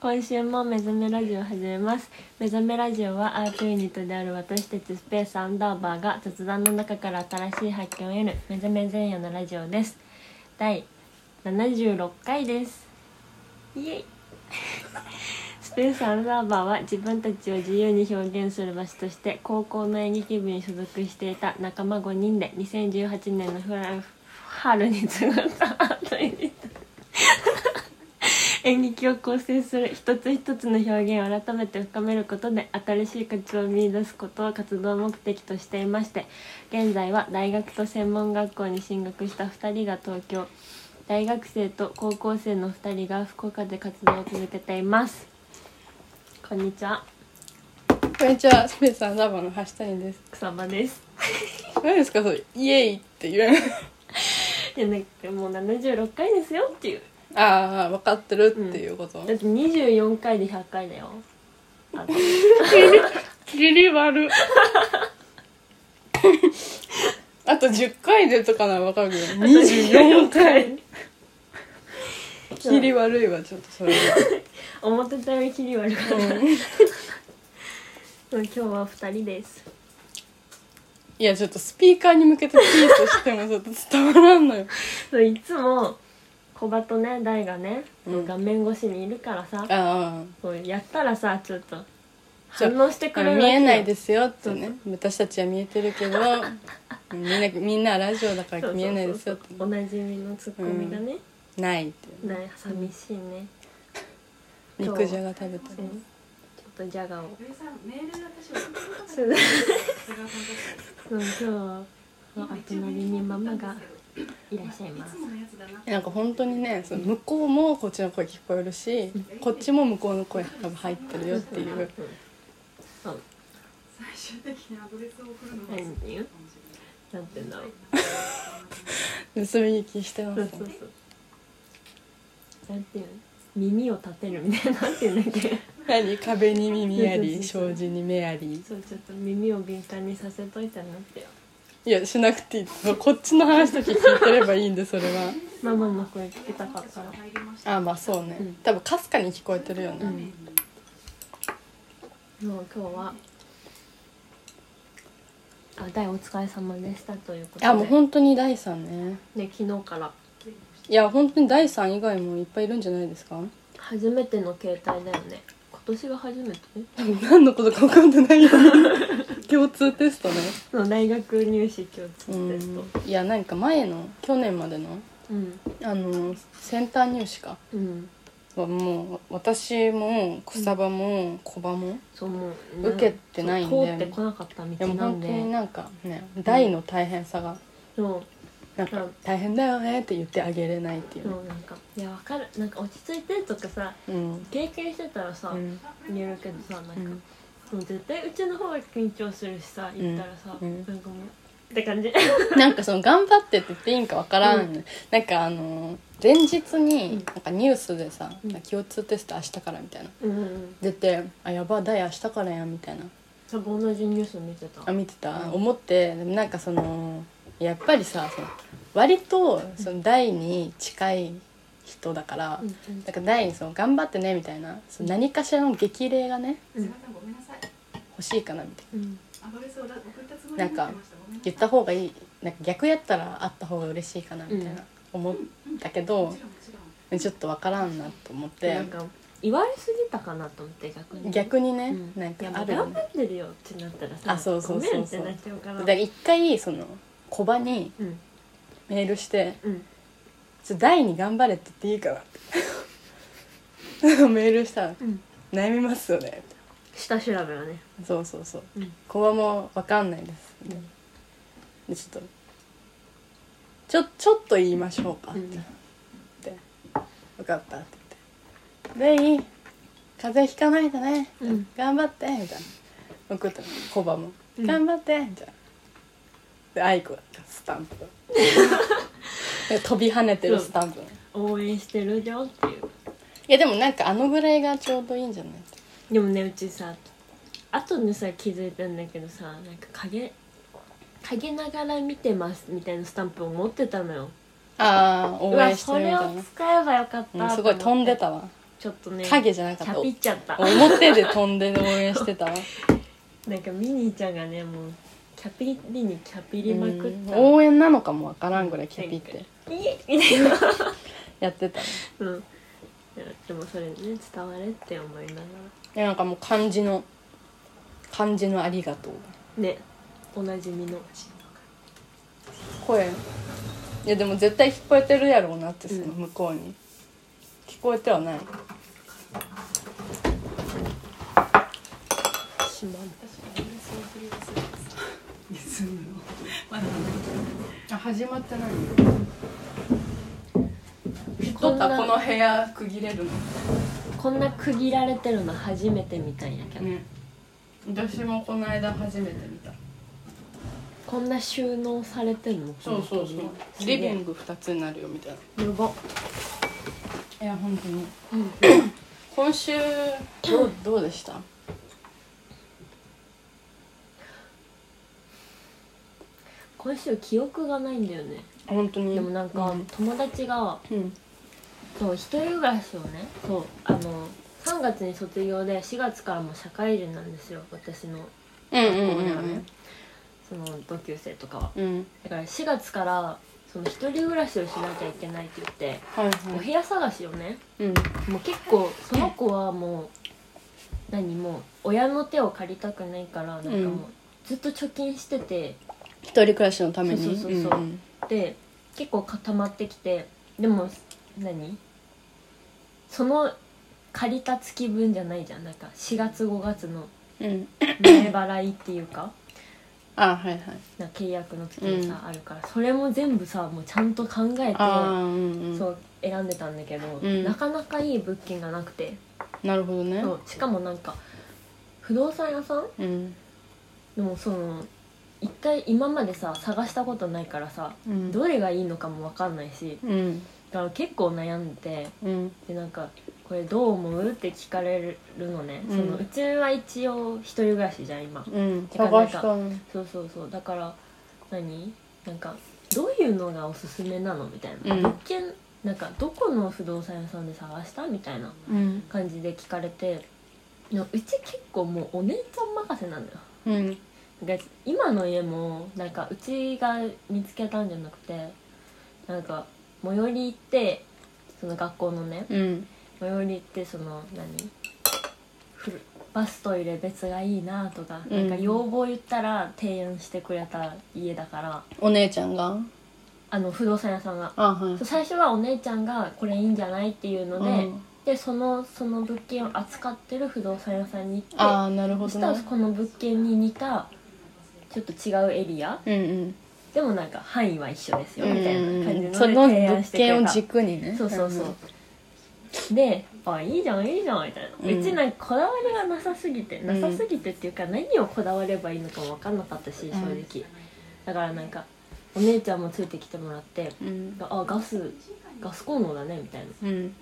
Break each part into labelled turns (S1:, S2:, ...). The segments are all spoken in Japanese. S1: 今週も目覚めラジオを始めます目覚めラジオはアートユニットである私たちスペースアンダーバーが雑談の中から新しい発見を得る目覚め前夜のラジオです第76回ですイエイスペースアンダーバーは自分たちを自由に表現する場所として高校の演劇部に所属していた仲間5人で2018年のフラ春に作ったアートユニット演劇を構成する一つ一つの表現を改めて深めることで新しい価値を見出すことを活動目的としていまして現在は大学と専門学校に進学した2人が東京大学生と高校生の2人が福岡で活動を続けていますこんにちは
S2: こんにちは、スペースアンダーバーの橋谷です。
S1: 草場です
S2: 何ですか、それ、イエイって言わ ない。
S1: いやなんかもう76回ですよっていう
S2: ああ、分かってるっていうこと。
S1: だって24回で100回だよあと
S2: 切り悪。 あと10回でとかなら分かるけど、24回。切り悪いわ、ちょっとそれは。
S1: 思ってたより切り悪かった、今日は二人です
S2: いや、ちょっとスピーカーに向けてピーとしてもちょっと伝わらんのよ。
S1: そういつも小バとね大がね、
S2: うん
S1: 画面越しにいるからさ
S2: あ
S1: こうやったらさちょっと
S2: そう
S1: 反応して
S2: あ
S1: くれ、る
S2: 見えないですすよってね。私たちは見えてるけど、みんな、みんなラジオだから見えないですよって。
S1: おなじみのツッコミがね、
S2: ないって。
S1: ない寂しいね、
S2: 肉じゃが食
S1: うん
S2: べた
S1: ちょっとジャガを
S3: 上さんメール私送ってなかっ た
S1: そうだ
S3: です
S1: そう今日
S3: が
S1: は
S3: 本当に
S1: 隣にママがいらっしゃいま
S3: い
S1: す
S3: つものやつだな
S2: なんか本当にねその向こうもこっちの声聞こえるしこっちも向こうの声多分入ってるよっていう
S1: そう
S3: 最終的にアドレスを送るの
S1: 何
S3: 忘れ
S1: て言う
S3: たかもしれ
S1: なんて言うんだろう
S2: 盗み聞きしてま
S1: そう
S2: すね
S1: そうそう。なんていうの耳を立てるみたいななんていうんだっけ。
S2: 何壁に耳あ
S1: そう
S2: り
S1: そうそうそう
S2: 障子に目あり
S1: そうちょっと耳を敏感にさせといたなってよ。
S2: いやしなくていいこっちの話だけ聞いてればいいんでそれは
S1: ママもこれ聞けたかったら。
S3: ない入りました
S2: あまあそうね多分かすかに聞こえてるよ
S1: う
S2: ね
S1: ん。もう今日は。あ、大お疲れ様でしたということで。
S2: あもう本当に第3ね
S1: ね、昨日から。
S2: いや本当に第3以外もいっぱいいるんじゃないですか
S1: 初めての携帯だよね。今年が初めて。
S2: 多分何のことか分かんでないよね 共通テストね
S1: そう、大学入試共通テ
S2: うん
S1: スト。
S2: いやなんか前の去年までの
S1: うん。
S2: あのセンター入試か
S1: うん。
S2: はもう私も草場も小場も、い
S1: そう、もう、
S2: 受けてないんだよね
S1: そう通ってこなかった
S2: や
S1: 道
S2: もう
S1: なん
S2: 本当
S1: で。
S2: になんかね大の大変さが
S1: そう
S2: なんか「大変だよね」って言ってあげれないってい
S1: そううなんかいやわかるなんか落ち着いてとかさ
S2: うん、
S1: 経験してたらさ、
S2: うん
S1: 言えるけどさなんか、
S2: うん
S1: もう絶対うちの方が緊張するしさ言ったらさ、
S2: うん
S1: なんかもうって感じ
S2: なんかその頑張ってって言っていいんかわからん、
S1: うん
S2: なんかあの前日
S1: う
S2: に
S1: ん
S2: なんかニュースでさ、
S1: うん
S2: 共通テスト明日からみたいな
S1: うんうん
S2: 出て「あやば大明日からやん」みたいな
S1: 多分同じニュース見てた
S2: あ見てた、
S1: うん
S2: 思ってでもなんかそのやっぱりさその割とその台に近い人だから、
S1: うん
S2: なんか台にその頑張ってねみたいなその何かしらの激励がね
S1: うん
S3: すいませんごめんなさい
S2: 欲しいかなみたい
S1: う
S2: な
S1: んうん
S3: アドレスを送ったつもり
S2: なん
S3: に
S2: か
S3: なってましたごめんなさい
S2: 言った方がいいなんか逆やったらあった方が嬉しいかなみたいな、思ったけ
S3: も
S2: ど
S3: ちろんもちろん
S2: ちょっとわからんなと思って
S1: なんか言われすぎたかなと思って逆に
S2: 逆にね、
S1: うん
S2: なん
S1: い
S2: か
S1: やも
S2: あ
S1: う
S2: るよ
S1: 頑張
S2: ね
S1: ってるよってなったらさ
S2: あそうそう
S1: ごめ
S2: そ
S1: ん
S2: う
S1: って
S2: そう
S1: なっちゃうから
S2: だから一回その小場に
S1: うん
S2: メールして
S1: うん
S2: ちょ第に頑張れって言っていいかなって メールしたら
S1: うん
S2: 「悩みますよね」
S1: 下調べはね
S2: そうそうそう
S1: うん
S2: 「ここはもう分かんないです」でちょっと「ちょちょっと言いましょうか」って
S1: うん
S2: 言って「分かった」って言って「レイ風邪ひかないでね
S1: うん
S2: 頑張って」みたいな送ったのコバも「
S1: うん
S2: 頑張って」みたいなで愛子がスタンプ で飛び跳ねてるスタンプ
S1: 応援してるよっていう
S2: いやでもなんかあのぐらいがちょうどいいんじゃない
S1: でもねうちさ後でさ気づいたんだけどさなんか影影ながら見てますみたいなスタンプを持ってたのよ
S2: ああ
S1: う
S2: 応
S1: わ
S2: 援して
S1: そ
S2: るみ
S1: れ
S2: た
S1: を
S2: いな
S1: 使えばよかったと
S2: う
S1: 思っ
S2: ん
S1: て
S2: すごい飛んでたわ
S1: ちょっとね
S2: 影じゃなか
S1: ち
S2: った
S1: ゃぴっちゃった
S2: 表で飛んで応援して たわ
S1: なんかミニーちゃんがねもうキャピリにキャピ
S2: う
S1: リまくっ
S2: ん
S1: た、
S2: 応援なのかもわからんぐらいキャ ピって
S1: イエイみたいな
S2: やってたね
S1: うんいやでもそれね伝われって思いなが
S2: でなんかもう漢字の漢字の「ありがとう
S1: らねおなじみの」
S2: 声いやでも絶対聞こえてるやろうなってその
S1: うん
S2: 向こうに、聞こえてはない
S1: しまん
S3: 私はブレスを送るリズムのまだ
S2: あ始まってない
S1: こんな
S2: この部屋区切れるの
S1: こんな区切られてるの初めて見たんやけど、
S2: ね私もこの間初めて見た
S1: こんな収納されてるの
S2: そうそうそうリビング2つになるよみたいな
S1: グやば
S2: いや本当に今 週どうどうでした
S1: 今週記憶がないんだよね、
S2: 本当に
S1: でもなんか、
S2: うん
S1: 友達が
S2: うん
S1: そう一人暮らしをねそうあの3月に卒業で4月からもう社会人なんですよ私の
S2: うん
S1: 学校
S2: う
S1: ではね、
S2: ん
S1: その同級生とかは
S2: うんうん
S1: だから4月からその一人暮らしをしなきゃいけないって言って、
S2: はい
S1: お
S2: は
S1: 部
S2: い
S1: 屋探しをね
S2: うん
S1: もう結構その子はもう何もう親の手を借りたくないからなんかもう、
S2: うん
S1: ずっと貯金してて
S2: 一人暮らしのために
S1: そうそうそうそうんで結構固まってきてでも何その借りた月分じゃないじゃんなんか4月5月の
S2: うんうん
S1: 前払いっていうか
S2: あはいはい
S1: な契約の時にさ、あるからそれも全部さもうちゃんと考えて
S2: ああうんうん
S1: そう選んでたんだけど、
S2: うん
S1: なかなかいい物件がなくて、
S2: なるほどね
S1: そうしかもなんか不動産屋さん
S2: うん
S1: でもその一回今までさ探したことないからさ
S2: うん
S1: どれがいいのかも分かんないし
S2: うん
S1: だから結構悩んで
S2: うん
S1: でなんか「これどう思う?」って聞かれるのね、
S2: うん
S1: そのうちは一応一人暮らしじゃん今
S2: うん
S1: てかなんか
S2: 探したの
S1: そうそうそうだから何なんかどういうのがおすすめなのみたいな、
S2: うん
S1: 物件なんかどこの不動産屋さんで探したみたいな
S2: うん
S1: 感じで聞かれてでもうち結構もうお姉ちゃん任せなんだよ
S2: うん
S1: で今の家もなんかうちが見つけたんじゃなくてなんか最寄り行ってその学校のね
S2: うん
S1: 最寄り行ってその何ふるバストイレ別がいいなとか,、
S2: うん
S1: なんか要望言ったら提案してくれた家だから
S2: お姉ちゃんが
S1: あの不動産屋さんが
S2: あはい
S1: そう最初はお姉ちゃんがこれいいんじゃないっていうので、
S2: うん
S1: でそのその物件を扱ってる不動産屋さんに行って
S2: ああなるほ
S1: そし
S2: ど
S1: たら
S2: ね
S1: この物件に似たちょっと違うエリア
S2: うん
S1: でもなんか範囲は一緒です
S2: う
S1: よ
S2: ん
S1: みたいな感じの
S2: う
S1: で
S2: んその
S1: 提案
S2: 物
S1: してくれた
S2: 件を軸にね
S1: そうそうそうで「あいいじゃんいいじゃん」みたいな、
S2: うん
S1: うちなんかこだわりがなさすぎて
S2: ん
S1: なさすぎてっていうか何をこだわればいいのかも分かんなかったし正直、だからなんかお姉ちゃんもついてきてもらって
S2: うん
S1: 「あガスガスコンロだね」みたい
S2: うん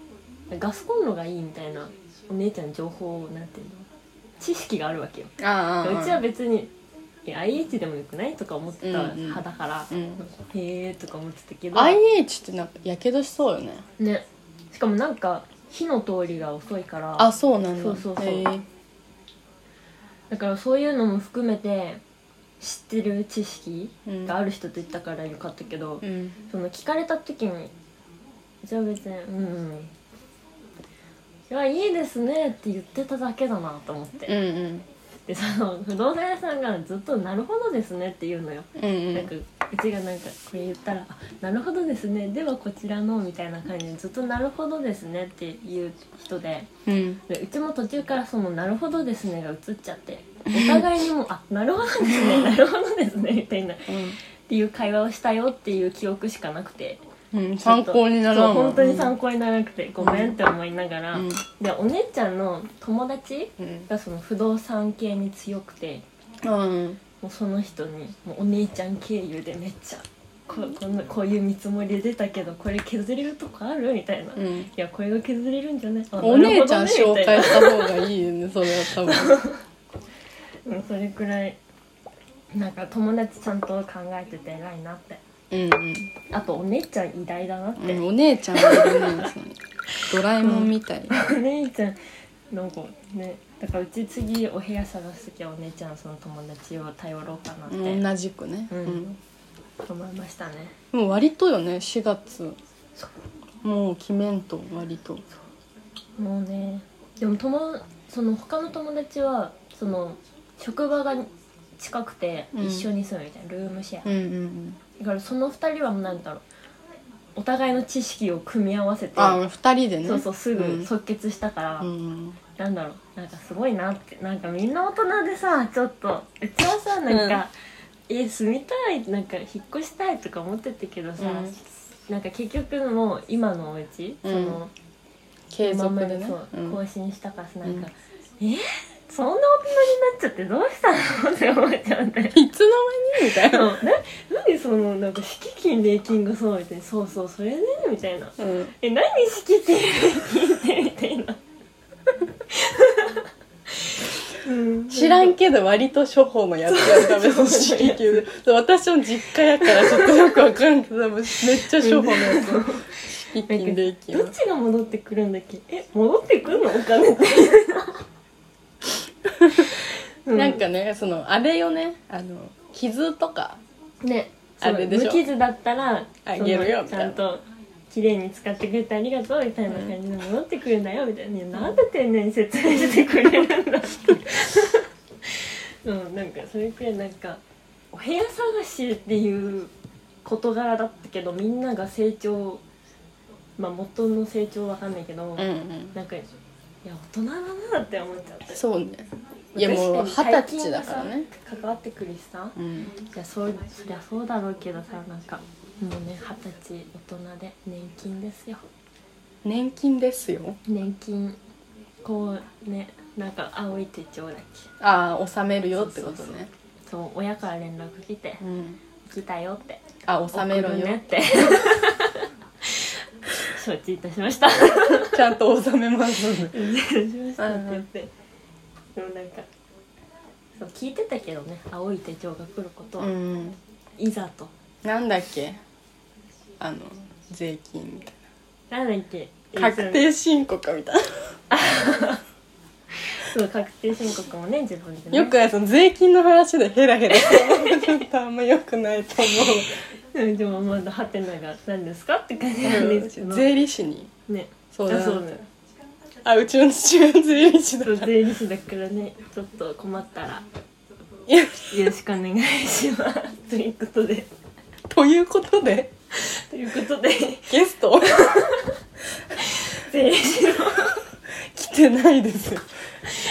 S1: なガスコンロがいいみたいなお姉ちゃん情報なんていうの知識があるわけよ
S2: ああああ
S1: うちは別にいや IH でもよくないとか思ってた派だから、
S2: うんうん
S1: へえとか思ってたけど、
S2: IH ってなんかやけどしそうよね
S1: ねしかもなんか火の通りが遅いから
S2: あそうなんだ
S1: そうそうそう
S2: へえ
S1: だからそういうのも含めて知ってる知識
S2: うん
S1: がある人と言ったからよかったけど、
S2: うん
S1: その聞かれた時にじゃあ別にうんうんいやいいですねって言ってただけだなと思って、
S2: うんうん
S1: でその不動産屋さんがずっと「なるほどですね」って言うのよ、
S2: うんう
S1: なんか
S2: ん
S1: うちがなんかこれ言ったら「あなるほどですねではこちらの」みたいな感じでずっと「なるほどですね」っていう人で
S2: うん
S1: でうちも途中からその「なるほどですね」が映っちゃってお互いにもう「あなるほどですね なるほどですね」みたいなっていう会話をしたよっていう記憶しかなくて
S2: うんうん参考にならん
S1: そ
S2: わ
S1: う本当に参考にならなくてごめんって思いながら、
S2: うん
S1: でお姉ちゃんの友達
S2: うん
S1: がその不動産系に強くて。
S2: うん
S1: もうその人にもうお姉ちゃん経由でめっちゃここんなこういう見積もりで出たけどこれ削れるとこあるみたいな、
S2: う
S1: い
S2: ん
S1: やこれが削れるんじゃないあ
S2: お姉ちゃん
S1: なるほどね
S2: 紹
S1: みたいな
S2: 介した方がいいよねそれは多分
S1: うんそれくらいなんか友達ちゃんと考えてて偉いなって
S2: うんうん
S1: あとお姉ちゃん偉大だなって、
S2: うんお姉ちゃんはいるねその
S4: ドラえもんみ たい、
S1: お姉ちゃんの子ねだからうち次お部屋探す時はお姉ちゃんその友達を頼ろうかなって
S2: 同じくね、
S1: うん
S2: うん
S1: 思いましたね
S2: でも割とよね4月もう決めんと割と
S1: もうねでも友その他の友達はその職場が近くて
S2: うん
S1: 一緒に住むみたいな、ルームシェア、
S2: うんうん
S1: だからその2人は何だろうお互いの知識を組み合わせて
S2: あ二人でね
S1: そうそうすぐ
S2: ん
S1: 即決したから、
S2: うん
S1: なんだろうなんかすごいなってなんかみんな大人でさちょっとうちはさなんか、家住みたいなんか引っ越したいとか思ってたけどさ、
S2: うん
S1: なんか結局もう今のおうち、
S2: うん
S1: その
S2: 継
S1: 今
S2: 続
S1: ま
S2: で
S1: で
S2: ね
S1: そう、
S2: うん
S1: 更新したからさなんか、えそんな大人になっちゃってどうしたのって思っちゃうんだよ
S2: いつの間にみたい
S1: な
S2: な、
S1: 何そのなんか敷金礼金がそうみたいなそうそうそれねみたいな
S2: うん、
S1: え何敷金礼金ってみたいなうん
S2: 知らんけど割と処方のやつやるための敷金で私も実家やからちょっとよくわかんないけどめっちゃ処方のやつ敷金礼金
S1: どっちが戻ってくるんだっけえ戻ってくるのお金 ってう
S2: なんかねそのあれよねあの傷とか
S1: ね
S2: あれでしょ
S1: そう無傷だったら
S2: あげるよ
S1: そのちゃんと綺麗に使ってくれてありがとうみたいな感じで戻ってくるんだ よみたいな、いやなんで丁寧に説明してくれるんだってうん なんかそれくらいなんかお部屋探しっていう事柄だったけどみんなが成長まあ元の成長わかんないけど、
S2: うんうん
S1: なんかいや大人だなって思っちゃった
S2: そうねいやもう二
S1: 確かに
S2: 十歳だからね
S1: 最近がさ関わってくるしさ、
S2: うん
S1: いやそうそりゃそうだろうけどさなんかもうね二十歳大人で年金ですよ
S2: 年金ですよ
S1: 年金こうねなんか青い手帳だっけ
S2: ああ納めるよってことね
S1: そう親から連絡来て
S2: うん
S1: 「来たよ」って「
S2: あ納めろ
S1: 送るね」
S2: よ
S1: って 承知いたしま した
S2: ちゃんと納めますんで
S1: しましたって言ってでもなんかそう聞いてたけどね青い手帳が来ることは、
S2: うん
S1: いざと
S2: なんだっけあの税金みたい
S1: なんだっけ
S2: な確定申告みたい
S1: そう確定申告もね自分で
S2: な
S1: ね
S2: よくないその税金の話でヘラヘラしてちょっとあんまよくないと思
S1: うんでもまだハテナが何ですかって感じなんですけ
S2: う
S1: ど
S2: 税理士に
S1: ね
S2: そう
S1: あ
S2: だ
S1: そうだよ
S2: あうちの父親税理士だ
S1: そう税理士だからねちょっと困ったら
S2: いや
S1: よろしくお願いしますということで
S2: ということで
S1: ということで
S2: ゲスト
S1: 税理士の
S2: 来てないです
S1: や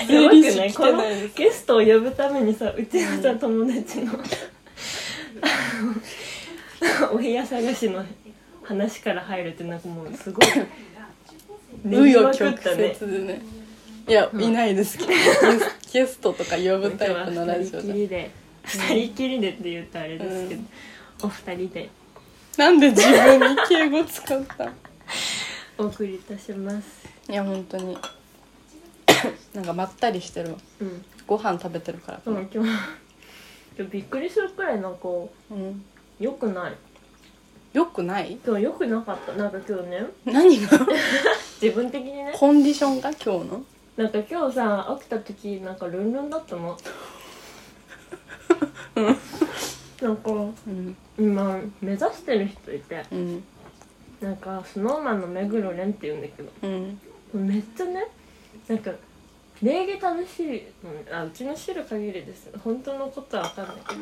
S2: 税
S1: ばく
S2: 理
S1: な
S2: 士
S1: い
S2: 来
S1: こ
S2: て
S1: の
S2: ないです
S1: ゲストを呼ぶためにさうちのさ友達のあのお部屋探しの話から入るってなんかもうすごい
S2: 紆
S1: ま
S2: 余
S1: く
S2: 曲折でねいや、いないですけどゲスゲストとか呼ぶタイプのラジ
S1: 二
S2: オ
S1: 人き
S2: で
S1: りで二人きりでって言うとあれですけど、お二人で
S2: なんで自分に敬語使ったの
S1: お送りいたします
S2: いや本当に なんかまったりしてるわ
S1: うん
S2: ご飯食べてるからか
S1: そ
S2: な
S1: う今日びっくりするくらいなんか
S2: うん、
S1: 良くない
S2: よくない
S1: 今日良くなかったなんか今日ね
S2: 何が
S1: 自分的にね
S2: コンディションが今日の
S1: なんか今日さ起きた時なんかルンルンだったのなんか
S2: うん
S1: 今目指してる人いて
S2: うん
S1: なんかスノーマンの目黒蓮って言うんだけど
S2: うん
S1: めっちゃねなんか礼儀楽しい、うん、あうちの知る限りです本当のことは分かんないけど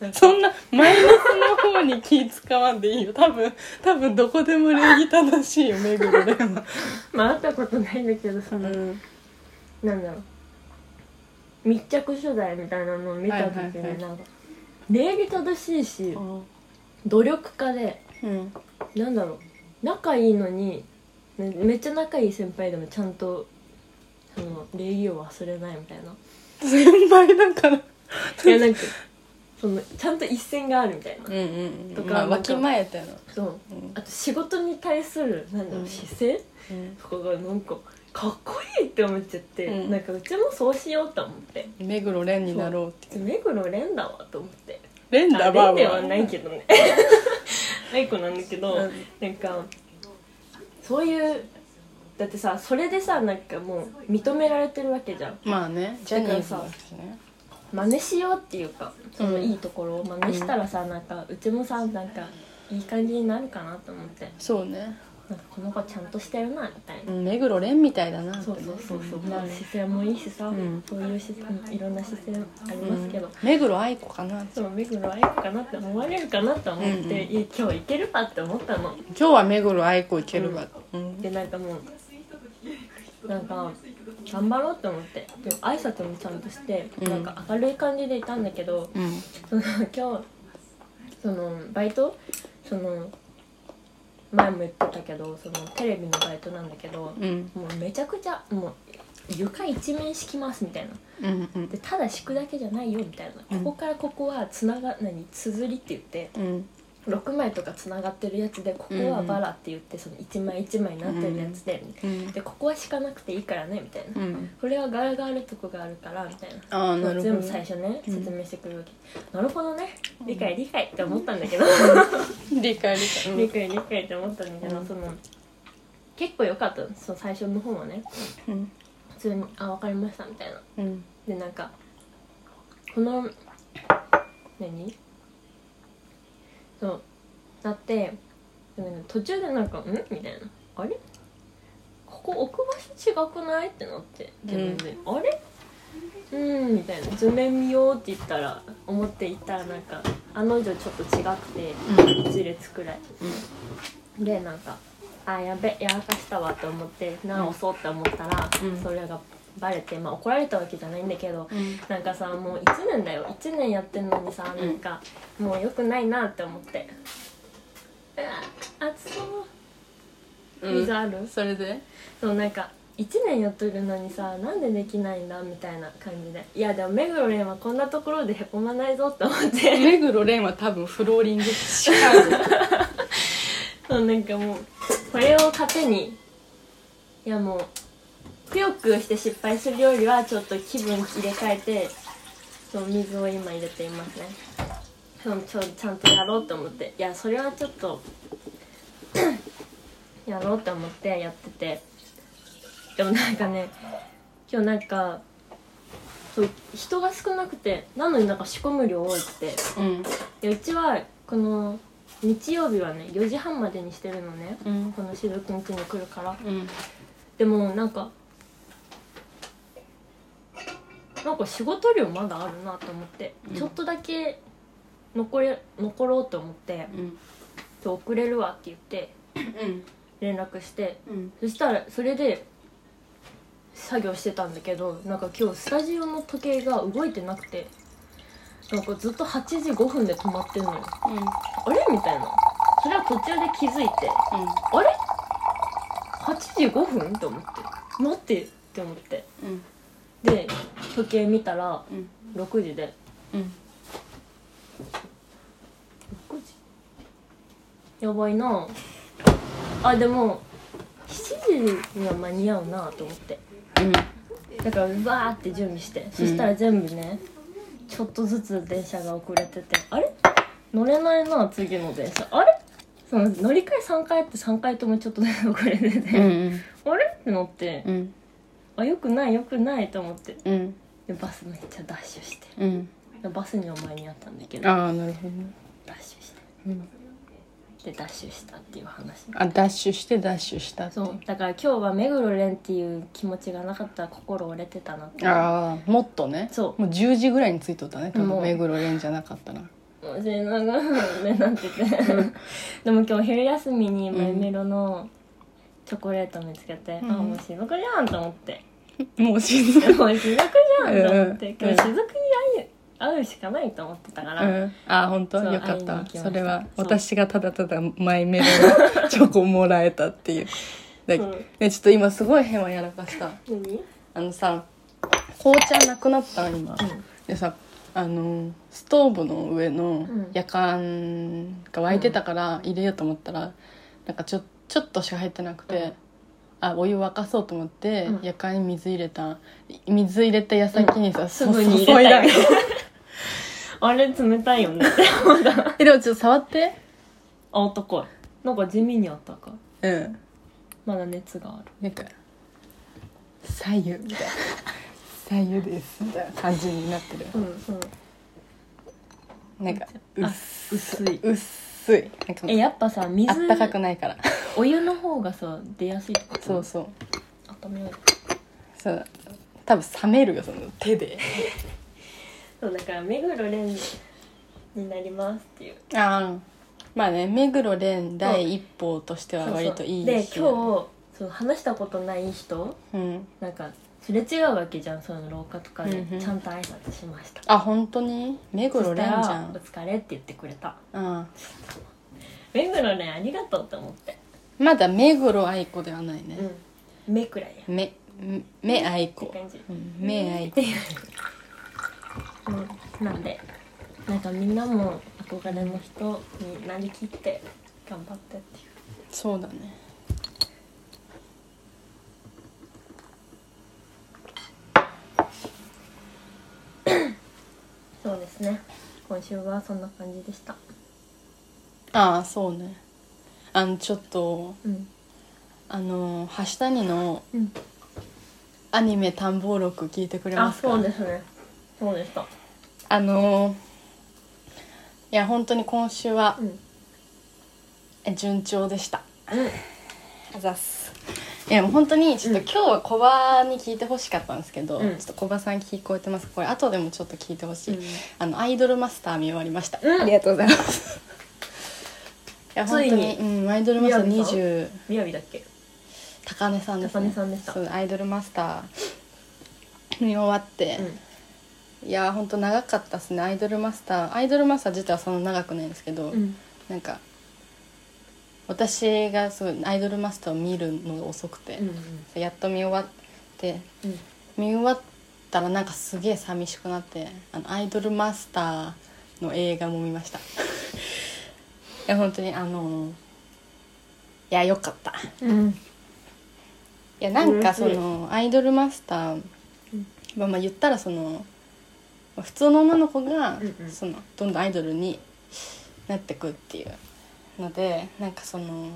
S1: なんか
S2: そんなマイナスの方に気使わんでいいよ多分多分どこでも礼儀正しいよ目黒でも、
S1: まあ会ったことないんだけどその、
S2: ん、
S1: なんだろう密着取材みたいなのを見た時に、
S2: はいはいはい
S1: なんか礼儀正しいし
S2: う
S1: 努力家で
S2: ん
S1: なんだろう仲いいのにねめっちゃ仲いい先輩でもちゃんとその礼儀を忘れないみたいな
S2: 先輩だから
S1: いやなんかそのちゃんと一線があるみたいな
S2: うんうん
S1: とか
S2: まあ、
S1: な
S2: わ
S1: んか
S2: きまえての、
S1: そう
S2: うん
S1: あと仕事に対するなんだろ
S2: う
S1: うん姿勢
S2: うん
S1: とかがなんかかっこいいって思っちゃって、
S2: うん
S1: なんかうちもそうしようと思って
S2: 目黒蓮になろうって
S1: 目黒蓮だわと思って
S2: 蓮だ
S1: あ
S2: ば
S1: 蓮で
S2: あ
S1: はないけど ね愛子なんだけど、
S2: うん
S1: なんかそういうだってさそれでさなんかもう認められてるわけじゃん
S2: まあねジャニーズだしね
S1: 真似しようっていうかその
S2: うん
S1: いいところを真似したらさ、なんかうちもさなんかいい感じになるかなと思って
S2: そうね
S1: なんかこの子ちゃんとしてるなみたいな、
S2: うん目黒蓮みたいだなってね
S1: そうそうそうそう、
S2: ん
S1: まあ姿勢もいいしさ、
S2: うん
S1: そういう姿勢いろんな姿勢ありますけど、
S2: 目黒愛子かな今
S1: そう目黒愛子かなって思われるかなと思って、
S2: うんうん
S1: いや今日いけるわって思ったの
S2: 日は目黒愛子いけるわ、うん
S1: でなんかもうなんか頑張ろうと思ってでも挨拶もちゃんとして、
S2: うん
S1: なんか明るい感じでいたんだけど
S2: うん
S1: その今日そのバイトその前も言ってたけどそのテレビのバイトなんだけど、
S2: うん
S1: もうめちゃくちゃもう床一面敷きますみたいな
S2: うんうん
S1: でただ敷くだけじゃないよみたいな、
S2: うん
S1: ここからここはつなが何つづりって言って
S2: うん
S1: 6枚とかつながってるやつでここはバラって言ってその1枚1枚になってるやつで、
S2: うん
S1: でここは敷かなくていいからねみたいな、
S2: うん
S1: これは柄があるとこがあるからみたいな
S2: ああなるほ
S1: 全
S2: ど
S1: 部最初ね
S2: うん
S1: 説明してくるわけ、なるほどね理解理解って思ったんだけど、
S2: 理解理解、
S1: 理解理解って思ったんだけど、
S2: うん
S1: その結構良かったのその最初の方はね
S2: うん
S1: 普通に「あ分かりました」みたいな
S2: うん
S1: でなんかこの何そうだってなんか途中でなんか「ん?」みたいな「あれここ置く場所違くない?」ってなって自分で「あれうーん」みたいな「図面見よう」って言ったら思っていたらなんかあの女ちょっと違くて1列くらい、でなんか「あやべやらかしたわ」と思って直そうって思ったら、
S2: うん
S1: それがバレてまあ怒られたわけじゃないんだけど、
S2: うん
S1: なんかさもう1年だよ1年やってんのにさなんか、もう良くないなって思ってうわ暑そう水ある、
S2: それで
S1: そうなんか1年やっとるのにさなんでできないんだみたいな感じでいやでも目黒蓮はこんなところでへこまないぞって思って
S2: 目黒蓮は多分フローリングしかない
S1: そうなんかもうこれを糧にいやもうくよくよして失敗するよりはちょっと気分入れ替えてそう水を今入れていますねそうちょちゃんとやろうと思っていやそれはちょっと やろうと思ってやっててでもなんかね今日なんかそう人が少なくてなのになんか仕込む量多いって
S2: うん
S1: でうちはこの日曜日はね4時半までにしてるのね、
S2: うん
S1: このしずくんちに来るから
S2: うん
S1: でもなんかなんか仕事量まだあるなと思って、
S2: うん
S1: ちょっとだけ残れ残ろうと思って
S2: うん
S1: 「ちょ遅れるわ」って言って
S2: うん
S1: 連絡して
S2: うん
S1: そしたらそれで作業してたんだけどなんか今日スタジオの時計が動いてなくてなんかずっと8時5分で止まってんのよあれみたいなそれは途中で気づいてあれ8時5分と思って待ってって思って
S2: うん
S1: で時計見たら
S2: うん
S1: 6時で
S2: うん
S1: 6時やばいなあでも7時には間に合うなと思ってだからうわーって準備してそしたら全部ね、ちょっとずつ電車が遅れててあれ乗れないな次の電車あれその乗り換え3回って3回ともちょっとずつ遅れてて、
S2: うん
S1: あれってなって、
S2: うん
S1: あよくないよくないと思って
S2: うん
S1: でバスめっちゃダッシュして
S2: うん
S1: でバスには前にあったんだけど
S2: ああなるほどね
S1: ダッシュして
S2: うん
S1: でダッシュしたっていう話
S2: あダッシュしてダッシュしたって
S1: そうだから今日は目黒蓮っていう気持ちがなかったら心折れてたなって
S2: ああもっとね
S1: そう
S2: もう10時ぐらいについとったね多
S1: もう
S2: 分目黒蓮じゃなかったな
S1: もう背中がねなっててでも今日お昼休みにマイメロのチョコレート見つけて、
S2: うん
S1: あもうしずくじゃんと思って
S2: もう静か
S1: もうしずくじゃんと思って、
S2: う
S1: 今日しず
S2: ん
S1: くに会う会うしかないと思ってたから、
S2: うん、あー本当
S1: そう
S2: よかっ
S1: 会いに行
S2: た
S1: きました
S2: それは
S1: そう
S2: 私がただただマイメロのチョコもらえたっていうで、
S1: うん
S2: ね、ちょっと今すごい変はやらかした
S1: 何
S2: あのさ紅茶なくなったの今、
S1: ん
S2: でさあのストーブの上の
S1: ん
S2: やかんが沸いてたから入れようと思ったら、なんかちょちょっとしか入ってなくて、
S1: うん
S2: あお湯沸かそうと思って、
S1: うん
S2: やかんに水入れた水入れた矢先にさ、
S1: す
S2: そ
S1: ぐに入れ
S2: 注い
S1: た
S2: だ
S1: よ
S2: の
S1: あれ冷たいよね
S2: えでもちょっと触って
S1: あったかいなんか地味にあったかい
S2: うん
S1: まだ熱がある
S2: なんか左右みたいな左右ですみたいな感じになってる
S1: うんうん
S2: なんか
S1: あ
S2: 薄
S1: 薄い
S2: 薄いなんか
S1: えやっぱさ水
S2: あったかくないから
S1: お湯の方がさ出やすいってこと
S2: そうそう
S1: 温めよう
S2: そう多分冷めるよその手で
S1: そうだから目黒蓮になりますっていう
S2: ああまあね目黒蓮第一歩としては割といい
S1: で今日
S2: 日だね
S1: そう話したことない人
S2: うん
S1: なんかすれ違うわけじゃんその廊下とかで
S2: うんうん
S1: ちゃんと挨拶しました、
S2: あ本当に目黒
S1: そし
S2: 蓮
S1: た
S2: じ
S1: ら
S2: ゃ
S1: 「お疲れ」って言ってくれた
S2: ん、
S1: 目黒蓮ありがとうって思って
S2: うん、まだ目黒愛子ではないね、
S1: うん目くらいやっ
S2: 目目目愛子
S1: て感じ
S2: うん目愛
S1: て
S2: 子
S1: いう、うん、なんでなんかみんなも憧れの人になりきって頑張ってっていう
S2: そうだね
S1: そうですね今週はそんな感じでした
S2: ああそうねあのちょっと
S1: うん
S2: あの橋谷の
S1: うん
S2: アニメ探訪録聞いてくれ
S1: あ
S2: ますか
S1: そうですねそうでした
S2: あのいや本当に今週は
S1: うん
S2: 順調でした、
S1: うん
S2: あざっすいやもう本当にちょっと
S1: うん
S2: 今日はコバに聞いてほしかったんですけど、
S1: うん
S2: ちょっとコバさん聞こえてますかこれ後でもちょっと聞いてほしい、
S1: うん
S2: あのアイドルマスター見終わりました、
S1: うん
S2: ありがとうございますいや
S1: つ
S2: 本
S1: い
S2: 当
S1: に
S2: にうん、アイドルマスター
S1: 宮城さん
S2: 20
S1: みやびだっけ
S2: 高根さんですね
S1: 高根さんでした
S2: そうアイドルマスター見終わって、いや本当長かったですねアイドルマスターアイドルマスター自体はそんな長くないんですけ
S1: う
S2: ど、
S1: んうん
S2: なんか私がすごいアイドルマスターを見るのが遅くて
S1: うん、
S2: やっと見終わって
S1: うん
S2: 見終わったらなんかすげえ寂しくなってあのアイドルマスターの映画も見ました いや本当にあのいやよかった
S1: うん
S2: いやなんかそ
S1: 嬉
S2: のアイドルマスター
S1: うん、
S2: まあ、まあ言ったらそのまあ普通の女の子が
S1: うんうん
S2: そのどんどんアイドルになってくっていうのでなんかその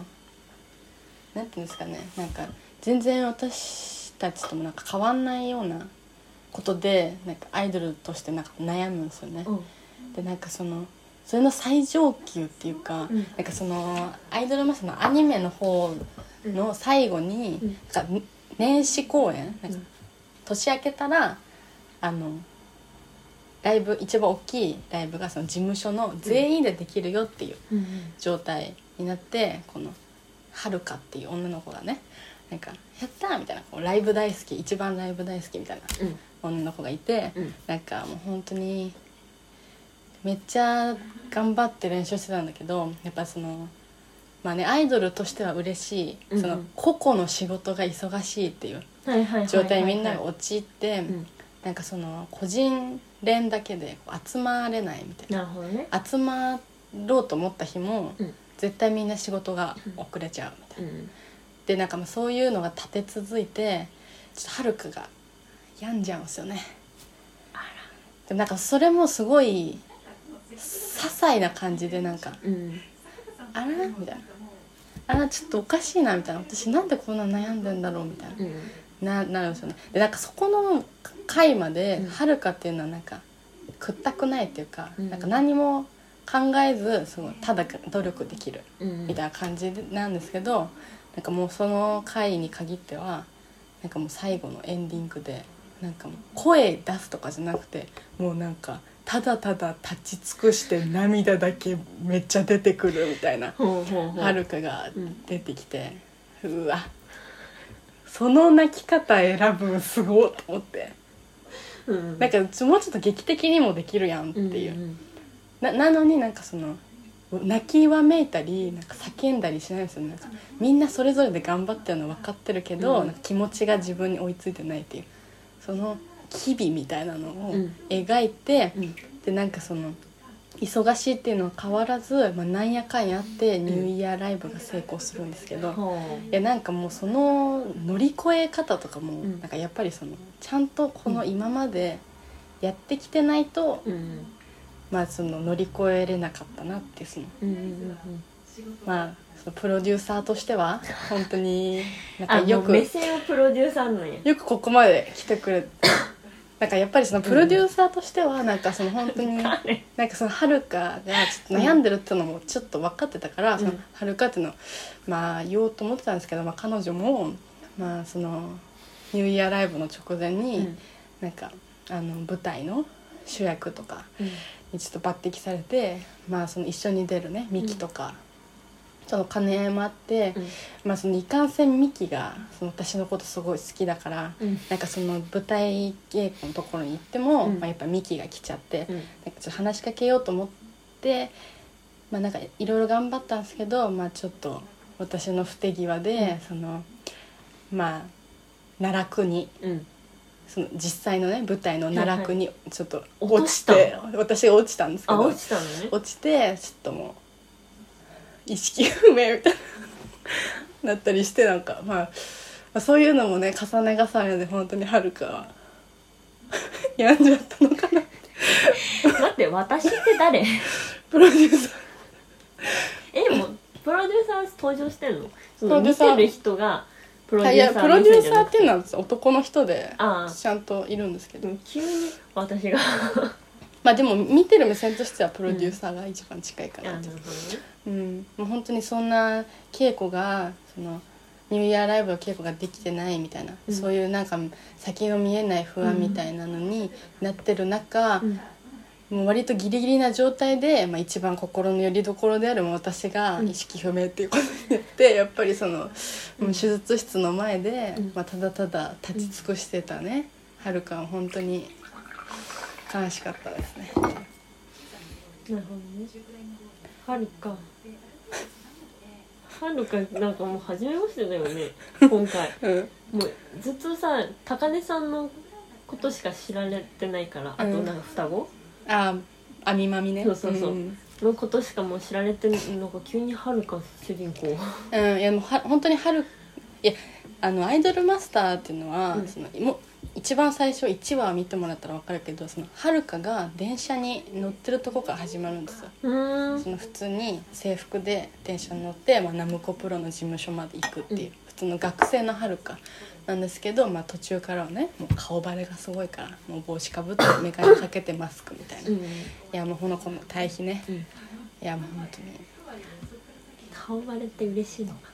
S2: なんていうんですかねなんか全然私たちともなんか変わんないようなことでなんかアイドルとしてなんか悩むんですよね。
S1: うん
S2: でなんかそのそれの最上級っていうか、
S1: うん
S2: なんかそのアイドルマスターのアニメの方の最後に、
S1: うん
S2: なんか年始公演なんか
S1: うん
S2: 年明けたらあのライブ一番大きいライブがその事務所の全員でできるよっていう
S1: うん
S2: 状態になってこのはるかっていう女の子がねなんか「やった!」みたいなこうライブ大好き一番ライブ大好きみたい
S1: う
S2: な
S1: ん
S2: 女の子がいて、
S1: うん
S2: なんかもう本当にめっちゃ頑張って練習してたんだけどやっぱそのまあねアイドルとしては嬉しい、
S1: うんうん
S2: その個々の仕事が忙しいっていう
S1: はいはいはいはいはい
S2: 状態にみんなが陥って、
S1: うん
S2: なんかその個人連だけでこう集まれないみたいな
S1: なるほどね
S2: 集まろうと思った日も、
S1: うん
S2: 絶対みんな仕事が遅れちゃうみたいな。
S1: うん
S2: でなんかもうそういうのが立て続いてちょっとはるかが病んじゃうんですよねでもなんかそれもすごい些細な感じでなんか
S1: うん
S2: 「あら?」みたいな「あらちょっとおかしいな」みたいな「私なんでこんな悩んでんだろう」みたいな
S1: うん
S2: ななるんですよねでなんかそこの回まで、
S1: うん
S2: はるかっていうのはなんか屈託ないっていうか、
S1: うん
S2: なんか何も考えずすごいただ努力できる
S1: うん
S2: みたいな感じなんですけどなんかもうその回に限ってはなんかもう最後のエンディングでなんかもう声出すとかじゃなくてもうなんかただただ立ち尽くして涙だけめっちゃ出てくるみたいな
S1: ほうほうほう
S2: はるかが
S1: うん
S2: 出てきて、うわその泣き方選ぶんすごいと思って
S1: うん
S2: なんかもうちょっと劇的にもできるやんっていう。
S1: うん
S2: ななのになんかその泣きわめいたりなんか叫んだりしないんですよねなんかみんなそれぞれで頑張ってるの分かってるけど、
S1: うん
S2: なんか気持ちが自分に追いついてないっていうその機微みたいなのを
S1: うん
S2: 描いて、
S1: うん
S2: でなんかその忙しいっていうのは変わらず、まあ、なんやかんやってニューイヤーライブが成功するんですけど、い
S1: ほ
S2: やなんかもうその乗り越え方とかも、
S1: うん
S2: なんかやっぱりそのちゃんとこの今までやってきてないと、
S1: ううん
S2: まあその乗り越えれなかったなってその
S1: うんうんうん
S2: まあそのプロデューサーとしては本当になん
S1: あ
S2: かよ
S1: よく目
S2: く
S1: 線をプロデューサーなんや
S2: よくここまで来てくれなんかやっぱりそのプロデューサーとしてはなんかその本当になんか
S1: 誰
S2: そのはるかがちょっと悩んでるっていうのもちょっと分かってたから、そのはるかっていうのをまあ言おうと思ってたんですけど、まあ、彼女もまあそのニューイヤーライブの直前に、
S1: うん
S2: なんかあの舞台の主役とかにちょっと抜擢されて、まあ、その一緒に出るねミキとか、その兼ね合いもあって、
S1: うん
S2: まあ、そのいかんせんミキがその私のことすごい好きだから、
S1: うん
S2: なんかその舞台稽古のところに行っても、
S1: うん
S2: まあ、やっぱミキが来ちゃって、
S1: うん
S2: なんかちょっと話しかけようと思って、まあ、なんかいろいろ頑張ったんですけど、まあ、ちょっと私の不手際で、そのまあ奈落に。
S1: うん
S2: その実際のね舞台の奈落にちょっと
S1: 落
S2: 落
S1: と
S2: ち
S1: した
S2: て、私が落ちたんですけ
S1: あ
S2: ど
S1: 落
S2: 落ち
S1: ちたのね
S2: てちょっともう意識不明みたいななったりしてなんか、まあ、まあそういうのもね重ね重ねで本当にはるかは病んじゃったのかな
S1: 待って私って誰
S2: プロデューサ
S1: えもうプロデューサー登場してんのその
S2: プロデュ
S1: 見
S2: ーサー
S1: てる人がプロ
S2: ー
S1: デ
S2: い
S1: ュー
S2: や
S1: サ
S2: プ
S1: ー
S2: ロ
S1: 目
S2: デ
S1: 線
S2: ュー
S1: じゃ
S2: サー
S1: な
S2: っ
S1: く
S2: ていうのは男の人で
S1: ああ
S2: ちゃんといるんですけ
S1: で
S2: ど
S1: も急に私が
S2: まあでも見てる目線としてはプロデューサーが一番近いか
S1: あ
S2: な
S1: な
S2: と
S1: るほどね
S2: うん、もう本当にそんな稽古がそのニューイヤーライブの稽古ができてないみたいな、
S1: うん
S2: そういうなんか先の見えない不安みたいなのになってる中、
S1: うん
S2: もう割とギリギリな状態で、まあ、一番心の拠り所であるもう私が
S1: うん
S2: 意識不明っていうことになってやっぱりその、もう手術室の前で、
S1: うん
S2: まあ、ただただ立ち尽くしてたね、はるかは本当に悲しかったですね。
S1: なるほどねはるかはるかなんかもう初めましてだよね今回
S2: うん
S1: もうずっとさ高根さんのことしか知られてないからあとなんか双子
S2: ああみまみね
S1: そうそうそうんのことしかもう知られてないのが急にはるか主人公
S2: うん、いやもうは本当に春いやあのアイドルマスターっていうのは、
S1: うん
S2: そのもう一番最初1話を見てもらったら分かるけどその遥かが電車に乗ってるとこから始まるんですよ
S1: うーん
S2: その普通に制服で電車に乗って、まあ、ナムコプロの事務所まで行くっていう、
S1: うん
S2: 普通の学生の遥かなんですけど、まあ、途中からはねもう顔バレがすごいからもう帽子かぶって眼鏡かけてマスクみたいな、
S1: う
S2: い
S1: ん
S2: やもうほの子の対比ね
S1: うん
S2: いやもう本当に
S1: 顔バレって嬉しいのか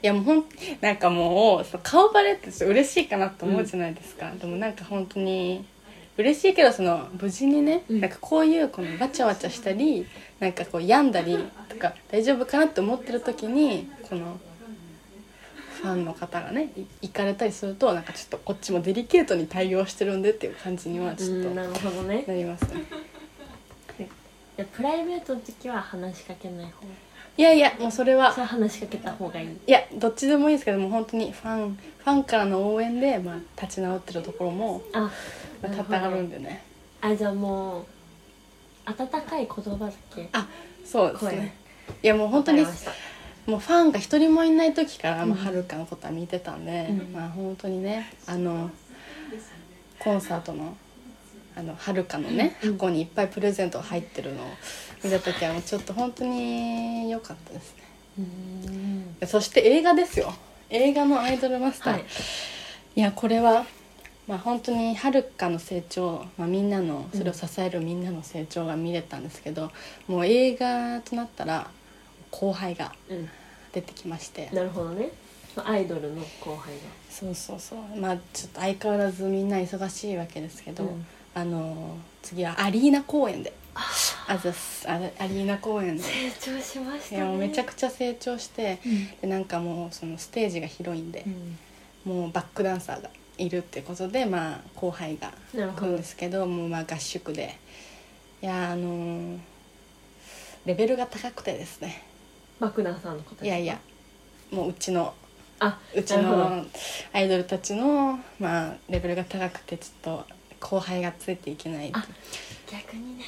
S2: いやもうほんなんかもうその顔バレってちょっと嬉しいかなと思うじゃないですか、でもなんか本当に嬉しいけどその無事にね、
S1: うん
S2: なんかこういうこのわちゃわちゃしたりなんかこう病んだりとか大丈夫かなって思ってる時にこのファンの方がねい行かれたりするとなんかちょっとこっちもデリケートに対応してるんでっていう感じには
S1: なう
S2: ちょっ
S1: ん
S2: と
S1: な
S2: な
S1: るほどね
S2: りますね。
S1: でプライベートの時は話しかけない方
S2: いやいやもうそれは
S1: それは話しかけた方がいい
S2: いやどっちでもいいですけどもう本当にファンファンからの応援で、まあ、立ち直ってるところも
S1: あ
S2: まあ
S1: なる
S2: 多
S1: ほど
S2: 々あるんでね
S1: あじゃあもう温かい言葉だけ
S2: あそうです
S1: 声
S2: ねいやもう本当に
S1: わかりました
S2: もうファンが一人もいない時から、まあ、
S1: うん
S2: はるかのことは見てたんで、
S1: うん
S2: まあ本当にねあのコンサートのあのはるかのね、
S1: うん
S2: 箱にいっぱいプレゼントが入ってるのを見た時はもうちょっと本当に良かったですね
S1: うーん
S2: そして映画ですよ映画の「アイドルマスター」
S1: はい
S2: い、やこれは、まあ、本当にはるかの成長、まあ、みんなのそれを支えるみんなの成長が見れたんですけど、もう映画となったら後輩が
S1: うん
S2: 出てきまして、
S1: なるほどねアイドルの後輩
S2: そうそうそうまあちょっと相変わらずみんな忙しいわけですけど、
S1: うん
S2: あの次はアリーナ公演であざっすあアリーナ公演で
S1: が 成長しまし
S2: い
S1: た
S2: やも
S1: ね
S2: うめちゃくちゃ成長して、
S1: うん
S2: でなんかもうそのステージが広いんで、もうバックダンサーがいるってことで、まあ、後輩が
S1: なる
S2: 来
S1: ほ
S2: るん
S1: ど
S2: ですけどもうまあ合宿でいやあのーレベルが高くてですね
S1: バクナーさんのこと
S2: いやいやもううちの
S1: あ
S2: うち
S1: なるほど
S2: のアイドルたちの、まあ、レベルが高くてちょっと後輩がついていけない
S1: あ逆にね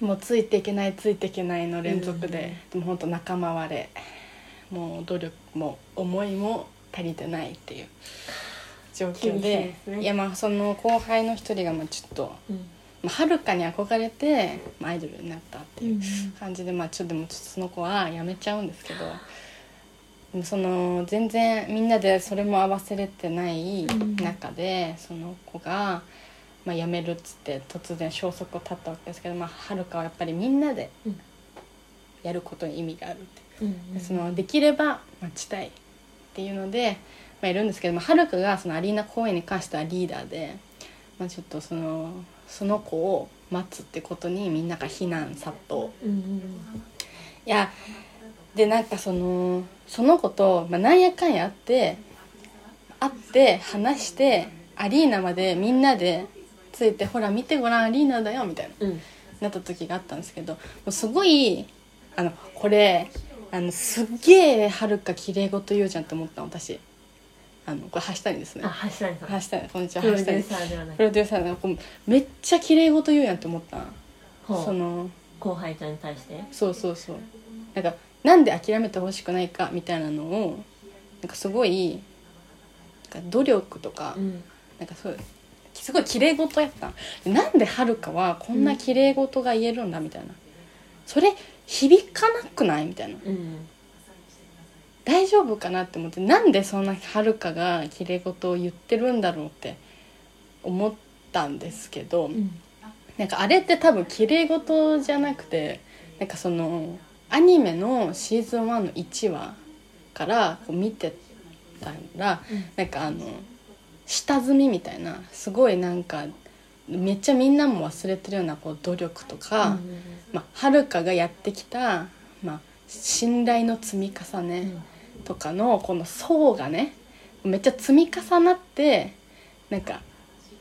S2: もうついていけないついていけないの連続で、でも本当仲間割れもう努力も思いも足りてないっていう状況
S1: 厳しいで
S2: です
S1: ね
S2: いやまあその後輩の一人がまあちょっと
S1: うん
S2: まあ、はるかに憧れて、まあ、アイドルになったっていううん感じで、まあ、ちょっとでもちょっとその子は辞めちゃうんですけどでもその全然みんなでそれも合わせれてない
S1: うん
S2: 中で、その子が、まあ、辞めるっつって突然消息を絶ったわけですけど、まあ、はるかはやっぱりみんなで
S1: うん
S2: やることに意味があるって
S1: うん
S2: でそのできれば待ちたいっていうので、まあ、いるんですけどもはるかがそのアリーナ公演に関してはリーダーで、まあ、ちょっとそのその子を待つってことにみんなが非難殺到
S1: うんうん
S2: いやでなんかそのその子と、まあ、なんやかんやあって会って話してアリーナまでみんなでついて「ほら見てごらんアリーナだよ」みたいな。
S1: うん
S2: なった時があったんですけどもうすごいあのこれあのすっげえはるか綺麗事言うじゃんって思ったの私あのこれ橋谷ですね
S1: あ橋谷さん
S2: 橋谷こんにちは
S1: プロデ
S2: 橋
S1: ュー
S2: 谷
S1: サーではない
S2: プロデューサーのこうめっちゃ綺麗事言うやんって思った
S1: ほう
S2: その
S1: 後輩ちゃんに対して
S2: そうそうそうなんかなんで諦めてほしくないかみたいなのをなんかすごいなんか努力とか、
S1: うん
S2: なんかそうすごい綺麗事やったでなんではるかはこんな綺麗事が言えるんだみたいな、それ響かなくないみたいな
S1: うん
S2: 大丈夫かなって思ってなんでそんなはるかが綺麗事を言ってるんだろうって思ったんですけど、
S1: うん
S2: なんかあれって多分綺麗事じゃなくてなんかそのアニメのシーズン1の1話からこう見てたら、
S1: うん
S2: なんかあの下積みみたいなすごいなんかめっちゃみんなも忘れてるようなこう努力とか、まあ、はるかがやってきた、まあ、信頼の積み重ね、とかのこの層がねめっちゃ積み重なってなんか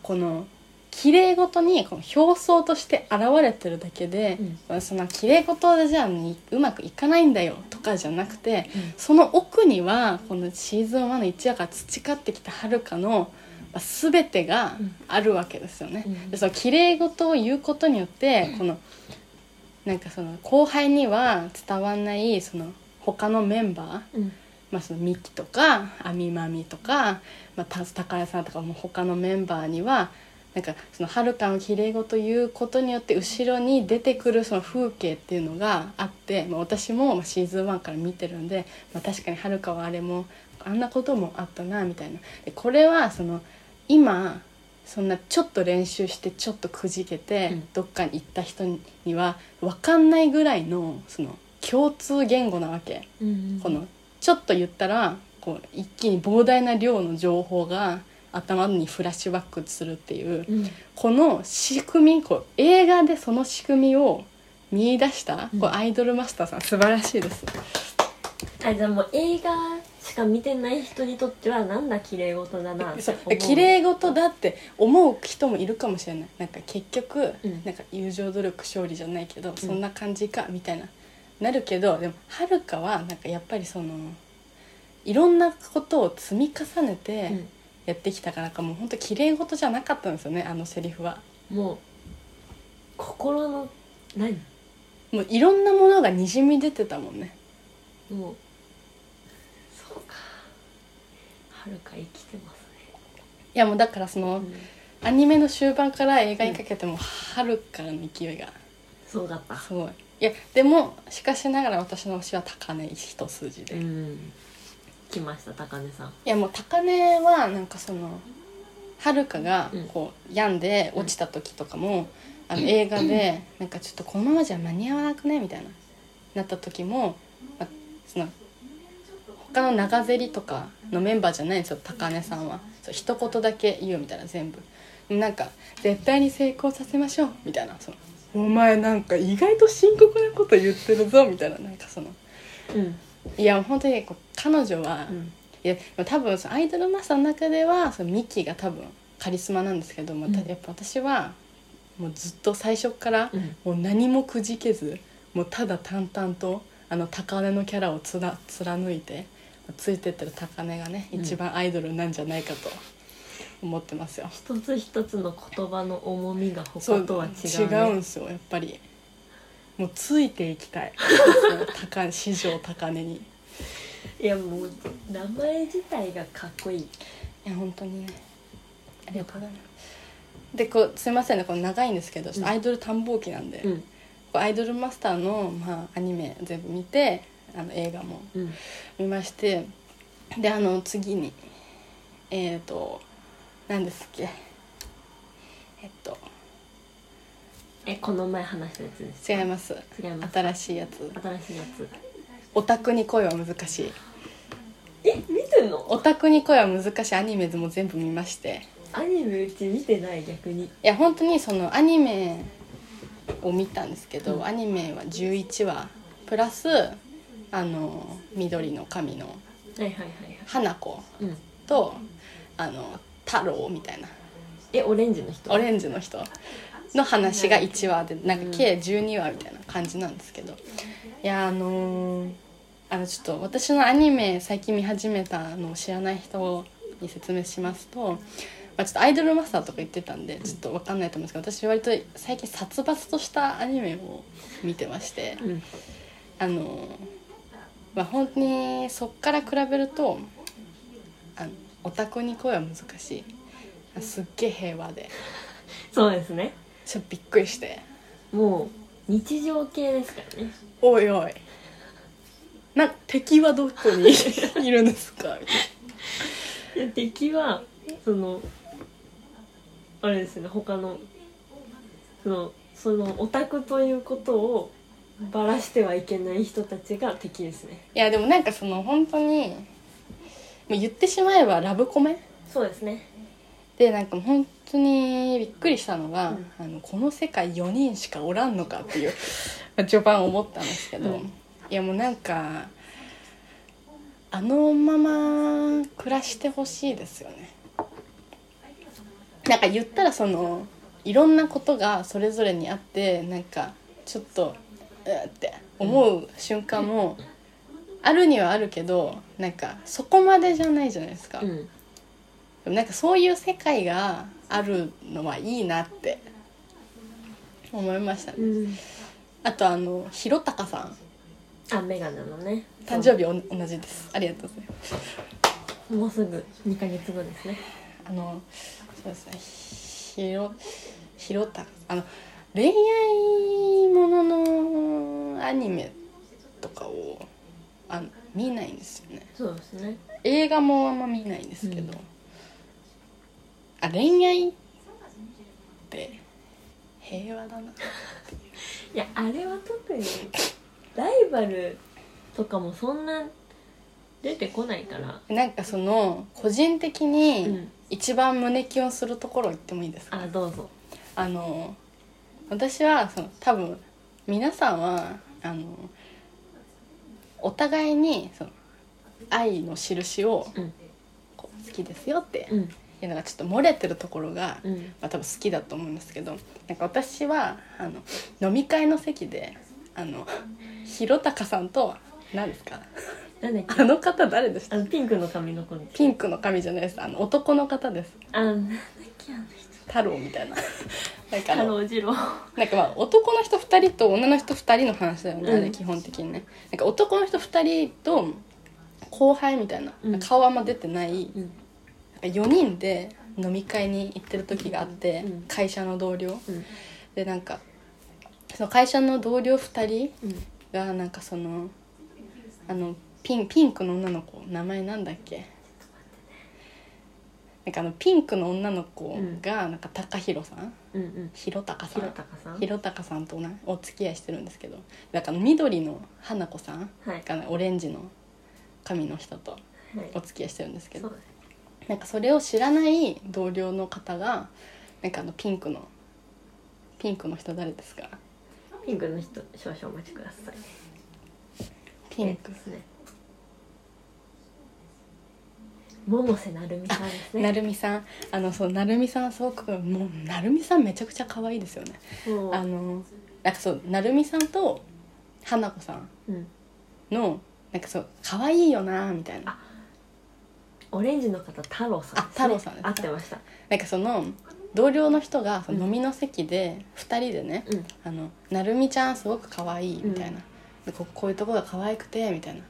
S2: この綺麗事にこの表層として現れてるだけで、その綺麗事でじゃあうまくいかないんだよとかじゃなくて、
S1: うん
S2: その奥にはこのシーズン1の一夜から培ってきたはるかのまあ全てがあるわけですよね。
S1: うん
S2: でその綺麗事を言うことによってこのなんかその後輩には伝わんないその他のメンバー
S1: うん
S2: まあ、そのミキとかアミマミとか、まあ、た高谷さんとかも他のメンバーにはなんかそのはるかの綺麗事言うことによって後ろに出てくるその風景っていうのがあって、まあ、私もまあシーズン1から見てるんで、まあ、確かにはるかはあれもあんなこともあったなみたいなでこれはその今そんなちょっと練習してちょっとくじけて、
S1: うん
S2: どっかに行った人には分かんないぐらいのその共通言語なわけ。
S1: うん
S2: このちょっと言ったらこう一気に膨大な量の情報が頭にフラッシュバックするっていう
S1: うん
S2: この仕組みこう映画でその仕組みを見出した、
S1: うん
S2: こうアイドルマスターさん素晴らしいです
S1: あじゃあもう映画しか見てない人にとってはなんだ綺麗事だなって
S2: そう
S1: 思う
S2: 綺麗事だって思う人もいるかもしれないなんか結局、
S1: うん
S2: なんか友情努力勝利じゃないけど、そんな感じかみたいななるけどでもはるかはなんかやっぱりそのいろんなことを積み重ねて、
S1: うん
S2: やってきたからかもう本当綺麗事じゃなかったんですよねあのセリフは
S1: もう心の何
S2: もういろんなものがにじみ出てたもんね
S1: もうそうかはるか生きてますね
S2: いやもうだからその、アニメの終盤から映画にかけてもはるかの勢いが
S1: そうだった
S2: すごいいやでもしかしながら私の推しは高根一筋で、
S1: う
S2: い
S1: ん来ました高根さん
S2: やもう高根はなんかそのはるかが
S1: うん
S2: こう病んで落ちた時とかも、あの映画でなんかちょっとこのままじゃ間に合わなくねみたいななった時も、まあその他の長ゼリとかのメンバーじゃないんですよ高根さんはそう一言だけ言うみたいな全部なんか「絶対に成功させましょう」みたいなその「お前なんか意外と深刻なこと言ってるぞ」みたいななんかその
S1: うん
S2: いや本当にこう彼女は、
S1: うん
S2: いやでも多分そのアイドルマスターの中ではそのミキが多分カリスマなんですけど、また
S1: うん
S2: やっぱ私はもうずっと最初から
S1: うん
S2: もう何もくじけずもうただ淡々とあの高根のキャラをつら貫いてついてってる高根がね
S1: うん
S2: 一番アイドルなんじゃないかと思ってますよ。
S1: 一つ一つの言葉の重みが
S2: そ
S1: 他
S2: う
S1: とは違
S2: 違
S1: う,、
S2: うん
S1: ね、
S2: ですよやっぱりもうついていきた いその高根史上高根にい
S1: いやもう名前自体がかっこいい
S2: や本当にねありがとうございますでこうすいませんねこれ長いんですけどち
S1: うん
S2: ょっとアイドル探訪記なんで、
S1: うん
S2: こうアイドルマスターの、まあ、アニメ全部見てあの映画も
S1: うん
S2: 見ましてであの次にえっ、ー、と何ですっけえっと
S1: えこの前話したやつです
S2: 違います
S1: 違います
S2: 新しいやつ
S1: 新しいやつ
S2: 「オタクに恋は難しい」
S1: え見てん
S2: 「
S1: の
S2: オタクに恋は難しい」アニメでも全部見まして
S1: アニメうち見てない逆に
S2: いや本当にそのアニメを見たんですけど、
S1: うん
S2: アニメは11話プラスあの緑の神の
S1: はいはいはい
S2: 花子
S1: はいうん
S2: とあの太郎みたいな
S1: えオレンジの人
S2: オレンジの人の話が1話でなんか計12話みたいな感じなんですけどいやあのーあのちょっと私のアニメ最近見始めたのを知らない人に説明しますと、まあ、ちょっとアイドルマスターとか言ってたんでちょっと分かんないと思うんですけど私割と最近殺伐としたアニメを見てまして
S1: うん
S2: あのーまあ本当にそっから比べるとあのオタクに声は難しいあすっげえ平和で。
S1: そうですね
S2: ちょっとびっくりして
S1: もう日常系ですからね
S2: 「おいおいな敵はどこ にいるんですか?」みたい
S1: いや敵はそのあれですね他のそのそのオタクということをばらしてはいけない人たちが敵ですね
S2: ないやでもなんかその本当にもう言ってしまえばラブコメ
S1: そうですね
S2: でなんか本当にびっくりしたのが、
S1: うん
S2: あのこの世界4人しかおらんのかっていう まあ序盤思ったんですけど、
S1: うん
S2: いやもうなんかあのまま暮らしてほしいですよねなんか言ったらそのいろんなことがそれぞれにあってなんかちょっとうーって思う瞬間もあるにはあるけどなんかそこまでじゃないじゃないですか、
S1: うん
S2: でもなんかそういう世界があるのはいいなって思いましたね、
S1: うん
S2: あとあのひろたかさん
S1: あメガネのね
S2: 誕生日お同じですありがとうございます
S1: もうすぐ2ヶ月後ですね
S2: あのそうですねひろひろたかあの恋愛もののアニメとかをあの見ないんですよね
S1: そうですね
S2: 映画もあんま見ないんですけど、
S1: うん
S2: あ恋愛って平和だない
S1: やあれは特にライバルとかもそんな出てこないから
S2: なんかその個人的
S1: う
S2: に
S1: ん
S2: 一番胸キュンするところ言ってもいいですか、
S1: あどうぞ
S2: あの私はその多分皆さんはあのお互いにその愛の印を
S1: うん
S2: こう好きですよって
S1: うん
S2: いうのがちょっと漏れてるところが、
S1: うん
S2: まあ、多分好きだと思うんですけどなんか私はあの飲み会の席であの弘隆さんと何ですか
S1: なんだっけ
S2: あの方誰でした
S1: あのピンクの髪の子の
S2: ピンクの髪じゃないですあの男の方です
S1: あなんだっけあの人
S2: 太郎み たいななんか
S1: 太
S2: あの
S1: 郎次郎
S2: なんかまあ男の人2人と女の人2人の話だよね、
S1: うん
S2: あれ基本的にねなんか男の人2人と後輩みたいな、
S1: うん
S2: 顔あんま出てない、なんか
S1: うん
S2: 4人で飲み会に行ってる時があって、
S1: うん
S2: 会社の同僚
S1: うん
S2: でなんかその会社の同僚2人
S1: うん
S2: がなんかそのあのピンピンクの女の子名前なんだっけなんかあのピンクの女の子がなんか高弘さん
S1: うんうん
S2: 弘隆さ
S1: ひろ
S2: ん
S1: たかさん
S2: 弘隆さんとなお付き合いしてるんですけどだから緑の花子さん
S1: はい
S2: がオレンジの髪の人と
S1: はい
S2: お付き合いしてるんですけ
S1: そ
S2: ど
S1: うです
S2: なんかそれを知らない同僚の方がなんかあのピンクのピンクの人誰ですか
S1: ピンクの人少々お待ちください
S2: ピンク
S1: えっとですね百瀬なるみさんですね
S2: なるみさんあのそうなるみさんすごくもうなるみさんめちゃくちゃ可愛いですよね
S1: もう
S2: あのなんかそうなるみさんと花子さん
S1: うん
S2: のなんかそう可愛いよなみたいな
S1: オレンジの方太郎さんですね
S2: あ太郎さんです
S1: 合ってました
S2: なんかその同僚の人がその
S1: うん
S2: 飲みの席で2人でね
S1: うん
S2: 「あのなるみちゃんすごく可愛いみたいな、
S1: うん
S2: でここういうとこが可愛くてみたいな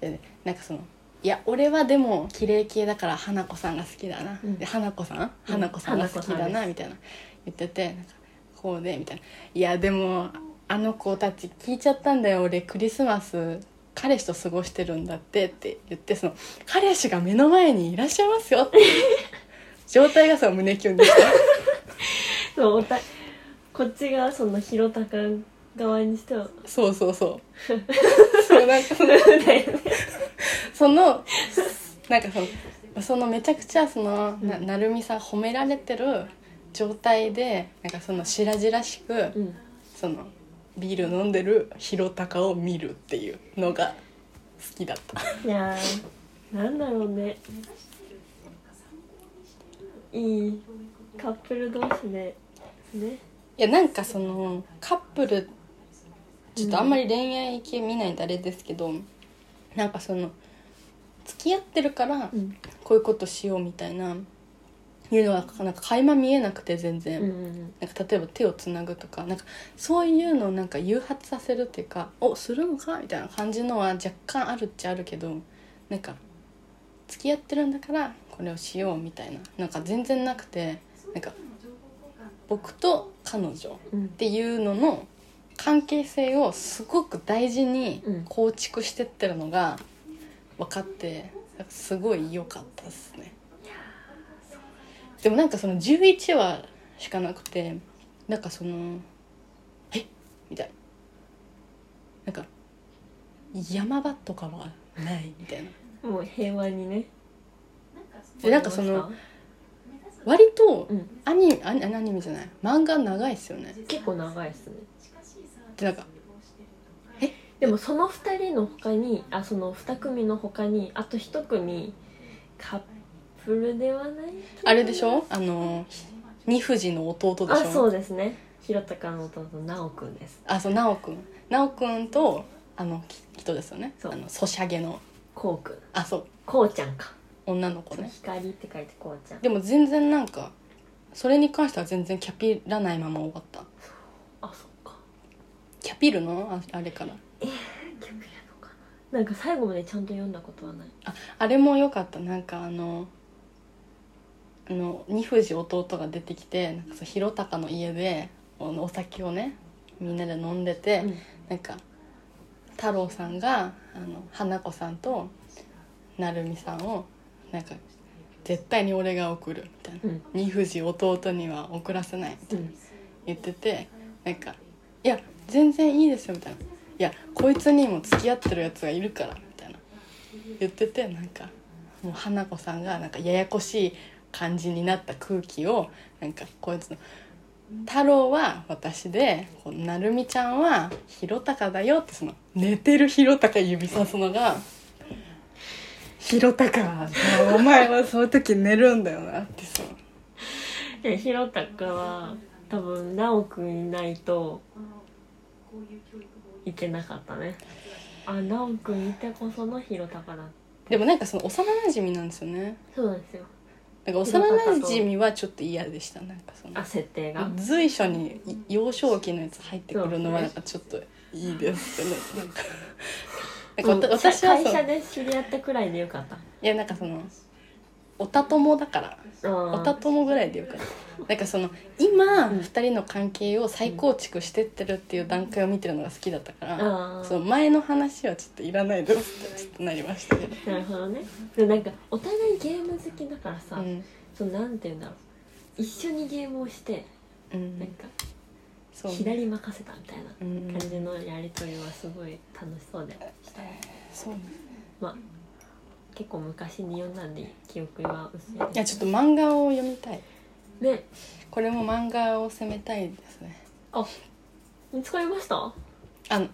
S2: でなんかそのいや俺はでも綺麗系だから花子さんが好きだな、
S1: うん
S2: で花子さん花子さんが好きだ
S1: 花子さんで
S2: な
S1: す
S2: みたいな言っててなんかこうでみたいないやでもあの子たち聞いちゃったんだよ俺クリスマス彼氏と過ごしてるんだってって言ってその彼氏が目の前にいらっしゃいま すよって状態がその胸キュンでした
S1: そうおたこっちがそのひろたか側にして は
S2: そうそ うそうそうなんかそのそのなんかそのそのめちゃくちゃそのななるみさん褒められてる状態でなんかその白々しく、
S1: うん
S2: そのビール飲んでるひろたかを見るっていうのが好きだった
S1: いやーなんだろうねいいカップル同士でね
S2: いやなんかそのカップルちょっとあんまり恋愛系見ないんであれですけど、なんかその付き合ってるから
S1: うん
S2: こういうことしようみたいな、いうのはなんか垣間見えなくて全
S1: う
S2: 然、
S1: んうん
S2: なんか例えば手をつなぐとかなんかそういうのをなんか誘発させるっていうか「おするのか?」みたいな感じのは若干あるっちゃあるけどなんか付き合ってるんだからこれをしようみたいななんか全然なくてなんか僕と彼女っ
S1: うん
S2: ていうのの関係性をすごく大事に
S1: うん
S2: 構築してってるのが分かってなんかすごい良かったですね。でもなんかその11話しかなくてなんかその「えみたいななんか山場とかはないみたいな
S1: もう平和にね
S2: でなんかその割と
S1: うん
S2: アニメアニアニメじゃない漫画長いっすよね
S1: 結構長いっすね
S2: でなんか
S1: でもその2人の他にあその2組の他にあと1組カップルではない
S2: あれでしょあの二藤の弟で
S1: あ
S2: しょ
S1: そうですねひろたかの弟なおくんです
S2: あそう奈くん奈くんとあのき人ですよね
S1: そう
S2: あのソシャゲの
S1: こうくん
S2: あそう
S1: こうちゃんか
S2: 女の子ね
S1: 光って書いてこうちゃん
S2: でも全然なんかそれに関しては全然キャピらないまま終わった
S1: あそっか
S2: キャピるのああれから
S1: 逆やのかななんか最後までちゃんと読んだことはない
S2: ああれも良かったなんかあのあの二藤弟が出てきてなんかそう弘隆の家でおお酒をねみんなで飲んでて、
S1: うん
S2: なんか太郎さんがあの花子さんと成美さんをなんか絶対に俺が送るみたいな、
S1: うん
S2: 二藤弟には送らせないみたいな
S1: うん
S2: 言っててなんか「いや全然いいですよ」みたいな「いやこいつにも付き合ってるやつがいるから」みたいな言っててなんかもう花子さんがなんかややこしい感じになった空気をなんかこいつの「太郎は私でこうなるみちゃんはひろたかだよ」ってその寝てるひろたか指さすのが「ひろたかお前はそういう時寝るんだよな」ってその
S1: でひろたかは多分なおくんいないといけなかったねあなおくんいてこそのひろたかだ
S2: でもなんかその幼馴染なんですよね
S1: そうなんですよ
S2: なんか幼馴染はちょっと嫌でしたなんかそ
S1: あ
S2: の
S1: 設定が
S2: 随所に幼少期のやつ入ってくるのは
S1: そうで
S2: なん
S1: す
S2: かちょっといいですよねなんかなんかわた私は
S1: 会
S2: その
S1: 社
S2: い
S1: で知り合ったくらいでよかった
S2: やなんかそのおたともだからおた
S1: あ
S2: ともぐらいでよかったなんかその今
S1: うん
S2: 二人の関係を再構築してってるっていう段階を見てるのが好きだったから
S1: あ
S2: その前の話はちょっといらないですってちょっとなりましたけど、
S1: なるほどねでなんかお互いゲーム好きだからさ、
S2: うん
S1: そのなんて言うんだろう一緒にゲームをして
S2: う
S1: なん
S2: ん、
S1: か
S2: そう
S1: 左任せたみたいな
S2: うん
S1: 感じのやり取りはすごい楽しそうでしたね
S2: そうね
S1: まあ結構昔に読んだんで記憶は薄い
S2: い
S1: で
S2: や
S1: す
S2: ちょっと漫画を読みたい
S1: ね
S2: これも漫画を攻めたいですね
S1: あ見つかりました
S2: あの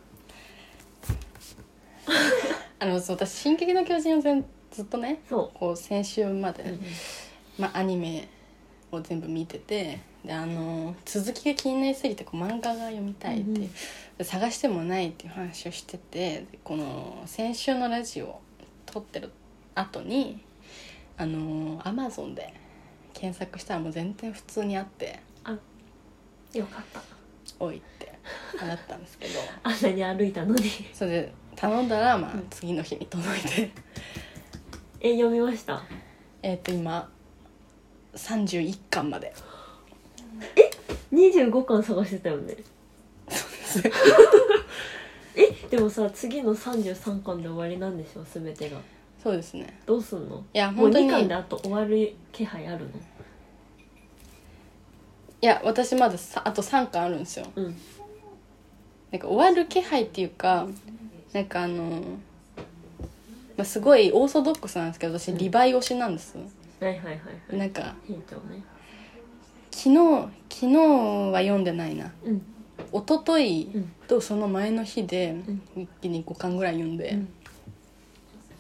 S2: あのそう私「進撃の巨人」を全ずっとね
S1: そ
S2: こう先週まで、
S1: う、うん
S2: まあ、アニメを全部見ててであの続きが気になりすぎてこう漫画が読みたいっていう、
S1: うんうん
S2: で探してもないっていう話をしててでこの先週のラジオを撮ってる後にあのアマゾンで検索したらもう全然普通にあって
S1: よかった
S2: おいってなったんですけ ど。
S1: あんなに歩いたのに
S2: それで頼んだら、まあ
S1: うん、
S2: 次の日に届いて
S1: え読みました
S2: えっ、と今31巻まで
S1: 25巻探してたよね えでもさ次の33巻で終わりなんでしょ全てが
S2: そうですね
S1: どうすんの
S2: いや
S1: もう
S2: 本当
S1: 2
S2: に
S1: 巻であと終わる気配あるの
S2: いや私まださあと3巻あるんですよ
S1: うん
S2: なんか終わる気配っていうかなんかあの、まあ、すごいオーソドックスなんですけど私リヴァイ推しなんです、
S1: はいはいはいはい
S2: なんか
S1: ヒントをね
S2: 昨日昨日は読んでないな
S1: うん
S2: 一昨日
S1: うん
S2: とその前の日で
S1: ん
S2: 一気に5巻ぐらい読んで、
S1: うん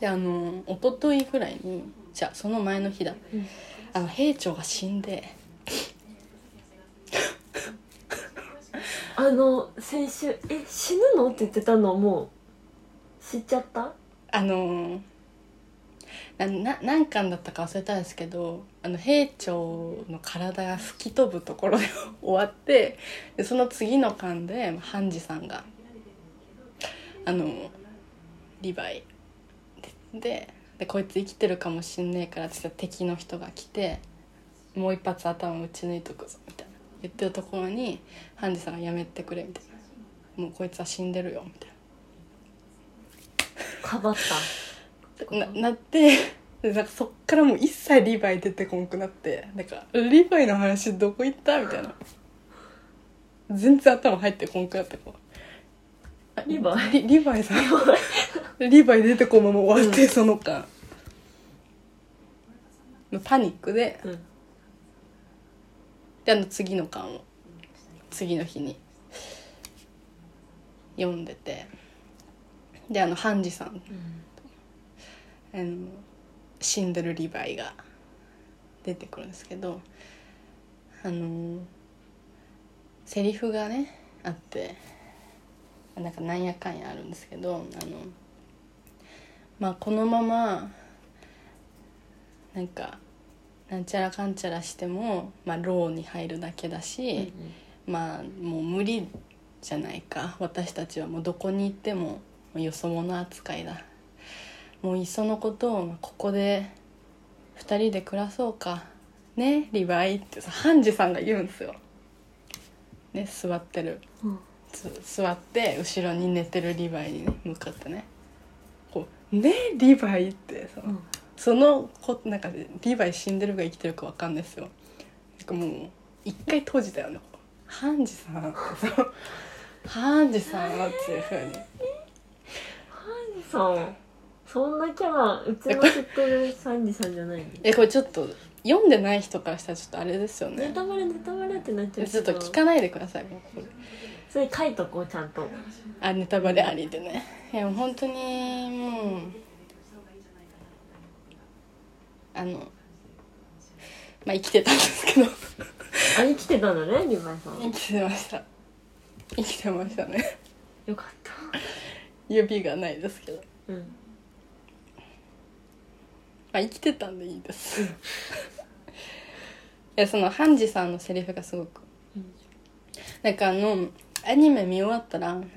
S2: であの一昨日ぐらいにじゃあその前の日だ、
S1: うん
S2: あの兵長が死んで
S1: あの先週「え死ぬの?」って言ってたのもう知っちゃった
S2: あのなな何巻だったか忘れたんですけどあの兵長の体が吹き飛ぶところで終わってでその次の巻で半次さんがあのリヴァイでででこいつ生きてるかもしんねえからって言って敵の人が来てもう一発頭打ち抜いとくぞみたいな言ってるところに半次さんが「やめてくれ」みたいな「もうこいつは死んでるよ」みたいな。
S1: かばった
S2: ななって でなんかそっからもう一切リヴァイ出てこんくなってなんかリヴァイの話どこ行ったみたいな全然頭入ってこんくなって こうあ
S1: リヴァ
S2: リリヴァイさんリヴァイ出てこんまま終わって、その間パニックで
S1: うん
S2: であの次の巻を次の日に読んでてであのハンジさんあの死んでるリヴァイが出てくるんですけどあのセリフがねあってなんかなんやかんやあるんですけどあのまあこのままなんかなんちゃらかんちゃらしても、まあ、牢に入るだけだし、まあもう無理じゃないか私たちはもうどこに行ってももうよそ者扱いだもういっそのことをここで2人で暮らそうかねリヴァイってさハンジさんが言うんですよね座ってる
S1: うん
S2: つ座って後ろに寝てるリヴァイに、ね、向かってねこう「ねリヴァイ」ってその,、
S1: うん
S2: そのこなんかリヴァイ死んでるか生きてるかわかんないですよなんかもう一回閉じたよねこうハンジさんって そのハンジさんはっていうふうに
S1: そうそんなキャラうちの知ってるサンジさんじゃないの
S2: えこれちょっと読んでない人からしたらちょっとあれです よ
S1: ネ
S2: ね
S1: タバレネタバレってなっちゃう
S2: ちょっと聞
S1: ない
S2: かないでくださいもうこれ
S1: それ書いとこうちゃんと
S2: あネタバレありでねいや本当にもうあのまあ生きてたんですけど
S1: あ生きてたんだねリヴァイさ
S2: 生
S1: ん
S2: きてました生きてましたね
S1: よかっ
S2: 指がないですけど、
S1: た
S2: ま
S1: うん
S2: あ、生きてたんでいいですいやそのハンジさんのセリフがすごく
S1: うん
S2: なんかあのアニメ見終わったらなんか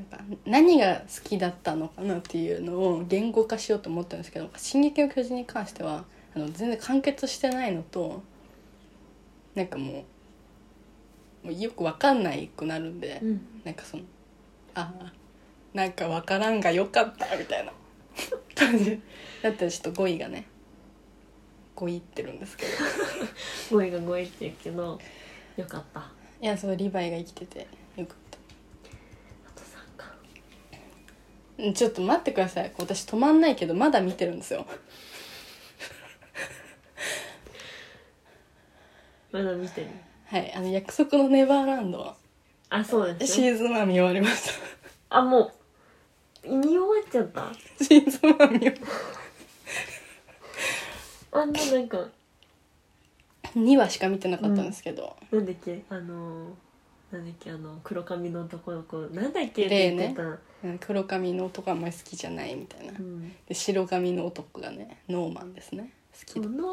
S2: 何が好きだったのかなっていうのを言語化しようと思ったんですけど「進撃の巨人」に関してはあの全然完結してないのとなんかもうもうよく分かんないくなるんで、
S1: うん
S2: なんかその「ああなんか分からんがよかった」みたいな 感じだったらちょっと語彙がね語彙ってるんですけど
S1: 語彙が語彙って言うけどよかったあ
S2: いやそうリヴァイが生きててよかった。
S1: と3巻
S2: ちょっと待ってください私止まんないけどまだ見てるんですよ
S1: まだ見てる
S2: はいあの約束のネバーランド
S1: あそうですね
S2: シーズン1見終わりまし
S1: あもう見終わっちゃった
S2: た シーズン1見終わ
S1: あんななんか
S2: 2話しか見てなかったんですけど、
S1: なんだっけあのーなんだっけあの黒髪の男の子なんだっけって言ってた、
S2: うん黒髪の男あんまり好きじゃないみたい
S1: う
S2: な
S1: ん
S2: で白髪の男がねノーマンですね
S1: こ
S2: 好き
S1: の
S2: だ
S1: ま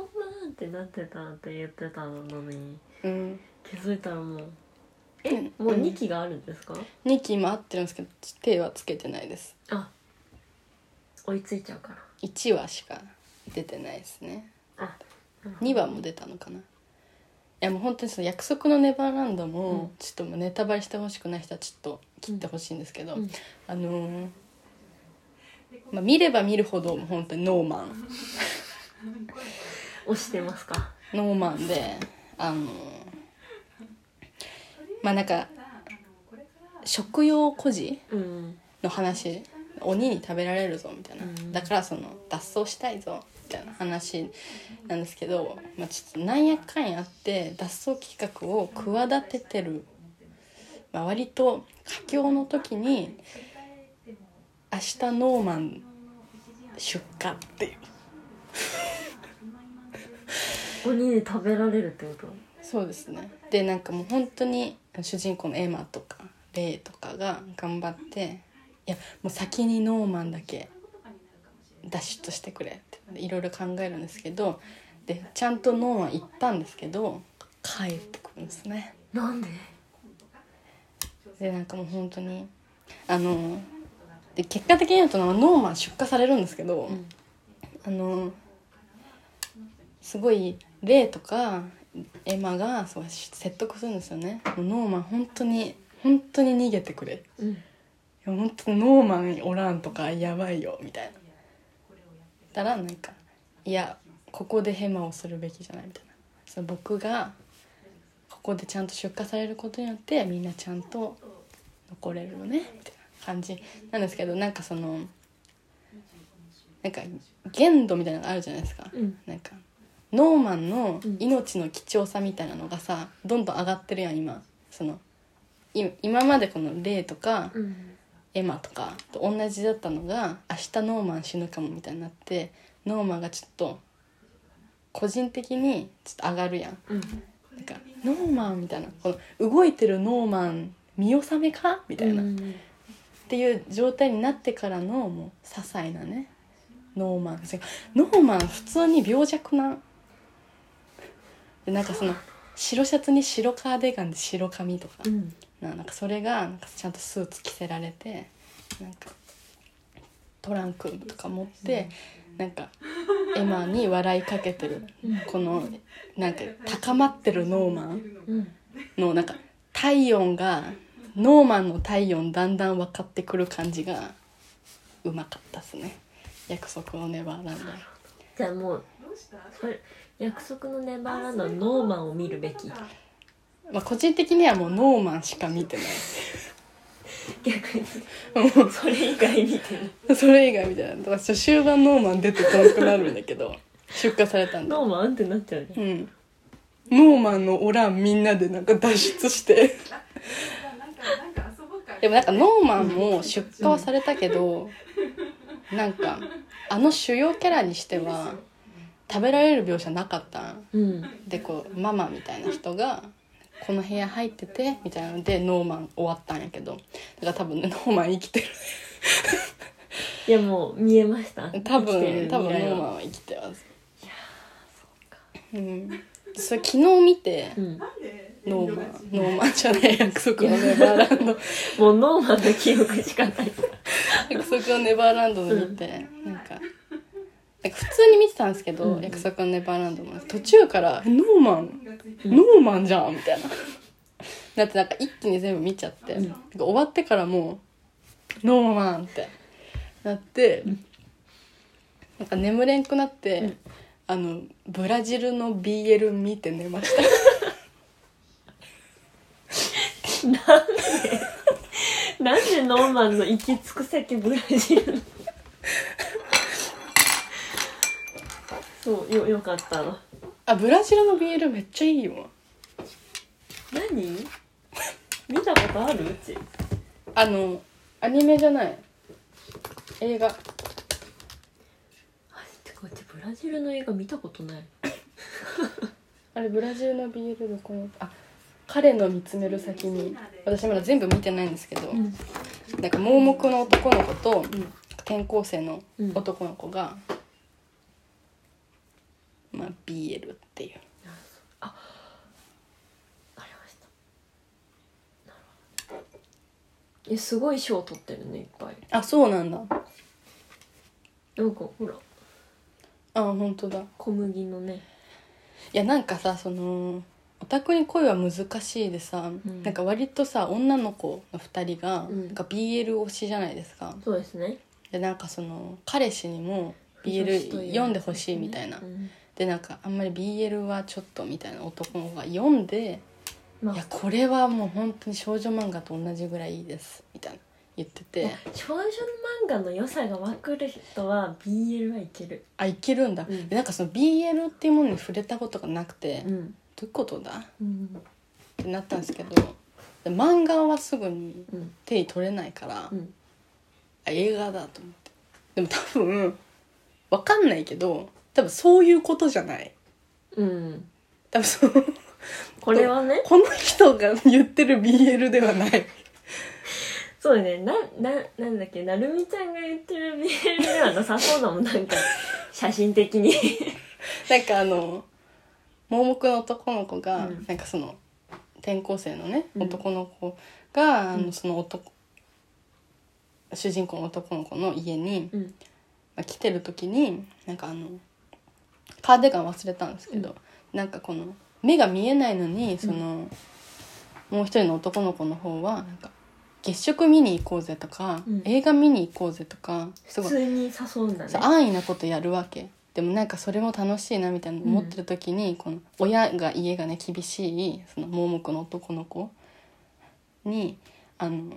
S1: ーってなってたって言ってたのに
S2: うん
S1: 気づいたらもうえ
S2: うん
S1: もう2期があるんですか
S2: 2期今合ってるんですけど手はつけてないです
S1: あ追いついちゃうから
S2: 1話しか出てないですね
S1: あ
S2: 2話も出たのかないやもう本当にその約束のネバーランドも、
S1: うん
S2: ちょっともうネタバレしてほしくない人はちょっと切ってほしいんですけど、
S1: うん
S2: あのーまあ、見れば見るほどもう本当にノーマン
S1: 押してますか
S2: ノーマンであのーまあなんか食用孤児
S1: うん
S2: の話鬼に食べられるぞみたいな、
S1: うん
S2: だからその脱走したいぞみたいな話なんですけど、まあ、ちょっとなんやかんやって脱走企画を企ててる、まあ、割と佳境の時に「明日ノーマン出荷」っていう
S1: 鬼に食べられるってこと
S2: そうですねでなんかもう本当に主人公のエマとかレイとかが頑張っていやもう先にノーマンだけ脱出してくれっていろいろ考えるんですけどでちゃんとノーマン行ったんですけど帰ってくるんですね
S1: なんで
S2: でなんかもう本当にあので結果的に言うとノーマン出荷されるんですけど、
S1: ん
S2: あのすごいレイとかエマがそう説得するんですよねもうノーマン本当に本当に逃げてくれい
S1: うん
S2: や本当にノーマンおらんとかやばいよみたいなたらなんかいやここでヘマをするべきじゃないみたいなその僕がここでちゃんと出荷されることによってみんなちゃんと残れるのねみたいな感じなんですけどなんかそのなんか限度みたいなのがあるじゃないですか、
S1: うん
S2: なんかノーマンの命の貴重さみたいなのがさどんどん上がってるやん今そのい今までこの例とか
S1: うん
S2: エマとかと同じだったのが明日ノーマン死ぬかもみたいになってノーマンがちょっと個人的にちょっと上がるやん
S1: うん
S2: なんかノーマンみたいなこの動いてるノーマン見納めかみたいな、
S1: う
S2: っ
S1: ん
S2: ていう状態になってからのもう些細なねノーマンノーマン普通に病弱なでなんかその白シャツに白カーディガンで白髪とか、
S1: うん
S2: ななんかそれがなんかちゃんとスーツ着せられてなんかトランクとか持ってなんかエマに笑いかけてるこのなんか高まってるノーマン
S1: うん
S2: のなんか体温がノーマンの体温だんだん分かってくる感じがうまかったっすね約束のネバーランド
S1: じゃあもうそれ約束のネバーランドはノーマンを見るべき
S2: まあ個人的にはもうノーマンしか見てない
S1: 逆に
S2: もう
S1: それ以外見てる
S2: それ以外みたいなだからちょっと終盤ノーマン出てこなくなるんだけど出荷されたんだ
S1: ノーマンってなっちゃうじ
S2: うんノーマンのオランみんなでなんか脱出してでもなんかノーマンも出荷はされたけどなんかあの主要キャラにしては食べられる描写なかったん
S1: ゃんうん
S2: でこうママみたいな人が「この部屋入ってて」みたいなのでノーマン終わったんやけどだから多分ねノーマン生きてる
S1: いやもう見えました
S2: 多
S1: 生きてる
S2: 分
S1: 未
S2: 多分ノ
S1: 来
S2: ー
S1: は
S2: マンは生きてますうんそれ昨日見て
S1: うん
S2: ノーマンノーマンじゃない約束のネバーランド
S1: もうノーマンの記憶しかない
S2: 約束のネバーランドを見て、なんかなんか普通に見てたんですけど、
S1: うん
S2: 約束のネバーランドも途中から「えノーマンノーマンじゃん」みたいな だってなんか一気に全部見ちゃって、なんか終わってからもう「ノーマン」ってなって、なんか眠れんくなって、あのブラジルの BL 見て寝ました
S1: なんでノーマンの行き着く先ブラジルのそうよよかったの
S2: あブラジルの BL めっちゃいいよ
S1: 何見たことあるうち
S2: あのアニメじゃない映画
S1: あてかうちブラジルの映画見たことない
S2: あれブラジルの BL のこのあ彼の見つめる先に私まだ全部見てないんですけど、
S1: ん
S2: なんか盲目の男の子
S1: ん
S2: と転校生の男の子が、まあ BL っていう
S1: ありましたえすごい賞取ってるねいっぱい
S2: あそうなんだ
S1: なんかほら
S2: ああ本当だい
S1: 小麦のね
S2: やなんかさそのオタクに恋は難しいでさ、
S1: ん
S2: なんか割とさ女の子の2人が、
S1: うん
S2: なんか BL 推しじゃないですか
S1: そうですね
S2: でなんかその彼氏にも
S1: 女子という
S2: BL 読んでほしいみたいな、
S1: うん
S2: でなんかあんまり BL はちょっとみたいな男の子が読んで
S1: まあ
S2: いやこれはもう本当に少女漫画と同じぐらいいいですみたいな言ってて
S1: 少女漫画の良さが分かる人は BL はいける
S2: あいけるんだ、
S1: うん
S2: でなんかその BL っていうものに触れたことがなくて、
S1: う
S2: ど
S1: ん
S2: ういうことだ
S1: うん
S2: ってなったんですけどで漫画はすぐに
S1: うん
S2: 手に取れないから、
S1: うん
S2: あ映画だと思ってでも多分わかんないけど多分そういうことじゃない
S1: うん
S2: 多分その
S1: これはね
S2: この人が言ってる BL ではない
S1: そうだねなななんだっけなるみちゃんが言ってる BL ではなさそうだもんなんか写真的に
S2: なんかあの盲目の男の子が、
S1: うん
S2: なんかその転校生のね
S1: うん
S2: 男の子が、あ
S1: うん
S2: のその男主人公の男の子の家に、
S1: うん
S2: まあ、来てる時になんかあのカーディガン忘れたんですけど、なんかこの目が見えないのにその、もう一人の男の子の方はなんか月食見に行こうぜとか、
S1: うん
S2: 映画見に行こうぜとかす
S1: 普
S2: ごい
S1: 通に誘うんだ
S2: そう
S1: ね
S2: 安易なことやるわけでもなんかそれも楽しいなみたいな思ってる時に、この親が家がね厳しいその盲目の男の子にあの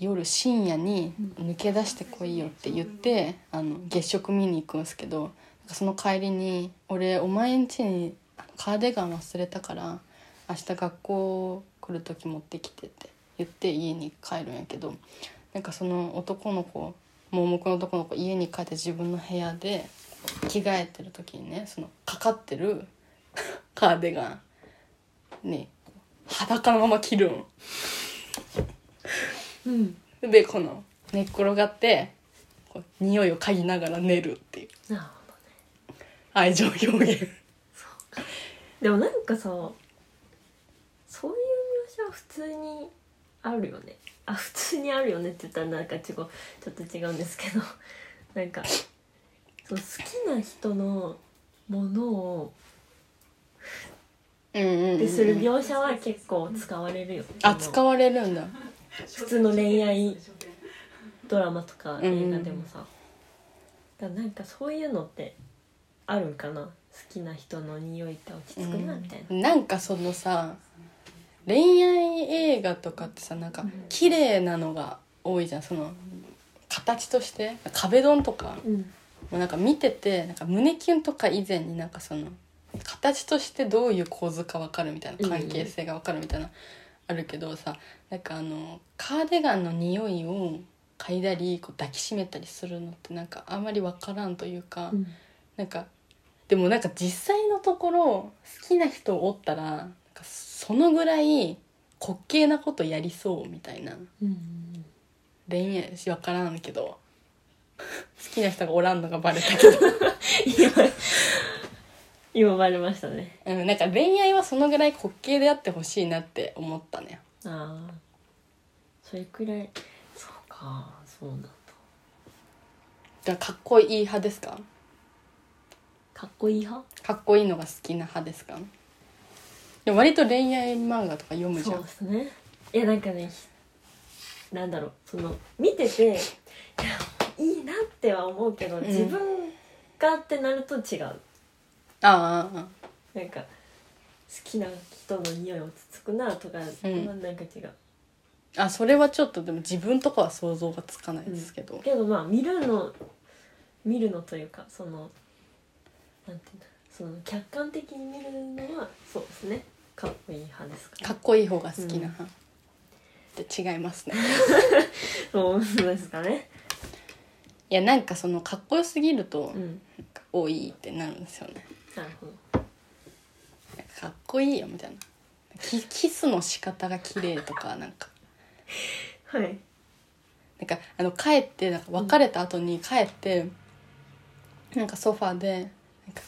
S2: 夜深夜に抜け出してこいよって言って、あの月食見に行くんですけどなんかその帰りに「俺お前ん家にカーディガン忘れたから明日学校来る時持ってきて」って言って家に帰るんやけどなんかその男の子盲目の男の子家に帰って自分の部屋で着替えてる時にねそのかかってる カーディガンに裸のまま着るん。
S1: うん
S2: でこの寝っ転がってこう匂いを嗅ぎながら寝るっていう
S1: なるほど
S2: 愛情表現
S1: でもなんかさそういう描写は普通にあるよねあ普通にあるよねって言ったらなんか違うちょっと違うんですけど なんかそう好きな人のものを
S2: うんうんうん、
S1: でする描写は結構使われるよね、
S2: あ使われるんだ
S1: 普通の恋愛ドラマとか映画でもさ、だからなんかそういうのってあるんかな好きな人の匂いって落ち着くなみたいな、
S2: うんなんかそのさ恋愛映画とかってさなんか綺麗なのが多いじゃんその形として壁ドンとか
S1: うん
S2: もうなんか見ててなんか胸キュンとか以前になんかその形としてどういう構図か分かるみたいな関係性が分かるみたいな、あるけどさなんかあのカーディガンの匂いを嗅いだりこう抱きしめたりするのってなんかあんまり分からんというか、
S1: うん
S2: なんかでもなんか実際のところ好きな人おったらなんかそのぐらい滑稽なことやりそうみたいな
S1: うん
S2: 恋愛し分からんけど 好きな人がおらんのがバレたけど。
S1: 今 今バレましたね
S2: うん、なんか恋愛はそのぐらい滑稽であってほしいなって思ったね
S1: ああそれくらいそうかそうなんだ
S2: じゃあかっこいい派ですか
S1: かっこいい派
S2: かっこいいのが好きな派ですかでも割と恋愛漫画とか読むじ
S1: そ
S2: ゃ
S1: うんですねいやなんかねひなんだろうその見てていやいいなっては思うけど、
S2: ん
S1: 自分がってなると違う
S2: ああああ
S1: なんか好きな人の匂い落ち着くなとか、
S2: うん
S1: まあなんか違う
S2: ああそれはちょっとでも自分とかは想像がつかないですけど、
S1: けどまあ見るの見るのというかそのなんていうんだその客観的に見るのはそうですねかっこいい派ですか
S2: かっこいい方が好きな派、って違いますね
S1: そうそうですかね
S2: いやなんかそのかっこよすぎると
S1: うん
S2: なんか多いってなるんですよね
S1: なるほど
S2: なんかかっこいいよみたいなキキスの仕方が綺麗とかなんか
S1: はい
S2: なんかあの帰ってなんか別れた後に帰って、なんか ソファーでなんか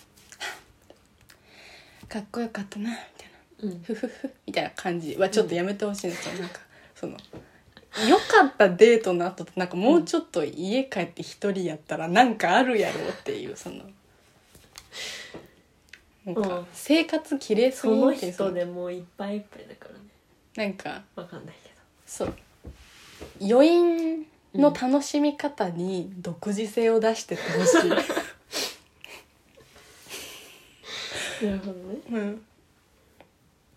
S2: 「かっこよかったな」みたいな
S1: うん
S2: 「ふふふ」みたいな感じはちょっとやめてほしいんですよ、なんかその。よかったデートの後となんかもうちょっと家帰って一人やったらなんかあるやろうっていうそのなんか、
S1: うん
S2: 生活きれいす
S1: そ
S2: ぎ
S1: の
S2: るけど
S1: 人でもういっぱいいっぱいだからね
S2: なんか
S1: わかんないけ
S2: そう余韻の楽しみ方に独自性を出してってほしい、
S1: どなるほどね
S2: うん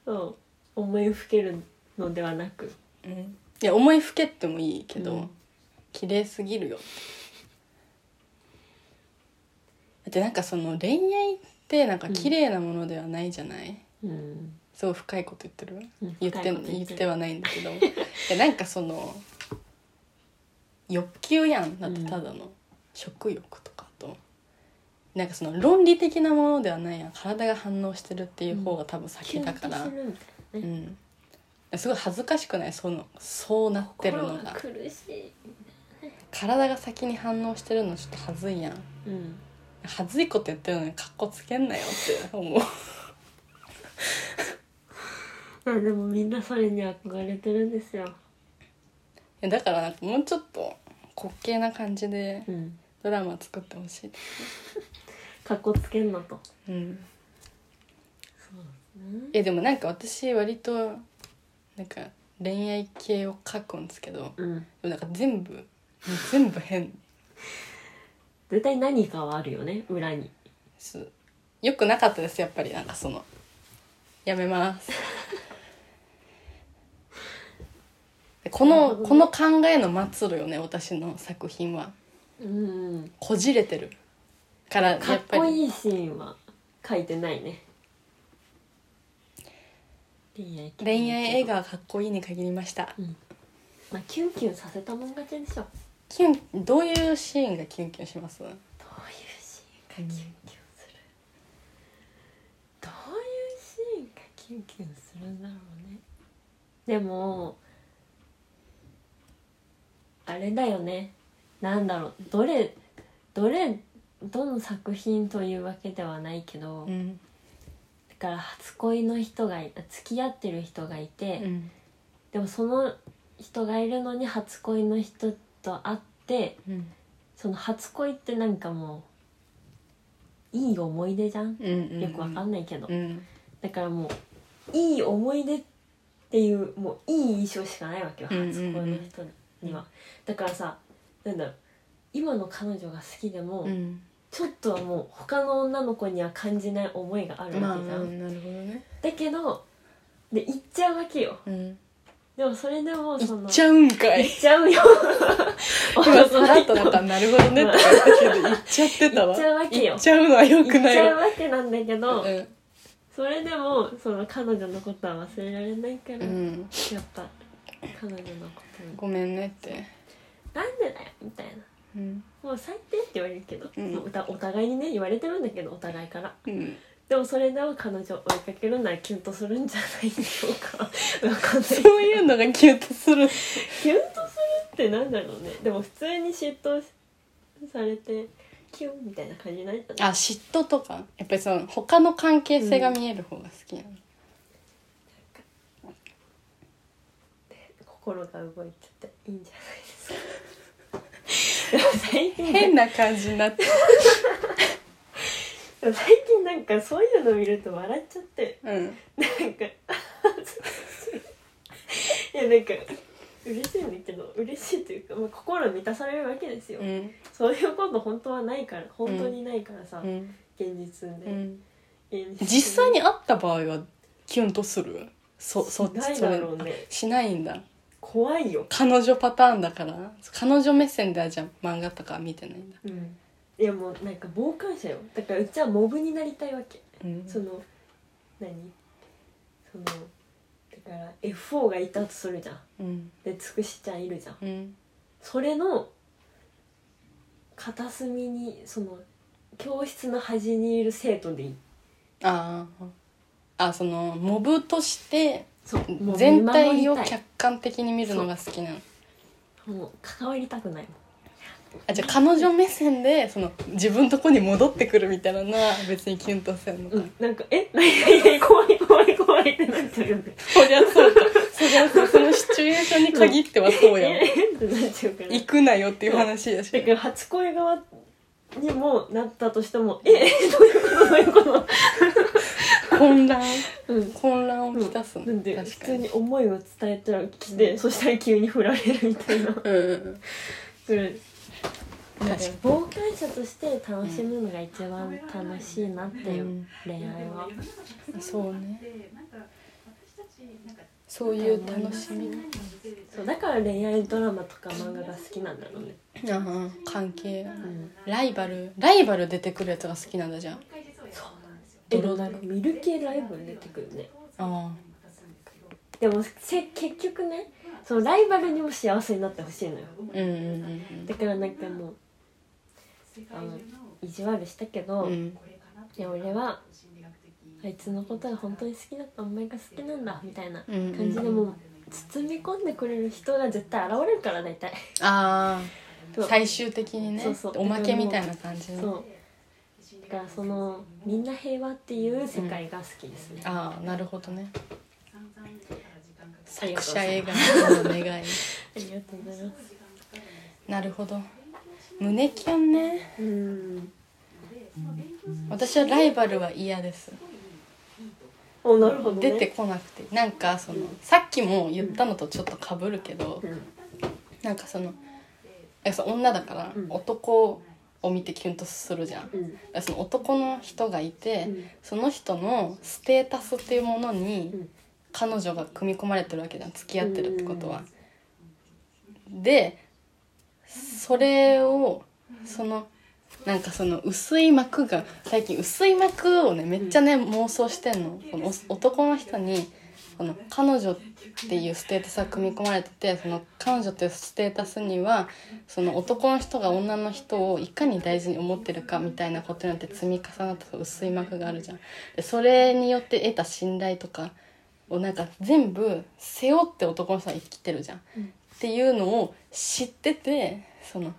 S1: そう思いふけるのではなく
S2: うんいや思いふけってもいいけど、
S1: うん
S2: 綺麗すぎるよだってなんかその恋愛ってなんか綺麗なものではないじゃない、
S1: うん
S2: すごい深いこと言ってる
S1: うん
S2: 言って
S1: 深い
S2: ん
S1: こと言
S2: 言
S1: っ
S2: って
S1: る
S2: てはないんだけ どいやなんかその欲求やんだってただの、食欲とかとなんかその論理的なものではないやん体が反応してるっていう方が多分先だから、
S1: キュンとするみたいなね
S2: うん、すごい恥ずかしくないそのそうなってるの
S1: 心が
S2: が
S1: 苦しい
S2: 体が先に反応してるのちょっと恥ずいやん
S1: うん
S2: 恥ずいこと言ってるのにかっこつけんなよって思う
S1: まあでもみんなそれに憧れてるんですよ
S2: いやだからなんかもうちょっと滑稽な感じで
S1: うん
S2: ドラマ作ってほしい
S1: かっこつけんなと
S2: うん
S1: うん
S2: えでもなんか私割となんか恋愛系を書くんですけど
S1: うん
S2: でもなんか全部もう全部変
S1: 絶対何かはあるよね裏に
S2: ですよくなかったですやっぱりなんかそのや めますでこ
S1: なる
S2: の
S1: ほどね
S2: この考えの末路よね私の作品は
S1: うん
S2: こじれてるからやっ
S1: かっ
S2: ぱ
S1: こ
S2: り
S1: いいシーンは書いてないね恋愛
S2: 恋愛映画はかっこいいに限りました
S1: まあキュンキュンさせたもん勝ちでしょどう
S2: キュンどういうシーンがキュンキュンします
S1: いうシーンがキュンキュンするどういうシーンがキュンキュンするんだろうねでもあれだよねなんだろうどれどれどの作品というわけではないけど、
S2: うん
S1: だから初恋の人がい付き合ってる人がいて、
S2: うん
S1: でもその人がいるのに初恋の人と会って
S2: うん
S1: その初恋ってなんかもういい思い出じゃん、
S2: うん
S1: よくわかんないけど、
S2: うん
S1: だからもういい思い出っていうもういい印象しかないわけよ
S2: うん
S1: 初
S2: うんうん
S1: 恋の人には、だからさなんだろう今の彼女が好きでも、
S2: うん
S1: ちょっとはもう他の女の子には感じない思いがあるわけじゃ
S2: まあ
S1: ん、
S2: まあなるほどね
S1: だけどで行っちゃうわけよ
S2: うん
S1: でもそれでもその
S2: 行っちゃうんかい
S1: 行っちゃうよ
S2: 今さらっとなんか「なるほどね」とか言ったけど行っちゃってた
S1: 行
S2: わ
S1: っちゃうわけよ
S2: 行っちゃうのは良
S1: 行
S2: く
S1: っ
S2: な
S1: ち
S2: い
S1: ゃう
S2: わ
S1: わけなんだけど、
S2: うん
S1: それでもその彼女のことは忘れられないから、
S2: う
S1: やっ
S2: ん
S1: ぱ彼女のことに
S2: ごめんねって
S1: なんでだよみたいな
S2: うん
S1: もう最低って言われるけど、
S2: うん
S1: もうおたお互いにね言われてるんだけどお互いから
S2: うん
S1: でもそれでも彼女を追いかけるならキュンとするんじゃないでしょうかわかん ない
S2: そういうのがキュンとする
S1: キュンとするってなんだろうねでも普通に嫉妬されてキュンみたいな感じになっ
S2: あ嫉妬とかやっぱりその他の関係性が見える方が好きなの
S1: 心が動いてていいんじゃないですか でも最近
S2: 変な感じになって
S1: でも最近なんかそういうの見ると笑っちゃって
S2: うん
S1: なんか いやなんか嬉しいんだけど嬉しいというか、まあ、心満たされるわけですよ、
S2: うん
S1: そういうこと本当はないから本当にないからさ、
S2: うん
S1: 現実で、
S2: うん
S1: 現実
S2: 実際に会った場合はキュンとするそそっち
S1: ない
S2: そ
S1: だ
S2: れ
S1: ろうね
S2: あしないんだ
S1: 怖いよ、
S2: 彼女パターンだから彼女目線ではじゃあ漫画とか見てないんだ、
S1: うん、いやもうなんか傍観者よだからうちはモブになりたいわけ
S2: うん
S1: その何そのだから F4 がいたとするじゃん
S2: うん
S1: でつくしちゃんいるじゃん
S2: うん
S1: それの片隅にその教室の端にいる生徒でいい
S2: あーあそのモブとして
S1: そうもう
S2: 全
S1: 見
S2: 体を
S1: 守りたい
S2: 客観的に見るのが好きなの
S1: もう関わりたくないもん
S2: あじゃあ彼女目線でその自分のとこに戻ってくるみたいなのは別にキュンとするのか、
S1: うん、なんか「え何何何 怖い怖い怖い」ってなっちゃうよね
S2: そりゃそうかそりゃそうそのシチュエーションに限ってはそうやん
S1: ええってなっちゃうから
S2: 行くなよっていう話やし
S1: だから初 恋側にもなったとしても「えどういうことどういうこと
S2: 混乱
S1: うん
S2: 混乱をきたすの、
S1: なんで普
S2: 確か
S1: 通
S2: に
S1: に思いを伝えたら来て、そしたら急に振られるみたいな
S2: うんうん
S1: ぐらい
S2: うん
S1: なんか冒険者として楽しむのが一番楽しいなっていう、
S2: うん
S1: 恋
S3: いや
S1: 愛
S3: で
S1: は
S3: も世の中の
S2: そうね
S3: でなんか私たちなんか
S2: そういう楽しみ
S1: そうだから恋愛ドラマとか漫画が好きなんだろうね、
S2: ああ関係
S1: うん、
S2: ライバルライバル出てくるやつが好きなんだじゃん
S3: そうなんですよ
S1: えでもなんか見る系ライブに出てくるね
S2: あ
S1: でもせ結局ねそうライバルにも幸せになってほしいのよ
S2: うんうんうん
S1: だからなんかもうあの意地悪したけど、
S2: うんうん
S1: いや俺はあいつのことが本当に好きだったお前が好きなんだみたいな
S2: うんうん
S1: 感じでもう包み込んでくれる人が絶対現れるから大体
S2: ああ
S1: そう
S2: 最終的にね
S1: そうそう
S2: おまけみたいな感じね
S1: そうだからそのみんな平和っていう世界が好きですね、
S2: ああなるほどね
S1: ありがとう
S2: 作
S1: ご
S2: 者
S1: ざい
S2: 映
S1: ま
S2: 画の願い
S1: ありがとうございます
S2: なるほど胸キュンね
S1: うん
S2: 私はライバルは嫌です
S1: おなるほど、ね、
S2: 出てこなくてなんかそのさっきも言ったのとちょっとかぶるけど
S1: うん
S2: なんかそのえそう女だから
S1: うん
S2: 男を見てキュンとするじゃんだ
S1: う
S2: か
S1: ん
S2: らその男の人がいて
S1: うん
S2: その人のステータスっていうもの
S1: う
S2: に
S1: ん
S2: 彼女が組み込まれてるわけじゃん付き合ってるってことは。でそれをそのなんかその薄い膜が最近薄い膜をねめっちゃね妄想してんのこのお男の人にこの彼女っていうステータスが組み込まれててその彼女っていうステータスにはその男の人が女の人をいかに大事に思ってるかみたいなことによって積み重なった薄い膜があるじゃん。でそれによって得た信頼とかをなんか全部背負って男の人は生きてるじゃん。
S1: うん
S2: っていうのを知っててその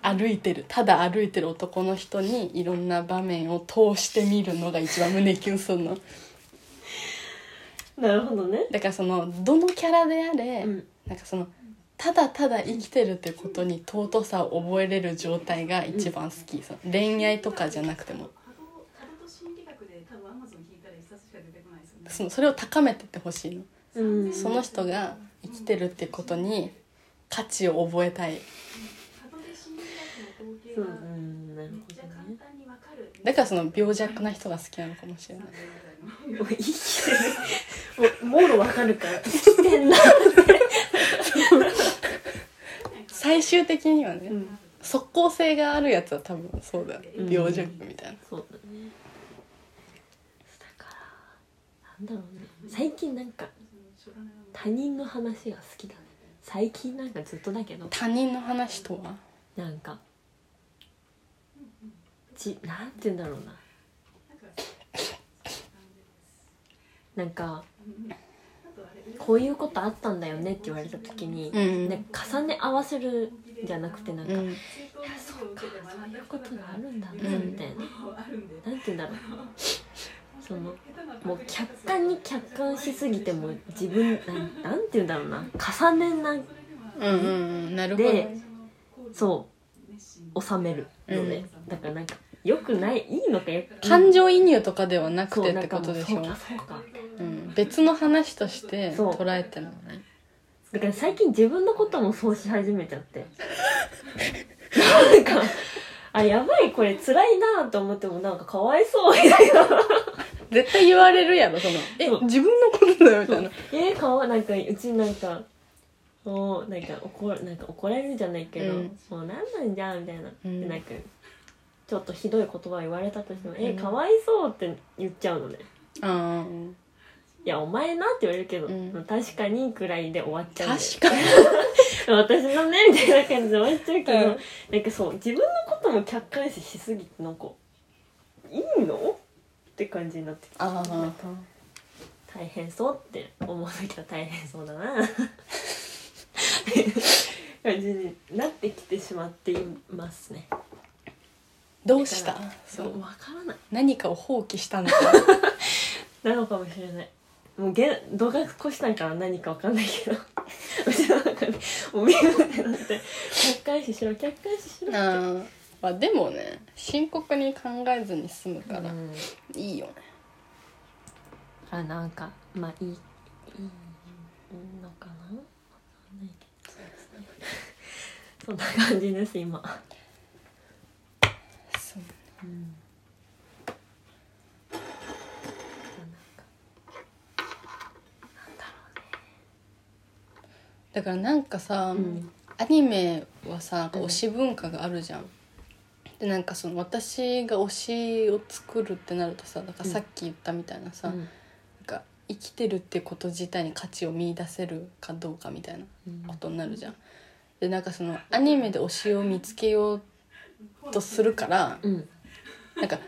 S2: 歩いてるただ歩いてる男の人にいろんな場面を通してみるのが一番胸キュンするの
S1: なるほどね
S2: だからそのどのキャラであれ、
S1: うん
S2: なんかそのただただ生きてるってことに尊さを覚えれる状態が一番好き、その恋愛とかじゃなくてもそのそれを高めてってほしいの
S1: うん
S2: その人が生きてるってことに価値を覚えたい
S1: そううんなるほどね
S2: だからその病弱な人が好きなのかもしれない
S1: もう生きてる もうもろわかるから生きてんな
S2: 最終的にはね、
S1: うん
S2: 即効性があるやつは多分そうだよね
S1: うん
S2: 病弱みたいな、
S1: そうだねだからなんだろうね最近なんか他人の話が好きだね最近なんかずっとだけど
S2: 他人の話とは
S1: なんかちなんて言うんだろうななんかこういうことあったんだよねって言われた時に、
S2: うん
S1: ね、重ね合わせるじゃなくてなんか、
S2: う
S1: い
S2: ん
S1: やそうかそういうことがあるんだな
S2: うん
S1: みたいな、なんて言うんだろうそのもう客観に客観しすぎても自分なんなんて言うんだろうな重ねな
S2: うんうんうんなるほど
S1: でそう収めるのね、だからなんかよくないいいのかよく
S2: 感情移入とかではなく
S1: そう
S2: てっ
S1: な
S2: て
S1: んかも
S2: こと
S1: う
S2: でし
S1: そ
S2: ょ
S1: うかそうか
S2: うん、別の話として
S1: そう
S2: 捉えてるのね
S1: だから最近自分のこともそうし始めちゃってなんかあやばいこれ辛いなと思ってもなんかかわいそう みたいな
S2: 絶対言われるやろその「え
S1: そう
S2: 自分のことだよ」みたいな
S1: えー、かわなんかうちなんかもうなんか怒なんか怒られるじゃないけど、
S2: うん
S1: もうなんなんじゃんみたいな、
S2: うん
S1: でなんかちょっとひどい言葉を言われたとしても「え
S2: うん
S1: ー、かわいそう」って言っちゃうのね
S2: あ
S1: 「いやお前な」って言われるけど「
S2: うん
S1: 確かに」くらいで終わっちゃうんだよ
S2: ー確かに
S1: 私のねみたいな感じで終わっちゃうけど、
S2: うん
S1: なんかそう自分のことも客観視しすぎてなんかいいのって感じになってきて
S2: あ
S1: なん
S2: あ
S1: か大変そうって思う時は大変そうだな感じになってきてしまっていますね
S2: どうした
S1: そ
S2: そうう
S1: わからない
S2: 何かを放棄したのか
S1: なのかもしれないもうげ動画越したんから何かわかんないけど うちの中でもう見るってなって客観視しろ客観視しろって
S2: あ、まあ、でもね深刻に考えずに済むから、
S1: うん
S2: いいよね
S1: からなんかまあいいいいのかなわかんないけど そんな感じです今、
S2: そう
S1: うん、なんか
S2: だからなんかさ、
S1: うん
S2: アニメはさなんか推し文化があるじゃん。でなんかその私が推しを作るってなるとさだからさっき言ったみたいなさ、
S1: うん
S2: なんか生きてるってこと自体に価値を見出せるかどうかみたいな
S1: うん
S2: ことになるじゃん。でなんかそのアニメで推しを見つけようとするから
S1: うん
S2: なんか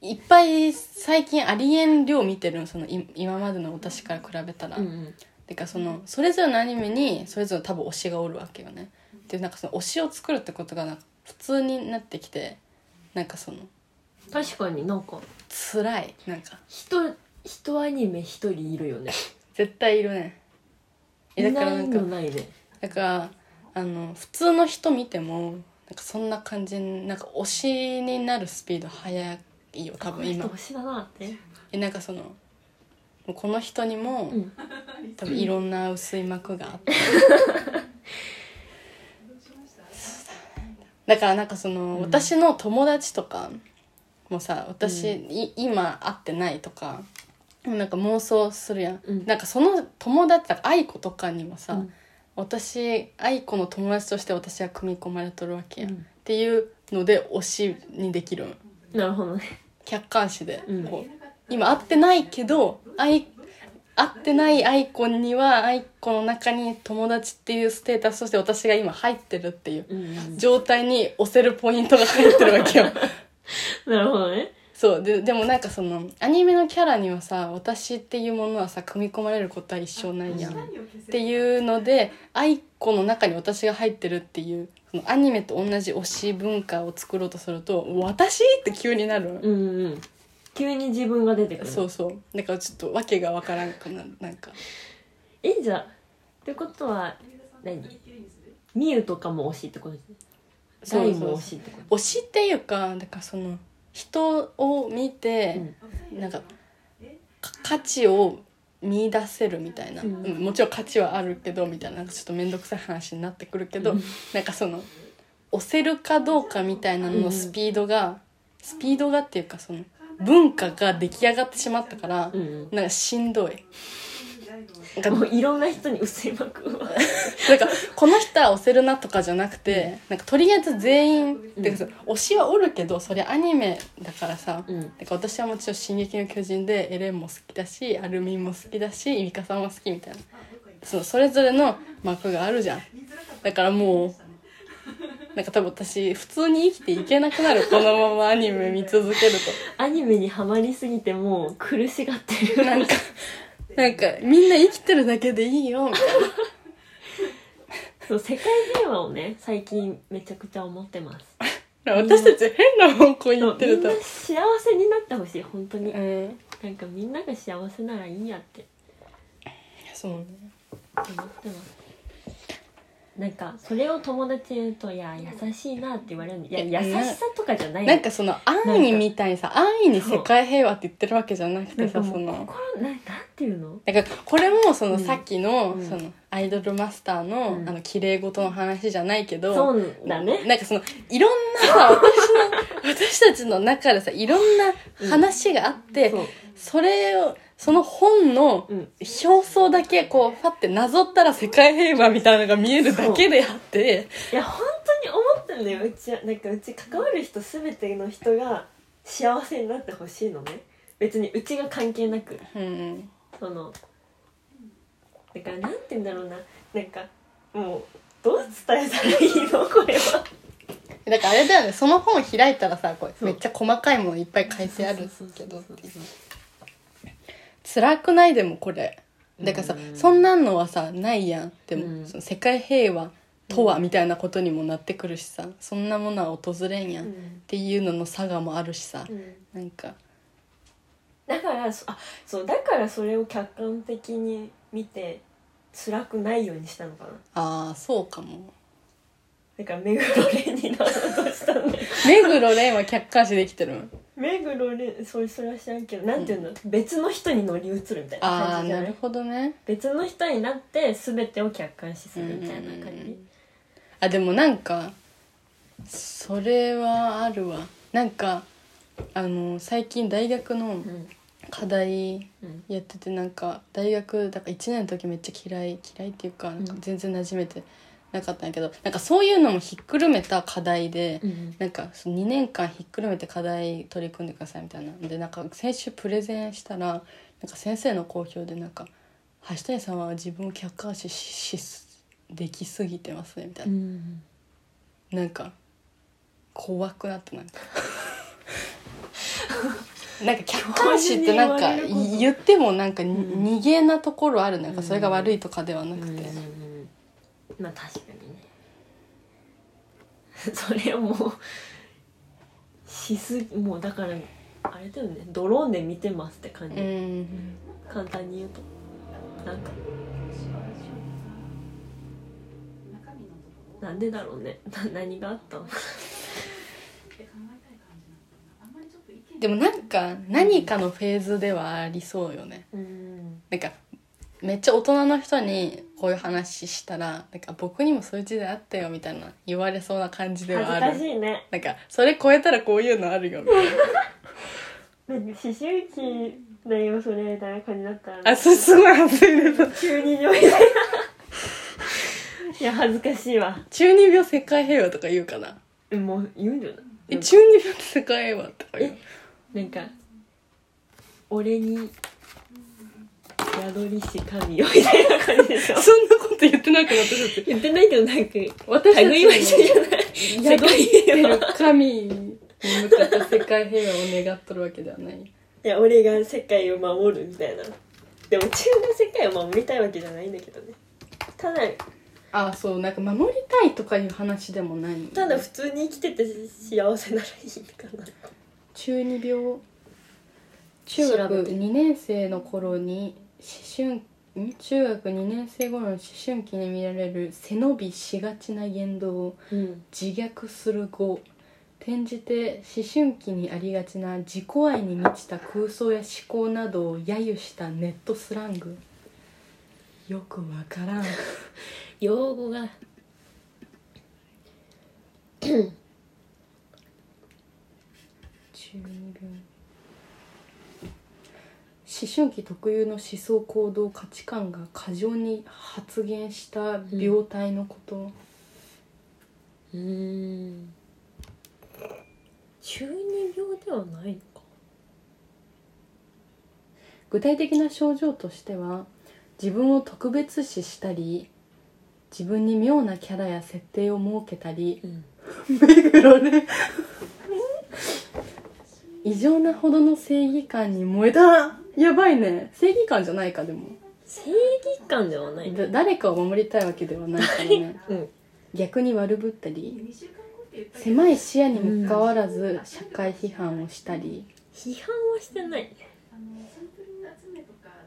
S2: いっぱい最近ありえん量見てるのそのい今までの私から比べたら。
S1: うんうん
S2: てかそのそれぞれのアニメにそれぞれ多分推しがおるわけよね。でなんかその推しを作るってことがなんか普通になってきてなんかその
S1: 確かになんか
S2: 辛いなんか
S1: 人一アニメ一人いるよね
S2: 絶対いるね。
S1: い
S2: えだから
S1: な
S2: ないんか
S1: のないね
S2: だからあの普通の人見てもなんかそんな感じになんか推しになるスピード早いよ多分今
S1: この人推しだなって
S2: えなんかそのもうこの人にも、
S1: うん
S2: 多分いろんな薄い膜があ ってだからなんかその、
S1: うん
S2: 私の友達とかもさ私、い今会ってないとかなんか妄想するやん、
S1: うん
S2: なんかその友達だから愛子とかにもさ、
S1: うん
S2: 私愛子の友達として私は組み込まれとるわけやん、
S1: うん
S2: っていうので推しにできるん
S1: なるほどね
S2: 客観視で、
S1: うん
S2: こう今会ってないけど愛会ってないアイコンにはアイコンの中に友達っていうステータスとして私が今入ってるっていう
S1: うんうん
S2: 状態に押せるポイントが入ってるわけよ
S1: なるほどね
S2: そうででもなんかそのアニメのキャラにはさ私っていうものはさ組み込まれることは一生ないやんっ
S3: って
S2: ていうのでアイコンの中に私が入ってるっていうそのアニメと同じ推し文化を作ろうとすると「私?」って急になるの
S1: うんうん急に自分が出てくる
S2: そうそうだからちょっと訳がわからんかななんか
S1: えじゃあってことは何ミユとかも推しってことですね
S2: そう
S1: 大
S2: そう
S1: も推しってこ
S2: 推しっていうかだからその人を見
S1: と
S2: て、なんかか価値を見出せるみたいな、
S1: うん
S2: うんもちろん価値はあるけどみたいななんかちょっと面倒くさい話になってくるけど、
S1: うん
S2: なんかその押せるかどうかみたいなののスピードが、スピードがっていうかその文化が出来上がってしまったから、
S1: うんうん
S2: なんかしんどい。なん か
S1: もういろんな人に薄い膜を
S2: なんかこの人は押せるなとかじゃなくて、なんかとりあえず全員、
S3: うん
S2: てかさ推しはおるけどそれアニメだからさ、
S1: うん
S2: てか私はもちろん「進撃の巨人」でエレンも好きだしアルミンも好きだしイミカさんも好きみたいなそのそれぞれの幕があるじゃんだからもうなんか多分私普通に生きていけなくなるこのままアニメ見続ける
S1: アニメにはまりすぎてもう苦しがって
S2: と
S1: る
S2: なんかなんかみんな生きてるだけでいいよみたいな
S1: そう世界平和をね最近めちゃくちゃ思ってます
S2: 私たち変な方向行
S1: そう
S2: って
S1: み
S2: る
S1: んな
S2: と。
S1: 幸せになってほしい本当に、
S2: うん
S1: なんかみんなが幸せならいいやって
S2: そうね
S1: 思ってますなんかそれを友達に言うと「いや優しいな」って言われるのいや
S2: いや
S1: 優しさとかじゃない
S2: なんかその安易みたいにさ安易に世界平和って言ってるわけじゃなく
S1: な
S2: て
S1: んか
S2: さ
S1: も
S2: そうの
S1: 心ななんていうの
S2: なんかこれもその
S1: うん
S2: さっきの,、
S1: うん
S2: そのアイドルマスターの、
S1: うん
S2: あの綺麗事の話じゃないけど
S1: そうだね
S2: なんかそのいろんな さ私の私たちの中でさいろんな話があって、
S1: そう
S2: それをその本の
S1: うん
S2: 表層だけこうファってなぞったら世界平和みたいなのが見えるだけであって
S1: いや本当に思ってんだようちはなんかうち関わる人全ての人が幸せになってほしいのね別にうちが関係なく
S2: うん
S1: そのだからなんて言うんだろうななんかもうどう伝えたらいい のこれは
S2: だからあれだよねその本開いたらさこ
S1: そうう
S2: めっちゃ細かいものいっぱい書いてある
S1: そうそ
S2: け
S1: うそ
S2: ど
S1: う
S2: って
S1: そう
S2: いう辛くないでもこれだからさ
S1: うん
S2: そんなんのはさないやんでも、
S1: うん
S2: その世界平和とはみたいなことにもなってくるしさそんなものは訪れんやん、
S1: う
S2: っ
S1: ん
S2: ていうのの差がもあるしさ、
S1: うん
S2: なんか
S1: だからそあそうだからそれを客観的に見て辛くないようにしたのかな
S2: ああそうかも
S1: だから目黒蓮になろうとしたんだよ
S2: 目黒蓮は客観視できてる
S1: 目黒蓮それそれは知らんけどなんていうの、別の人に乗り移るみたいな
S2: あ
S1: 感
S2: あ
S1: じじゃ
S2: な
S1: な
S2: る
S1: い
S2: ほどね
S1: 別の人になって全てを客観視するみたいな感
S2: うんうんう
S1: じ
S2: んあでもなんかそれはあるわなんかあの最近大学の
S1: うん
S2: 課題
S1: うん
S2: やっててなんか大学だから1年の時めっちゃ嫌い嫌いっていうかなんか全然馴染めてなかったんやけど、なんかそういうのもひっくるめた課題で、
S1: うん
S2: なんかその2年間ひっくるめて課題取り組んでくださいみたいなでなんか先週プレゼンしたらなんか先生の好評でなんか「橋谷さんは自分を客観視ししできすぎてますね」みたいな、
S1: ん
S2: なんか怖く なってなんかなんか客観視ってなん
S1: 急
S2: か
S1: に言われること
S2: 言ってもなんかに、
S1: うん
S2: 逃げなところあるなんかそれが
S1: うん
S2: 悪いとかではなくて、
S1: うんまあ確かにね それをもうしすぎもうだからあれだよねドローンで見てますって感じ、
S2: うん
S1: 簡単に言うとなんかなんでだろうね な何があったの
S2: でもなんか何かのフェーズではありそうよね
S1: うん
S2: なんかめっちゃ大人の人にこういう話したらなんか僕にもそういう時代あったよみたいな言われそうな感じで
S1: 恥
S2: は
S1: ず
S2: あ
S1: かし
S2: る
S1: いね
S2: なんかそれ超えたらこういうのあるよみたい
S1: なんか思春期だよそれみたいな感じだったら
S2: なあすすごい恥ずいです
S1: 急に 匂いでいや恥ずかしいわ
S2: 中二病世界平和とか言うかな
S1: えもう言うんじゃない
S2: え中二病って世界平和とか言う
S1: なんか俺に宿りし神よみたいな感じでしょ
S2: そんなこと言ってなくなってるって
S1: 言ってないけどなんか
S2: 私
S1: 類いましじゃない
S2: 宿ってる神に向かって世界平和を願っとるわけではない
S1: いや俺が世界を守るみたいなでも中の世界を守りたいわけじゃないんだけどねただ
S2: あそうなんか守りたいとかいう話でもない
S1: ただ普通に生きてて幸せならいいかな
S2: 中二病中学
S1: 調べて
S2: 2年生の頃に思春ん中学2年生頃の思春期に見られる背伸びしがちな言動を
S1: うん
S2: 自虐する語転じて思春期にありがちな自己愛に満ちた空想や思考などを揶揄したネットスラングよくわからん
S1: 用語が
S2: 中二病思春期特有の思想行動価値観が過剰に発現した病態のこと、
S1: うん中二病ではないのか
S2: 具体的な症状としては自分を特別視したり自分に妙なキャラや設定を設けたり
S1: うん
S2: 目黒ね異常なほどの正義感に燃えたやばいね正義感じゃないかでも
S1: 正義感ではない
S2: だ誰かを守りたいわけではないからね
S1: うん
S2: 逆に悪ぶったり狭い視野にもかかわらず社会批判をしたり
S1: 批判はしてない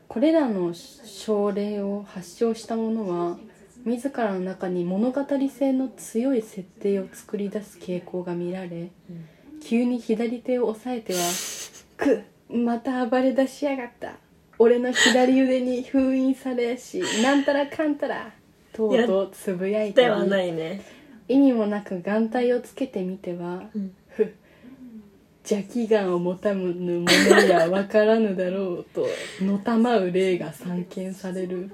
S2: これらの症例を発症した者は自らの中に物語性の強い設定を作り出す傾向が見られ
S1: うん
S2: 急に左手を押さえては「くまた暴れ出しやがった俺の左腕に封印されしなんたらかんたら」とうとうつぶやいた
S1: ではな
S2: り
S1: いね、
S2: 意味もなく眼帯をつけてみては
S1: うん、
S2: ふ邪気眼を持たぬ者には分からぬだろうとのたまう霊が散見される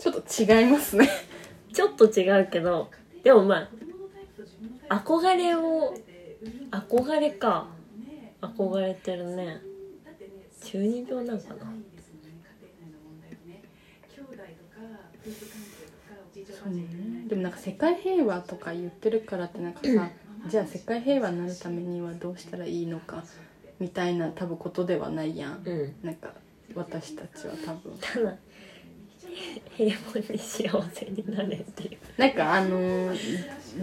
S2: ちょっと違いますね
S1: ちょっと違うけどでもまあ憧れを憧れか憧れてるね中二病なんかな
S2: そうねでもなんか世界平和とか言ってるからってなんかさじゃあ世界平和になるためにはどうしたらいいのかみたいな多分ことではないやん
S1: うん
S2: なんか私たちは多分
S1: ただ平凡に幸せになれっていう
S2: なんかあのー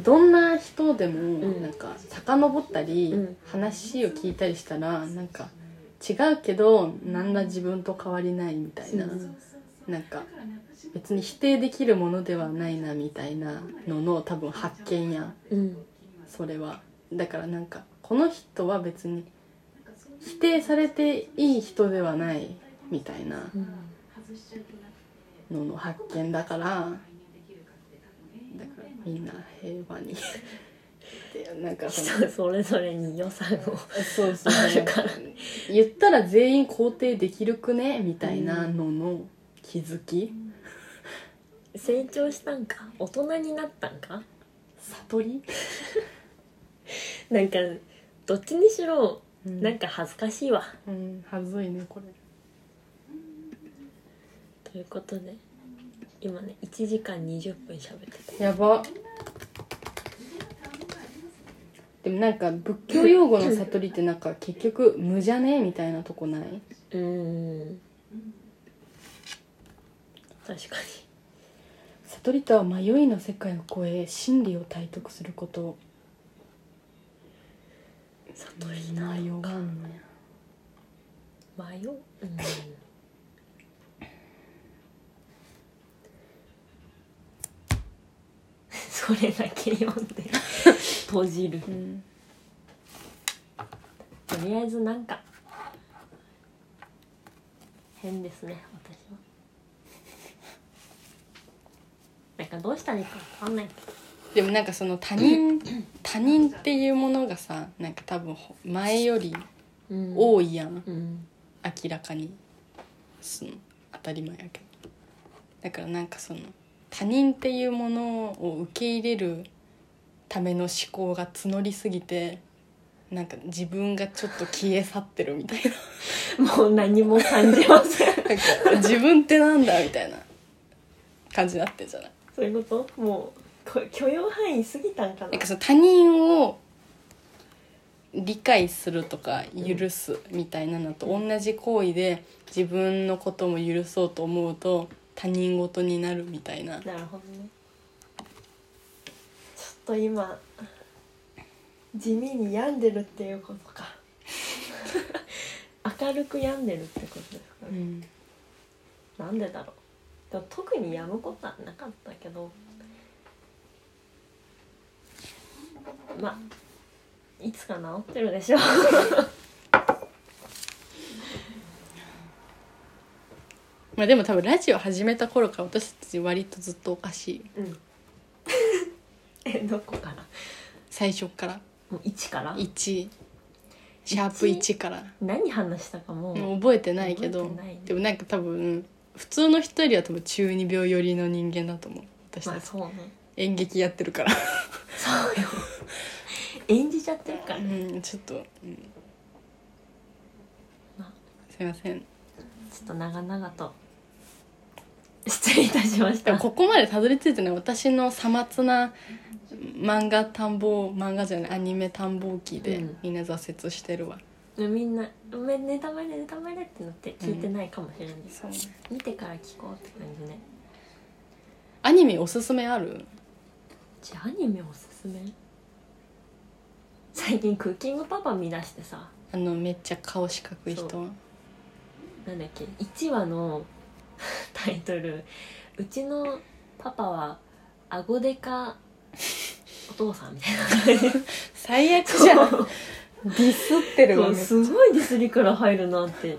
S2: どんな人でも
S1: うん
S2: なんか遡ったり、
S1: うん
S2: 話を聞いたりしたらなんか違うけど何ら自分と変わりないみたいな、
S1: うん
S2: なんか別に否定できるものではないなみたいなのの多分発見やん
S1: うん
S2: それはだからなんかこの人は別に否定されていい人ではないみたいなのの発見だからだからみんな平和にでなんかその
S1: 人それぞれに良さを
S2: そう そう
S1: あるから
S2: 言ったら全員肯定できるくねみたいなのの気づき
S1: 成長したんか大人になったんか
S2: 悟り、
S1: なんかどっちにしろ
S2: うん
S1: なんか恥ずかしいわ、
S2: うんはずいねこれ
S1: ということで今ね1時間20分喋ってた
S2: やばでもなんか仏教用語の悟りってなんか結局無じゃねみたいなとこない
S1: うん確か
S2: 悟りとは迷いの世界を超え真理を体得すること
S1: に悟りな
S2: 迷
S1: よ
S2: わんのや
S1: 迷う、うん、それだけ読んで閉じる
S2: うん
S1: とりあえずなんか変ですね私はなんかどうしたらいいかわかんないけど
S2: でもなんかその他人他人っていうものがさなんか多分ほ前より
S1: うん
S2: 多いやん、
S1: うん
S2: 明らかにその当たり前やけどだからなんかその他人っていうものを受け入れるための思考が募りすぎてなんか自分がちょっと消え去ってるみたいな
S1: もう何も感じません
S2: なんか自分ってなんだみたいな感じになってんじゃない
S1: そういうこともうこ許容範囲過ぎたんかな
S2: なんかその他人を理解するとか許すみたいなのと同じ行為で自分のことも許そうと思うと他人事になるみたいな
S1: なるほどねちょっと今地味に病んでるっていうこと か明るく病んでるってことですかね
S2: うん
S1: なんでだろうでも特にやむことはなかったけどまあいつか治ってるでしょう
S2: まあでも多分ラジオ始めた頃から私たち割とずっとおかしい
S1: うん えどこから
S2: 最初から
S1: もう一から
S2: 1シャープ1から
S1: 何話したかも、
S2: もう覚えてないけど
S1: 覚えてないね
S2: でもなんか多分普通の人よりは多分中二病寄りの人間だと思う私
S1: ま
S2: た
S1: あ
S2: ち
S1: そうね
S2: 演劇やってるから
S1: そうよ演じちゃってるから、
S2: うん、ちょっと、うん
S1: まあ、
S2: すいません
S1: ちょっと長々と失礼いたしまし
S2: で
S1: た
S2: もここまでたどり着いてない私のさまつな漫画探訪漫画じゃないアニメ探訪期で、
S1: うん
S2: みんな挫折してるわ
S1: みんな「ごめんネタバレネタバレ」ってなって聞いてないかもしれないです、
S2: そうね
S1: 見てから聞こうって感じね
S2: アニメおすすめある
S1: じゃあアニメおすすめ最近クッキングパパ見出してさ
S2: あのめっちゃ顔四角い人
S1: そ
S2: は
S1: なんだっけ1話の タイトル「うちのパパは顎でかお父さん」みたいな感じ
S2: 最悪じゃんディスってる
S1: そ
S2: わ
S1: う
S2: めっちゃ
S1: すごいディスりから入るなって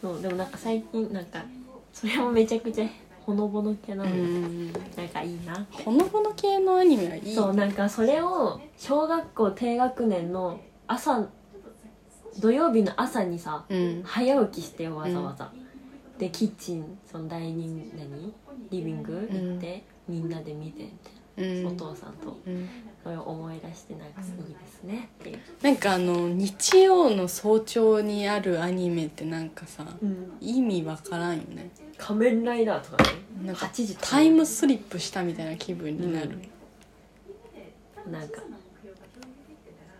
S1: そうでもなんか最近なんかそれもめちゃくちゃほのぼの系な
S2: う
S1: のよ、
S2: ん
S1: なんかいいな
S2: ほのぼの系のアニメはいい
S1: そうなんかそれを小学校低学年の朝土曜日の朝にさ
S2: うん
S1: 早起きしてよわざわざ、でキッチンそのダイニング何リビング行って、みんなで見てみ
S2: う
S1: たいなお
S2: ん
S1: 父さんと
S2: うん
S1: それを思い出してなんかいいですねっていう、
S2: なんかあの日曜の早朝にあるアニメってなんかさ
S1: うん、
S2: 意味わからんよね
S1: 仮面ライダーとかね
S2: なんか
S1: 8時とか
S2: タイムスリップしたみたいな気分になる
S1: なんか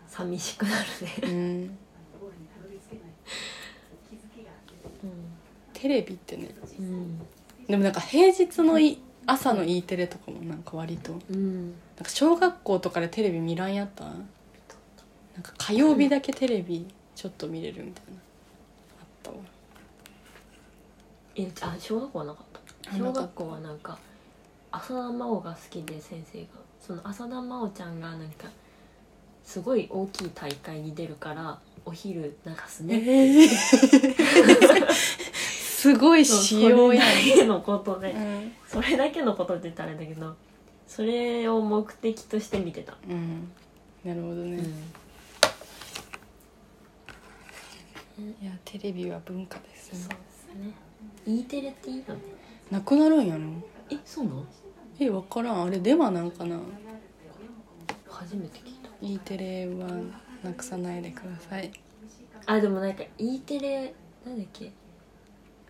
S1: 寂しくなる
S2: う
S1: ね、
S2: ん、テレビってね
S1: うん
S2: でもなんか平日のい朝の E テレとかもなんか割となん
S1: うん、
S2: か小学校とかでテレビ見らんやったなんか火曜日だけテレビちょっと見れるみたいなあったわ
S1: えあ小学校はなかった
S2: あなか
S1: 小
S2: った
S1: 学校はなんか浅田真央が好きで先生がその浅田真央ちゃんがなんかすごい大きい大会に出るからお昼流すね
S2: ええすごい
S1: そう
S2: 仕
S1: そ
S2: 様
S1: れ
S2: や
S1: だ
S2: ん
S1: けのことで、
S2: うん
S1: それだけのことって言ったらあれだけどそれを目的として見てた、
S2: うんなるほど
S1: う
S2: ね、
S1: ん、
S2: いやテレビは文化です
S1: そうです
S2: ね
S1: ね E テレっていいよね
S2: なくなるんやろ
S1: えそうなの
S2: え分からんあれデマなんかな
S1: 初めて聞いた
S2: E テレはなくさないでください
S1: あでもなんか E テレなんだっけ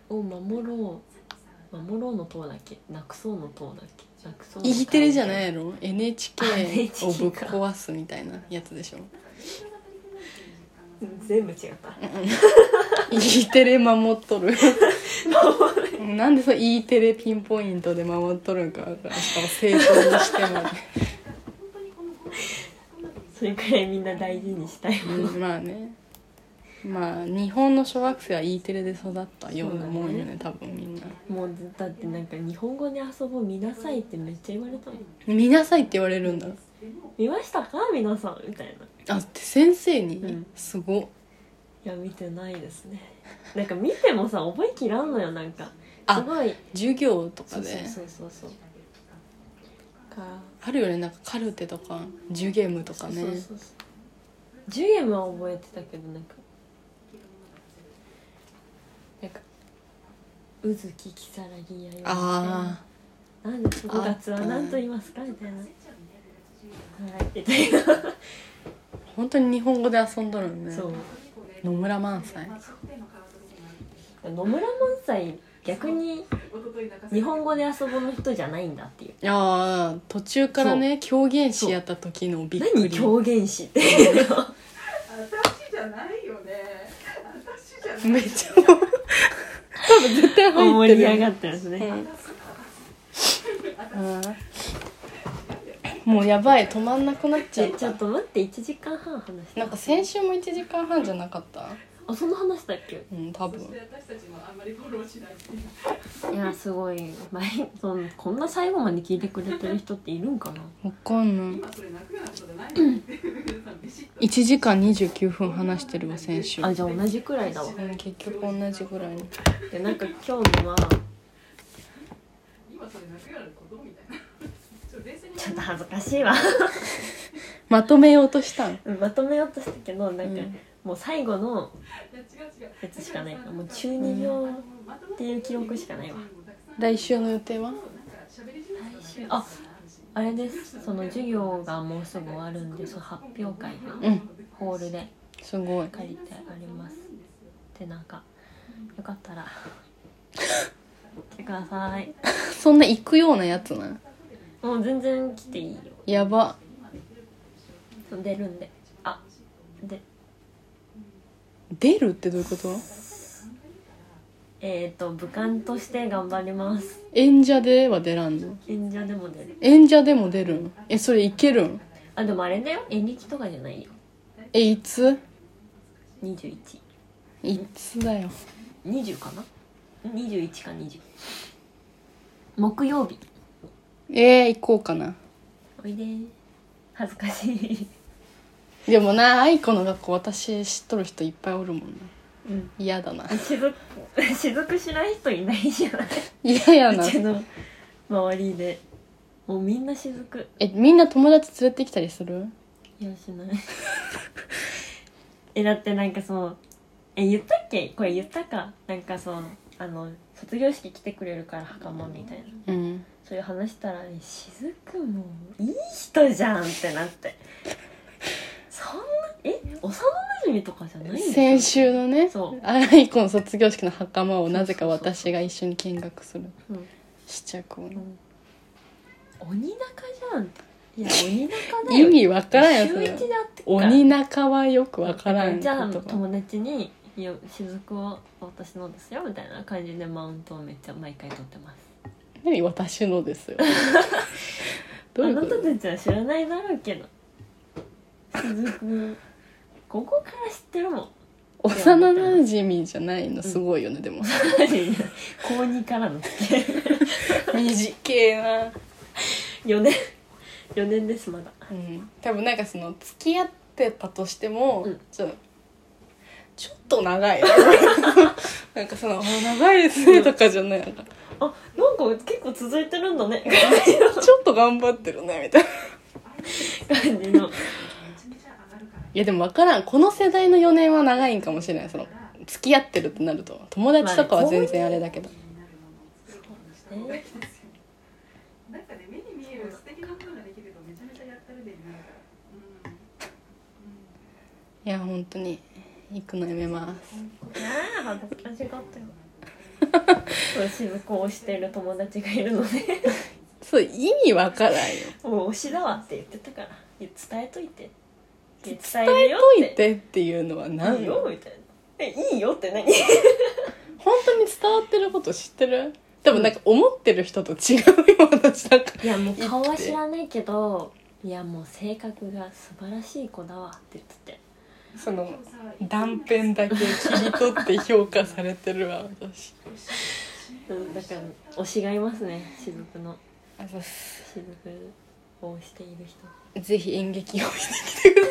S1: を守ろう守ろうの党だっけなくそうの党だっけなくそうの党
S2: E テレじゃないやろ NHK
S1: あ NHK
S2: をぶっ壊すみたいなやつでしょ
S1: 全部違った
S2: E テレ守っとるなんでそう E テレピンポイントで守っとるんか分からんしかも正当にして も、
S1: それくらいみんな大事にしたいもの、
S2: うんまあねまあ日本の小学生は E テレで育ったようなもんよね多分みんな
S1: もうだってなんか日本語で遊ぼう見なさいってめっちゃ言われたもん
S2: 見なさいって言われるんだ
S1: 見ましたか皆さんみたいな
S2: あって先生に、
S1: うん
S2: すごっ
S1: いや見てないですねなんか見てもさ覚えきらんのよなんか
S2: あ
S1: すごい
S2: 授業と
S1: そ
S2: か
S1: うそう
S2: で
S1: そうそうそうか
S2: あるよねなんかカルテとかジュゲームとかね
S1: そうそうそうジュゲムは覚えてたけどなんかなんか「宇月如月やよ」みたいな
S2: あ
S1: 「なんで5月は何と言いますか?」みたいな「はい」みたいな、
S2: あ本当に日本語で遊んどるのね
S1: そう
S2: 野村萬斎
S1: 野村萬斎逆に日本語で遊ぼうの人じゃないんだっていう
S2: ああ途中からね狂言師やった時のびっく
S1: 何
S2: り
S1: 狂言師っていうの
S3: 私じゃないよね。私じゃない。
S2: めっちゃもう多分絶対入
S1: 盛
S2: って
S1: り
S2: る
S1: 上がってますね、
S2: うんもうやばい止まんなくなっちゃっ
S1: ちょ
S2: た
S1: っと待って1時間半話した
S2: なんか先週も1時間半じゃなかった
S1: あその話だっけ
S2: うん多
S3: そ
S2: 分
S3: して私たちもあんまりフォローしないっていう。
S1: いやすごい毎そのこんな最後まで聞いてくれてる人っているんかな
S2: わかんない
S3: 今それ泣くようなことじゃ ないのって。ビシッと。
S2: 1時間29分話してるわ先週
S1: あじゃあ同じくらいだわ
S2: うん結局同じぐらいに
S1: でなんか今日のはち
S3: 今それ泣くようなことみたいな。ちょっと冷静に
S1: ょっと恥ずかしいわ
S2: まとめようとしたん
S1: まとめようとしたけどなんか、
S2: うん
S1: もう最後の
S3: いや違う違う。
S1: やつしかないからもう中二病っていう記録しかないわ、
S2: 来週の予定は
S1: ああれですその授業がもうすぐ終わるんでその発表会
S2: う
S1: が
S2: ん
S1: ホールです
S2: ごい
S1: 借りてありますでなんかよかったら来てください
S2: そんな行くようなやつなん
S1: もう全然来ていいよ
S2: やば
S1: 出るんであで
S2: 出るってどういうこと
S1: えっ、と武漢として頑張ります
S2: 演者では出らんの
S1: 演者でも出る
S2: 演者でも出るんえそれいけるん
S1: あでもあれだよ演劇とかじゃないよ
S2: えいつ
S1: 2120
S2: いつだよ
S1: かな21か20木曜日
S2: えー、行こうかな
S1: おいで恥ずかしい
S2: でもな愛子の学校私知っとる人いっぱいおるもんな
S1: うん
S2: 嫌だな
S1: 雫雫 しない人いないじゃない
S2: 嫌 や
S1: う
S2: な
S1: ちの周りでもうみんな雫
S2: えみんな友達連れてきたりする
S1: いやしない えだってなんかそのえ言ったっけこれ言ったかなんかそのあの卒業式来てくれるから袴みたいな
S2: うん
S1: そういう話したら「しずくもいい人じゃん」ってなってそんなえ幼なじみとかじゃないんですか
S2: 先週のね
S1: そう
S2: 愛子の卒業式の袴をなぜか私が一緒に見学する
S1: うん
S2: 試着をね
S1: うん鬼仲じゃんいや鬼仲だ
S2: 意
S1: よ
S2: 味わからんやつ
S1: 週一で会ってっから
S2: 鬼仲はよくわからん
S1: じゃあ
S2: 言葉
S1: 友達に「いや雫は私のですよ」みたいな感じでマウントをめっちゃ毎回取ってます
S2: 何私ので すよどう
S1: あ
S2: いう
S1: な
S2: こと
S1: たたちは知らないだろうけど雫ここから知ってるもん
S2: 幼なじみじゃないのすごいよね、でも
S1: 高2からの付き合い
S2: 短いな
S1: 4年4年ですまだ
S2: うん多分なんかその付き合っってたとしても、
S1: うん
S2: ちょちょっと 長いなんかその「あ長いですね」とかじゃないなんか
S1: あなんか結構続いてるんだね
S2: ちょっと頑張ってるねみたいな。
S1: 感じの
S3: ちゃめちゃ上がるから
S2: いやでも分からんこの世代の4年は長いんかもしれないその付き合ってるってなると友達とかは全然あれだけど、
S3: 気になるものを作ることにした方がいいですよなんかね目に見える素敵なものができるとめちゃめちゃやったるでになるからうん
S2: い
S3: う
S2: や本当に行くのやめます
S1: あ恥ずかしが ったよ私向こうしてる友達がいるので
S2: そう意味わからんよ
S1: もう推しだわって言ってたからいや伝えといて伝えるよ
S2: と
S1: っ
S2: い
S1: て
S2: てっていうのは何
S1: いい
S2: よ
S1: よみたいなえいいよって何
S2: 本当に伝わってること知ってるでもなんか思ってる人と違うよ私なんか
S1: いやもう顔は知らないけどいやもう性格が素晴らしい子だわって言ってて
S2: その
S3: んさ
S2: 断片だけ切り取って評価されてるわ私
S1: うんだから推しがいますね雫の
S2: あざっ
S1: 雫を推している人
S2: すぜひ演劇を見て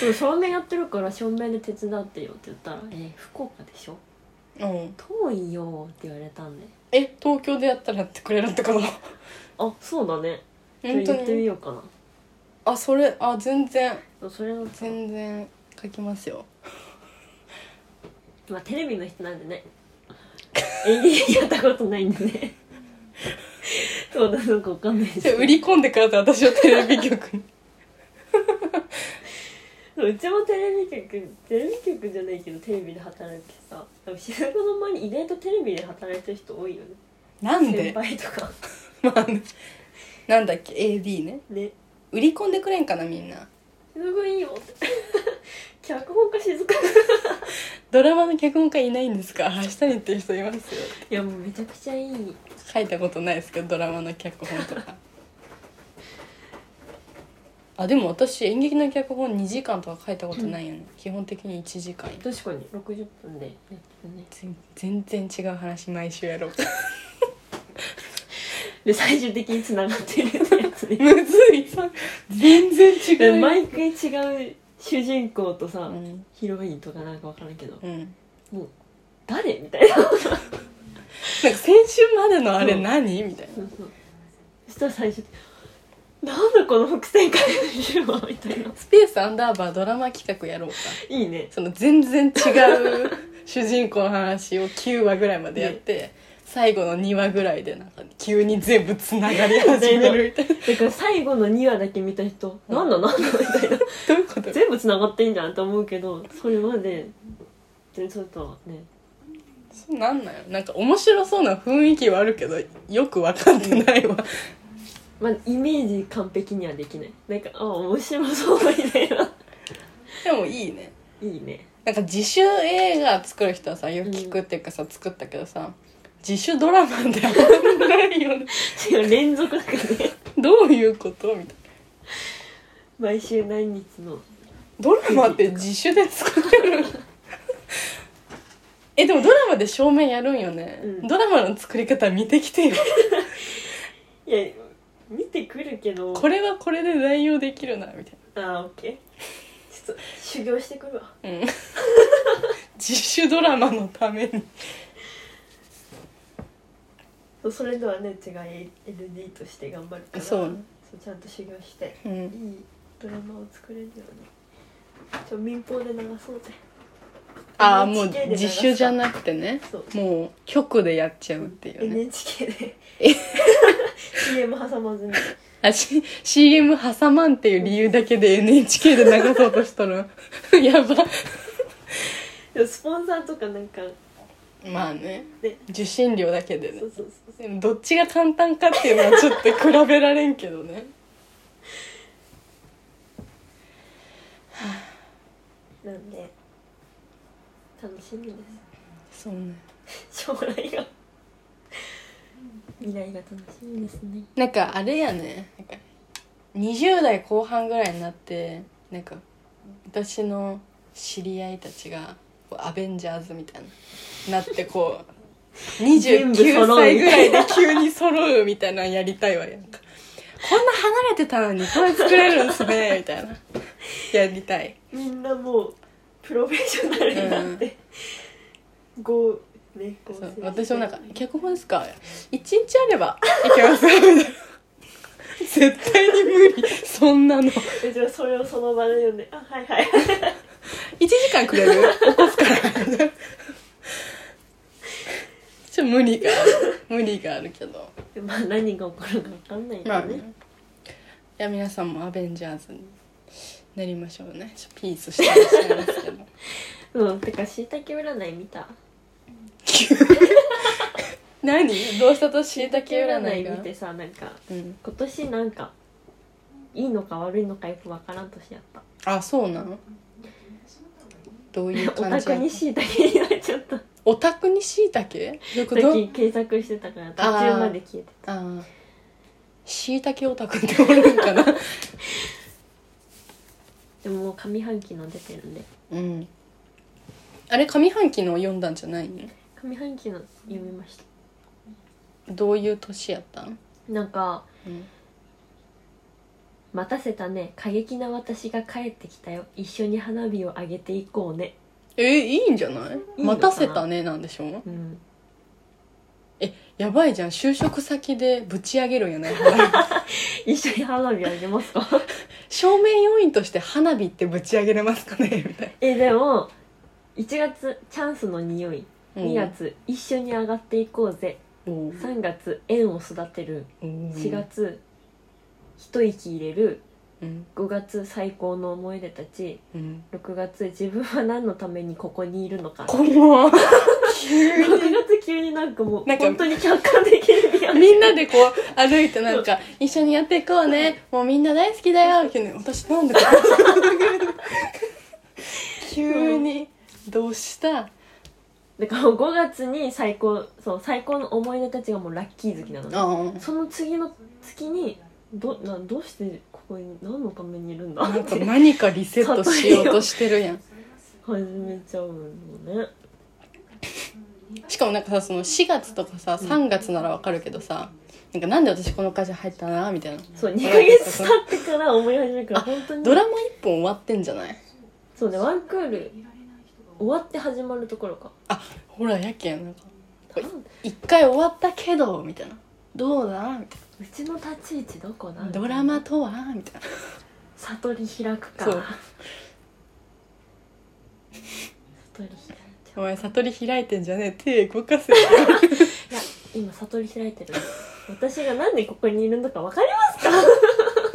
S1: そう照明やってるから照明で手伝ってよって言ったら「えー福岡でしょ
S2: うん
S1: 遠いよ」って言われたんで
S2: え東京でやったらやってくれるってこと
S1: あそうだねじゃあ
S2: 本当
S1: 言ってみ
S2: に
S1: ようかな
S2: あそれあ全然
S1: そうそれをさ
S2: 全然書きますよ
S1: まあテレビの人なんでね演劇やったことないんでねそうなのかわかんないです
S2: じゃあ売り込んでください私をテレビ局に
S1: うちもテレビ局テレビ局じゃないけどテレビで働いてさでも静岡の前に意外とテレビで働いてる人多いよね
S2: なん
S1: 先
S2: で
S1: 輩とか
S2: まあねなんだっけ AD ね
S1: ね
S2: 売り込んでくれんかなみんな
S1: すごいいいよって脚本家静か
S2: ドラマの脚本家いないんですか明日にっていう人いますよ
S1: いやもうめちゃくちゃいい
S2: 書いたことないですけどドラマの脚本とかあでも私演劇の脚本2時間とか書いたことないよね、基本的に1時間
S1: 確かに60分でやってるね
S2: 全全然違う話毎週やろう
S1: で最終的に繋がってるってやつね
S2: むずいさ全然違う、
S1: 毎回違う主人公とさ、
S2: うん
S1: ヒロインとかなんかわからんけど
S2: うん、なん
S1: もう誰みたいなそう
S2: か先週までのあれ
S1: そう
S2: 何みたいな
S1: そうそしたら最初なんだこの伏線回収はみたいな
S2: スペースアンダーバードラマ企画やろうか
S1: いいね
S2: その全然違う主人公の話を9話ぐらいまでやって、最後の2話ぐらいでなんか急に全部つながり始めるみたいな
S1: だから最後の2話だけ見た人「なんだなんだ」みたいな
S2: どういうこと
S1: 全部繋がってんじゃんと思うけどそれまで全然ちょっとね
S2: そうなんなんよなんか面白そうな雰囲気はあるけどよく分かってないわ
S1: まあイメージ完璧にはできないなんかあ面白そうみたいな
S2: でもいいね
S1: いいね
S2: なんか自主映画作る人はさよく聞くっていうかさ、作ったけどさ自主ドラマであんまないよね
S1: しかも連続だからね
S2: どういうことみたいな
S1: 毎週何日の
S2: ドラマって自主で作れ るえでもドラマで照明やるんよね、
S1: うん
S2: ドラマの作り方見てきてよ
S1: いや見てくるけど
S2: これはこれで代用できるなみたい
S1: あオッケーちょっと修行してくるわ
S2: なうん自主ドラマのために
S1: そうそれではね違う LD として頑張るから
S2: そう
S1: そうちゃんと修行して
S2: う
S1: い
S2: ん
S1: いドラマを作れるようにちょ民放で流そうぜ
S2: ああもう
S1: NHK で流す
S2: 自主じゃなくてね
S1: そう
S2: もう局でやっちゃうっていうね
S1: NHK で CM 挟まずに
S2: あ、C、CM 挟まんっていう理由だけで NHK で流そうとしたら やば
S1: でもスポンサーとかなんか
S2: まあね
S1: ね
S2: 受信料だけでね
S1: そうそうそう
S2: でもどっちが簡単かっていうのはちょっと比べられんけどね
S1: そうなんで楽しみで
S2: そうね
S1: す将来が未来が楽しみですね
S2: なんかあれやねなんか20代後半ぐらいになってなんか私の知り合いたちがこうアベンジャーズみたいななってこ う
S1: 全部揃
S2: 29
S1: うみた
S2: 歳
S1: い
S2: ぐらいで急に揃うみたいなの やりたいわやんかこんな離れてたのにこれ作れるんすねみたいなやりたい
S1: みんなもうプロフェッショナルになって、ごね合
S2: そ
S1: 成
S2: う
S1: して
S2: 私もなんか「脚本ですか?」一日あればいけます」 絶対に無理そんなの
S1: うちはそれをその場で読んで「あはいはい
S2: 1時間くれる起こすからちょっと無理がある無理があるけど」
S1: まあ何が起こるか分かんないけ
S2: まあ
S1: ど
S2: ねい
S1: ね、
S2: や皆さんもアベンジャーズになりましょうねちょっとピースしてらっしゃいますけど
S1: うんてかしいたけ占い見た
S2: 急に 何どうしたとしいたけ占いが
S1: 見てさなんか
S2: うん、
S1: 今年なんかいいのか悪いのかよく分からん年やった
S2: あそうなのどういう
S1: オ
S2: 感
S1: タ
S2: じ
S1: クにしいたけになっちゃったさ
S2: オタクにしいたけどういうこ
S1: っ
S2: と
S1: き検索してたから途中まで消えてた
S2: ああしいたけオタクっておるんかな
S1: でももう上半期の出てるんで
S2: うんあれ上半期の読んだんじゃないの
S1: 上半期の読みました
S2: どういう年やったん、
S1: なんか
S2: うん、
S1: 待たせたね過激な私が帰ってきたよ一緒に花火をあげていこうね
S2: えいいんじゃない
S1: いいのかな
S2: 待たせたねなんでしょ
S1: うん
S2: やばいじゃん就職先でぶち上げるんやない
S1: 一緒に花火あげますか
S2: 正面要員として花火ってぶち上げれますかねみたい
S1: えでも1月チャンスの匂い
S2: な
S1: 2月一緒に上がっていこうぜ
S2: おー
S1: 3月縁を育てる
S2: おー
S1: 4月一息入れる
S2: うん
S1: 5月最高の思い出たち
S2: うん
S1: 6月自分は何のためにここにいるのか
S2: 怖っ
S1: 6
S2: 急に
S1: 月急になんかもう
S2: なんか
S1: 本当に客観的にやる
S2: みんなでこう歩いてなんか一緒にやっていこうねもうみんな大好きだよって言うのに私なんでこう 急にどうした
S1: だから5月に最高そう最高の思い出たちがもうラッキー好きなのね
S2: あ
S1: その次の月にどなどうしてここに何のためにいるんだ
S2: なん
S1: っ
S2: か
S1: て
S2: 何かリセットしようとしてるやん
S1: 始めちゃうのね
S2: しかもなんかさその4月とかさ3月ならわかるけどさなんかなんで私この会社入ったなみたいな
S1: そう2ヶ月経ってから思い始めるから
S2: あ
S1: 本当に
S2: ドラマ1本終わってんじゃない
S1: そうねワンクール終わって始まるところか
S2: ほらやけんなんか
S1: なん
S2: 一回終わったけどみたいなどうだみたいう
S1: ちの立ち位置どこだ
S2: なドラマとはみたいな
S1: 悟り開くか
S2: そう
S1: 悟り開いち
S2: お
S1: ゃう
S2: 前悟り開いてんじゃねえ手動かせ
S1: いや今悟り開いてる私がなんでここにいるのか分かり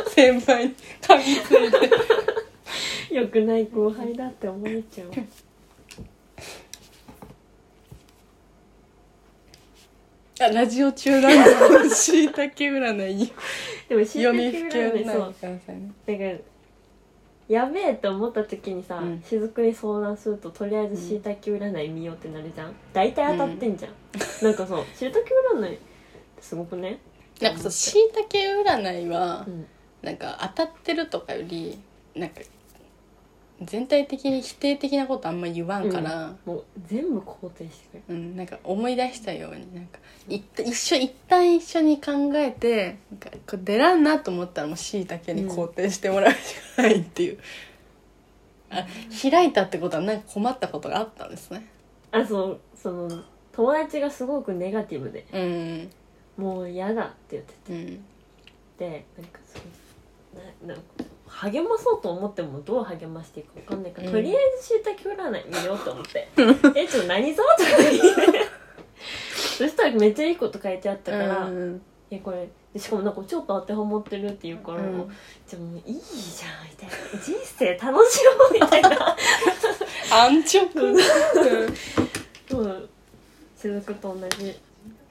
S1: ま
S2: 先輩に噛みついて
S1: すよくない後輩だって思えち ゃう
S2: あラジオ中なんだしいたけ占い
S1: でもしい
S2: 読
S1: た
S2: み
S1: け
S2: ふけ
S1: 占
S2: 占
S1: い
S2: い
S1: そ
S2: く
S1: う
S2: ださいね
S1: だからやべえって思った時にさ、
S2: うん
S1: 雫に相談するととりあえずしいたけ占い見ようってなるじゃん大体当たってんじゃん、なんかそうしいたけ占いってすごくね
S2: なんかそうしいたけ占いは
S1: うん
S2: なんか当たってるとかよりなんか全体的に否定的なことあんま言わんから、
S1: もう全部肯定してくれる
S2: うんなんか思い出したようになんかい一緒一旦一緒に考えてなんかこう出らんなと思ったらもうしいたけに肯定してもらうしかないっていう、あ開いたってことはなんか困ったことがあったんですね
S1: あそうその友達がすごくネガティブで
S2: うん
S1: もう嫌だって言って
S2: うん
S1: てなんかそのななんか励まそうと思ってもどう励ましていいか分かんないから、
S2: うん
S1: とりあえずしいたけ占い見ようと思 って「えちょっと何ぞ?」とか言ってそしたらめっちゃいいこと書いてあったから「
S2: うん
S1: えこれ」でしかもなんかちょっと当てはまってるっていうから、
S2: うん
S1: じゃあもういいじゃんみたいな人生楽しもうみたいな
S2: 安直
S1: うん雫と同じ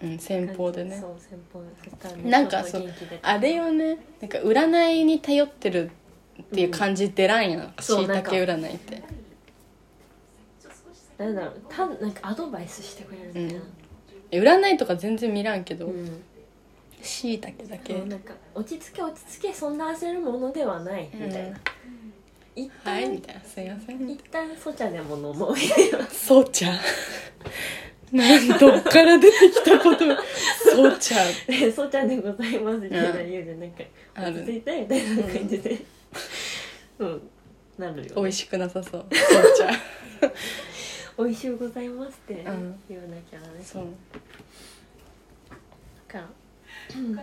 S2: うん先方でね
S1: そう先方でそしたら
S2: なんかそうあれ
S1: よ
S2: よねなんか占いに頼ってるっていう感じ出らんやんし
S1: そう
S2: いたけ占いって
S1: なんだろうたなんかアドバイスしてくれるみたいな
S2: 占いとか全然見らんけ
S1: う
S2: ど
S1: ん、
S2: しいたけだけ
S1: そうなんか落ち着け落ち着けそんな焦るものではないみたいな、一旦、
S2: はいみたいなすいません
S1: 一旦ソチャでも飲もうみたいな
S2: そうちゃんなんどっから出てきたことそうちゃん
S1: でソチャでございますみたいな言うじゃんなんか
S2: あ
S1: 落ち着
S2: る
S1: いてみたいな感じでうん、なるよ、
S2: 美
S1: ね
S2: 味、しくなさそう紅茶
S1: 美味しゅうございますって
S2: うん
S1: 言わなきゃだね、
S2: そう
S1: から
S3: 他のチームの様子聞い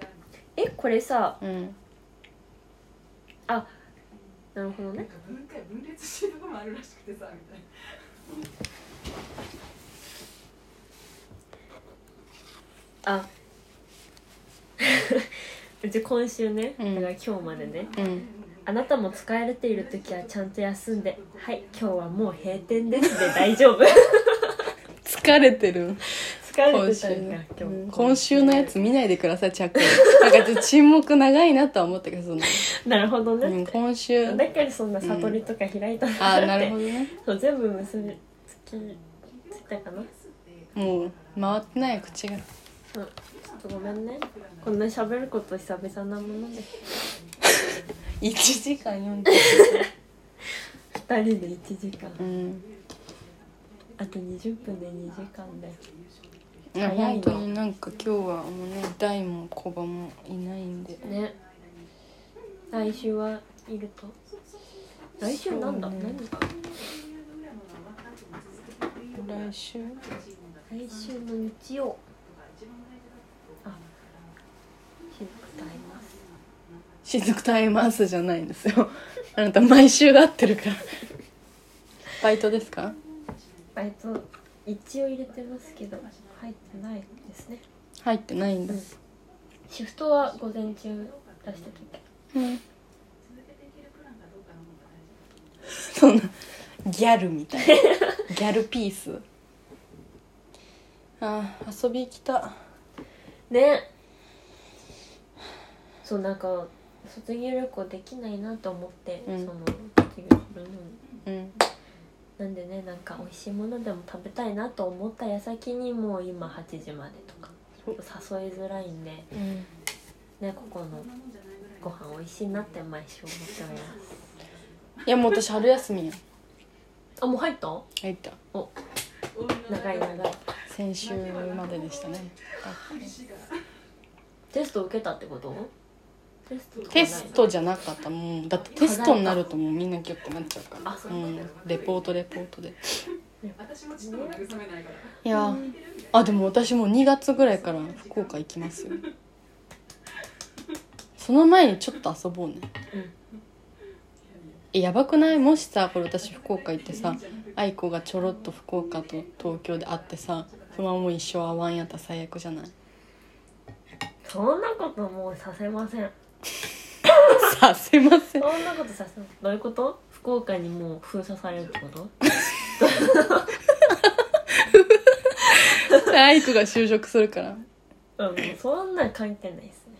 S3: たみた
S1: え
S3: い
S1: これさ
S2: うん
S1: なるほど
S3: ななん
S1: ね
S3: か分解分裂してるとこもあるらしくてさみたいな
S1: あ うち今週ね、
S2: うん
S1: だから今日までね
S2: うん
S1: あなたも疲れている時はちゃんと休んではい今日はもう閉店ですで大丈夫 疲
S2: 疲れてる
S1: れ
S2: 今
S1: て
S2: 週
S1: たんだ
S2: ね
S1: 今日、
S2: うん今週のやつ見ないでくださいチャックなんかちょっと沈黙長いなとは思ったけどその、
S1: なるほど
S2: う
S1: ね
S2: ん、、今週
S1: だからそんな悟りとか開いたんだ
S2: あ
S1: って、
S2: なるほどね
S1: そう全部結びつきついたかな
S2: もう回ってないよ口が
S1: うんちょっとごめんねこんな喋ること久々なもので
S2: 1時間40
S1: 2人で1時間
S2: うん
S1: あと20分で2時間だよ
S2: いや本当になんか今日はもうね大も小バもいないんで
S1: ね来週はいると来週なんだ、
S2: そうね
S1: 何か
S2: 来週
S1: 来週の日曜あしずくと会います
S2: 雫と会いますじゃないんですよ あなた毎週会ってるからバイトですか
S1: バイト一応入れてますけど入ってないですね
S2: 入ってないんだ
S1: シフトは午前中出してたけど
S2: うんそんなギャルみたいなギャルピースあー遊び行きた
S1: ねそうなんか卒業旅行できないなと思って、
S2: うん
S1: その卒業するのに
S2: うん
S1: なんでねなんか美味しいものでも食べたいなと思った矢先にもう今8時までとか誘いづらいんで
S2: うん
S1: ねここのご飯美味しいなって毎週思っております
S2: いやもう私春休みや
S1: あもう入った
S2: 入った
S1: 長い長い
S2: 先週まででしたねあ
S1: テスト受けたってことテストとかない
S2: テストじゃなかったもうだってテストになるともうみんなギュッてなっちゃうから
S1: あそう
S2: う
S1: なん
S2: ん
S1: だ
S2: レポートレポートで
S3: 私もちょっと慰めないから
S2: いやあでも私もう2月ぐらいから福岡行きますよその前にちょっと遊ぼうね
S1: うん
S2: えやばくないもしさこれ私福岡行ってさ愛子がちょろっと福岡と東京で会ってさ不満も一生会わんやったら最悪じゃない
S1: そんなこともうさせません
S2: さすいません
S1: そんなことさせませんどういうこと福岡にもう封鎖されるってこと
S2: 愛子が就職するから
S1: うんもうそんなん関係ないですね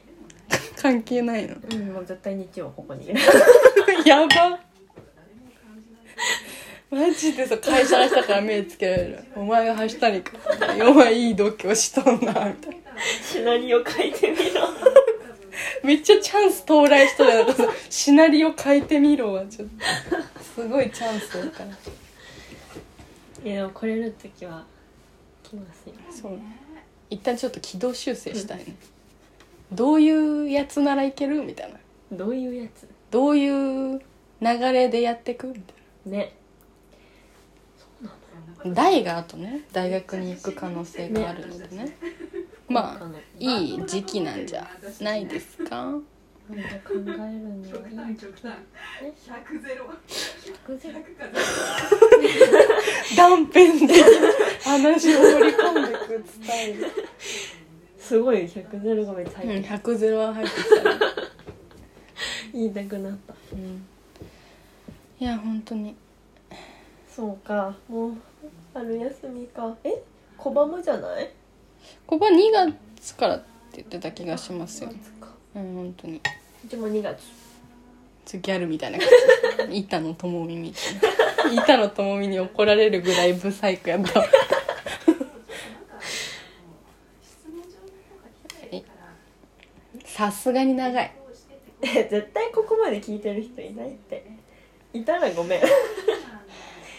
S2: 関係ないの
S1: うんもう絶対日曜ここにいる
S2: やばマジでさ会社の人から目つけられるお前が走ったにかお前いい度胸しとんなみたいな
S1: シナリオ書いてみろ
S2: めっちゃチャンス到来しとるやんなんかさシナリオ変えてみろはちょっとすごいチャンスだから
S1: いやでも来れる時は来ますよ
S2: そう一旦ちょっと軌道修正したいねどういうやつならいけるみたいな
S1: どういうやつ
S2: どういう流れでやってくみたい
S1: ね
S2: な大があとね大学に行く可能性があるのでねまあ
S1: の
S2: いい時期なんじゃないですか
S1: なんか考えるに
S3: 極
S1: はい
S3: 端
S1: い
S3: 極端100ゼロ
S1: 逆じゃ
S3: 100か
S2: 断片的な話を盛り込んでくスタイル
S1: すごい100ゼロがめっちゃ入
S2: う
S1: っ
S2: ん
S1: て
S2: 100ゼロは入ってきたね
S1: 言いたくなった
S2: うんいや本当に
S1: そうかもう春休みかえ小浜じゃない
S2: ここは2月からって言ってた気がしますよ
S1: そっか
S2: うん本当に
S1: うちも2月
S2: ちょギャルみたいな感じ板野友美みたいな板野友美に怒られるぐらいブサイクやったえさすがに長い
S1: え絶対ここまで聞いてる人いないっていたらごめん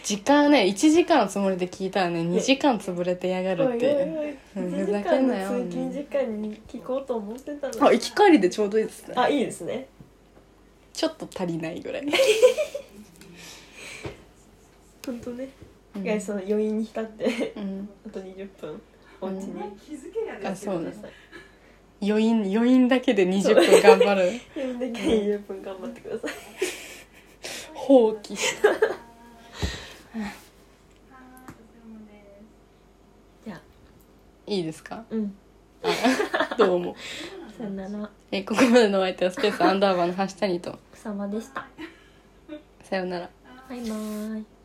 S2: 時間ね1時間のつもりで聞いたらね2時間潰れてやがる
S1: お
S2: っ
S1: いおい
S2: て
S1: おい
S2: うん
S1: 1時
S2: ふざけ
S1: 間
S2: ん
S1: の
S2: なよ
S1: 通勤時間に聞こうと思ってたの
S2: あ行き帰りでちょうどいいですね
S1: あいいですね
S2: ちょっと足りないぐらい、
S1: 本当ね、
S2: う
S1: 意外にその余韻に浸って
S2: うん
S1: あと20分お家
S3: お
S1: に
S3: 前気づけやで
S2: あそう
S1: く
S2: ね
S1: ださい
S2: 余韻余韻だけで20分頑張る
S1: 余韻だけ20分頑張ってください
S2: 放棄
S1: じゃあ
S2: いいですか
S1: うん
S2: どうも
S1: さよなら
S2: えここまでのお相手はスペースアンダーバーの橋谷と
S1: 草間でした
S2: さようなら
S1: バイバーイ